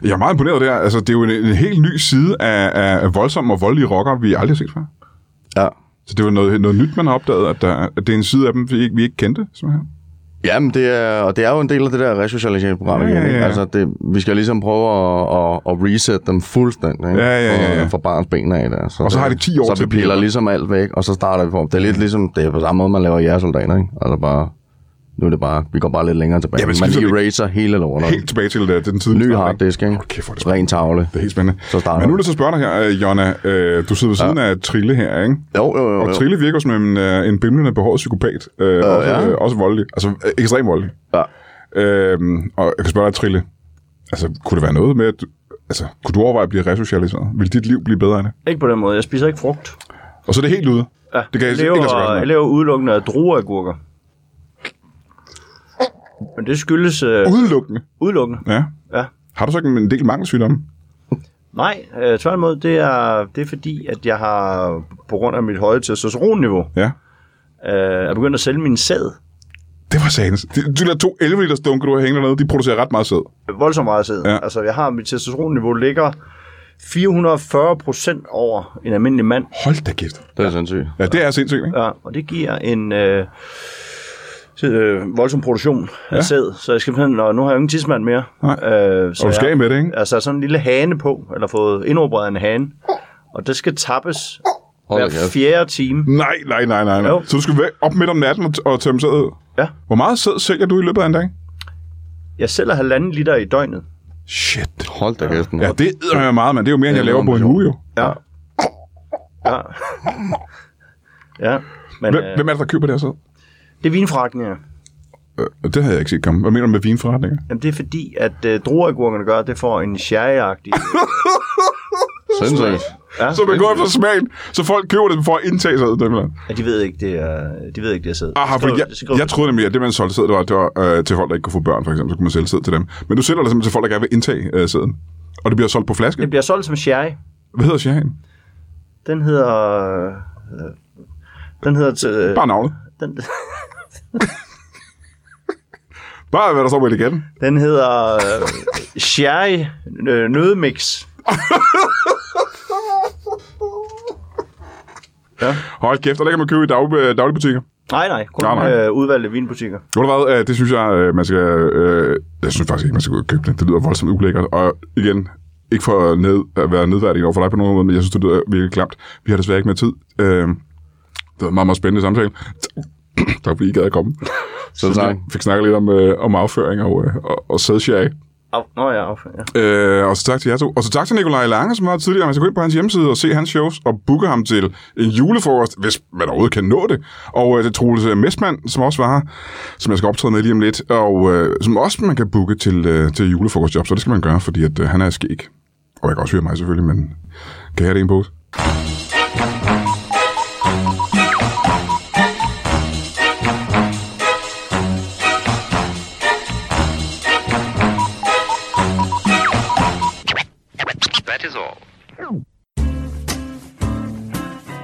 Speaker 1: Jeg er meget imponeret der. Altså, det er jo en, en helt ny side af, af af voldsomme og voldelige rockere, vi aldrig har set før.
Speaker 2: Ja.
Speaker 1: Så det var noget, noget nyt, man har opdaget, at, der, at det er en side af dem, vi ikke, vi ikke kendte. Simpelthen.
Speaker 2: Jamen, det er, og det er jo en del af det der resocialiseringsprogram
Speaker 1: Ja,
Speaker 2: igen.
Speaker 1: ja,
Speaker 2: ikke?
Speaker 1: ja.
Speaker 2: Altså, det, vi skal ligesom prøve at, at, at reset dem fuldstændig. Ikke?
Speaker 1: Ja, ja, ja, ja.
Speaker 2: Fra, fra barns ben af der.
Speaker 1: Og så har de 10 år
Speaker 2: Så
Speaker 1: til at
Speaker 2: vi piller
Speaker 1: blive-
Speaker 2: ligesom alt væk, og så starter vi på. Det er lidt ligesom, det er på samme måde, man laver jægersoldater, ikke? Altså bare, nu er det bare, vi går bare lidt længere tilbage.
Speaker 1: Ja,
Speaker 2: Ja,
Speaker 1: men
Speaker 2: man
Speaker 1: skifter det-
Speaker 2: eraser hele lortet.
Speaker 1: Helt tilbage til, øh, til den tidlige start,
Speaker 2: Ny
Speaker 1: ikke?
Speaker 2: harddisk, ikke?
Speaker 1: Åh, kæft, hvor er det
Speaker 2: Ren tavle.
Speaker 1: Det er helt spændende.
Speaker 2: Så starter
Speaker 1: Men nu er
Speaker 2: vi.
Speaker 1: det så spørger dig her, øh, Jonna. Øh, du sidder ved siden af Trille her, ikke?
Speaker 2: Jo, jo, jo.
Speaker 1: Og
Speaker 2: jo.
Speaker 1: Trille virker som en, øh, en bimlende behåret psykopat. Øh, øh, også,
Speaker 2: ja.
Speaker 1: øh, også voldelig. Altså øh, ekstremt voldelig.
Speaker 2: Ja.
Speaker 1: Øh, og jeg kan spørge dig, Trille. Altså, kunne det være noget med, at du- altså, kunne du overveje at blive resocialiseret? Vil dit liv blive bedre af det?
Speaker 3: Ikke på den måde. Jeg spiser ikke frugt.
Speaker 1: Og så er det helt ude.
Speaker 3: Ja,
Speaker 1: Det kan jeg ikke
Speaker 3: lever,
Speaker 1: lade sig gøre.
Speaker 3: Jeg lever udelukkende af drueagurker. Men det skyldes øh,
Speaker 1: Udelukkende.
Speaker 3: udelukkende.
Speaker 1: Ja.
Speaker 3: Ja.
Speaker 1: Har du så ikke en del mangelsygdomme?
Speaker 3: Nej, øh, tværtimod, det er, det er fordi, at jeg har, på grund af mit høje testosteronniveau,
Speaker 1: Ja.
Speaker 3: øh, er begyndt at sælge min sæd.
Speaker 1: Det var sagens. De, de der to 11 liters dunke, du har hængende dernede, de producerer ret meget sæd.
Speaker 3: Voldsomt meget sæd.
Speaker 1: Ja.
Speaker 3: Ja. Altså, jeg har, mit testosteronniveau ligger 440 procent over en almindelig mand.
Speaker 1: Hold da kæft.
Speaker 2: Det er sindssygt.
Speaker 1: Ja, det er sindssygt, ikke?
Speaker 3: Ja, og det giver en øh, sæd- øh, voldsom produktion af
Speaker 1: Ja.
Speaker 3: ja. sæd. Så jeg skal simpelthen, og nu har jeg jo ingen tidsmand mere.
Speaker 1: Nej.
Speaker 3: Øh, så
Speaker 1: Og du skal af
Speaker 3: jeg,
Speaker 1: med det, ikke?
Speaker 3: altså jeg har sådan en lille hane på, eller fået indopereret en hane. Og det skal tappes
Speaker 2: Hold da
Speaker 3: hver
Speaker 2: kæft.
Speaker 3: fjerde time.
Speaker 1: Nej, nej, nej, nej. nej.
Speaker 3: Jo.
Speaker 1: Så du skal væk op midt om natten og, t- og tømme sæd ud?
Speaker 3: Ja.
Speaker 1: Hvor meget sæd sælger du i løbet af en dag?
Speaker 3: Jeg sælger halvanden liter i døgnet.
Speaker 1: Shit.
Speaker 2: Hold da kæft.
Speaker 1: Ja, det æder jeg meget, men det er jo mere, end jeg
Speaker 2: Det er
Speaker 1: laver på en
Speaker 2: enormt
Speaker 1: uge, jo.
Speaker 3: Ja. Ja. ja. Men
Speaker 1: Hvem,
Speaker 3: øh,
Speaker 1: hvem er det, der køber det her sæd?
Speaker 3: det er vinforretninger.
Speaker 1: Øh, det havde jeg ikke set komme. Hvad mener du med vinforretninger?
Speaker 3: Jamen, det er fordi, at øh, drueagurkerne gør, at det får en sherryagtig...
Speaker 2: Sindssygt.
Speaker 3: Ja,
Speaker 1: Så man går efter smagen, så folk køber det for at indtage sæd. Dem
Speaker 3: ja, de ved ikke, det er, de ved ikke, det er sæd.
Speaker 1: Aha, for
Speaker 3: Skriv-
Speaker 1: jeg,
Speaker 3: skriv-
Speaker 1: jeg troede nemlig, at det, man solgte sæd, det var, det var øh, til folk, der ikke kunne få børn, for eksempel. Så kunne man sælge sæd til dem. Men du sælger det simpelthen til folk, der gerne vil indtage øh, sæden. Og det bliver solgt på flaske.
Speaker 3: Den bliver solgt som sherry.
Speaker 1: Hvad hedder shahen?
Speaker 3: Den hedder øh, den hedder... Øh,
Speaker 1: Bare navnet.
Speaker 3: den,
Speaker 1: Bare hvad der står på etiketten.
Speaker 3: den hedder øh, Sherry øh, Nødmix.
Speaker 1: Hold kæft, og der kan man købe i dag, øh, dagligbutikker.
Speaker 3: Nej, nej, kun
Speaker 1: Nej,
Speaker 3: nej,
Speaker 1: nej.
Speaker 3: nej. Øh, udvalgte vinbutikker.
Speaker 1: Ved du hvad, øh, det synes jeg, øh, man skal... Øh, jeg synes faktisk ikke, man skal gå ud og købe det. Det lyder voldsomt ulækkert. Og igen, ikke for at, ned, at være nedværdigende over for dig på nogen måde, men jeg synes, det lyder virkelig klamt. Vi har desværre ikke mere tid. Øh, det var en meget, meget spændende samtale. tak fordi I gad at komme. Så
Speaker 2: tak.
Speaker 1: vi fik snakket lidt om, øh, om afføring og, øh, og, og sædsjæring.
Speaker 3: Af, nå ja, affald, ja.
Speaker 1: Øh, og så tak til jer to. Og så tak til Nikolaj Lange, som var tidligere. Man skal gå ind på hans hjemmeside og se hans shows og booke ham til en julefrokost, hvis man overhovedet kan nå det. Og øh, det er Troels øh, Messmann, som også var her, som jeg skal optræde med lige om lidt, og øh, som også man kan booke til, øh, til julefrokostjob. Så det skal man gøre, fordi at, øh, han er skæg. Og jeg kan også høre mig selvfølgelig, men kan jeg have det i en pose?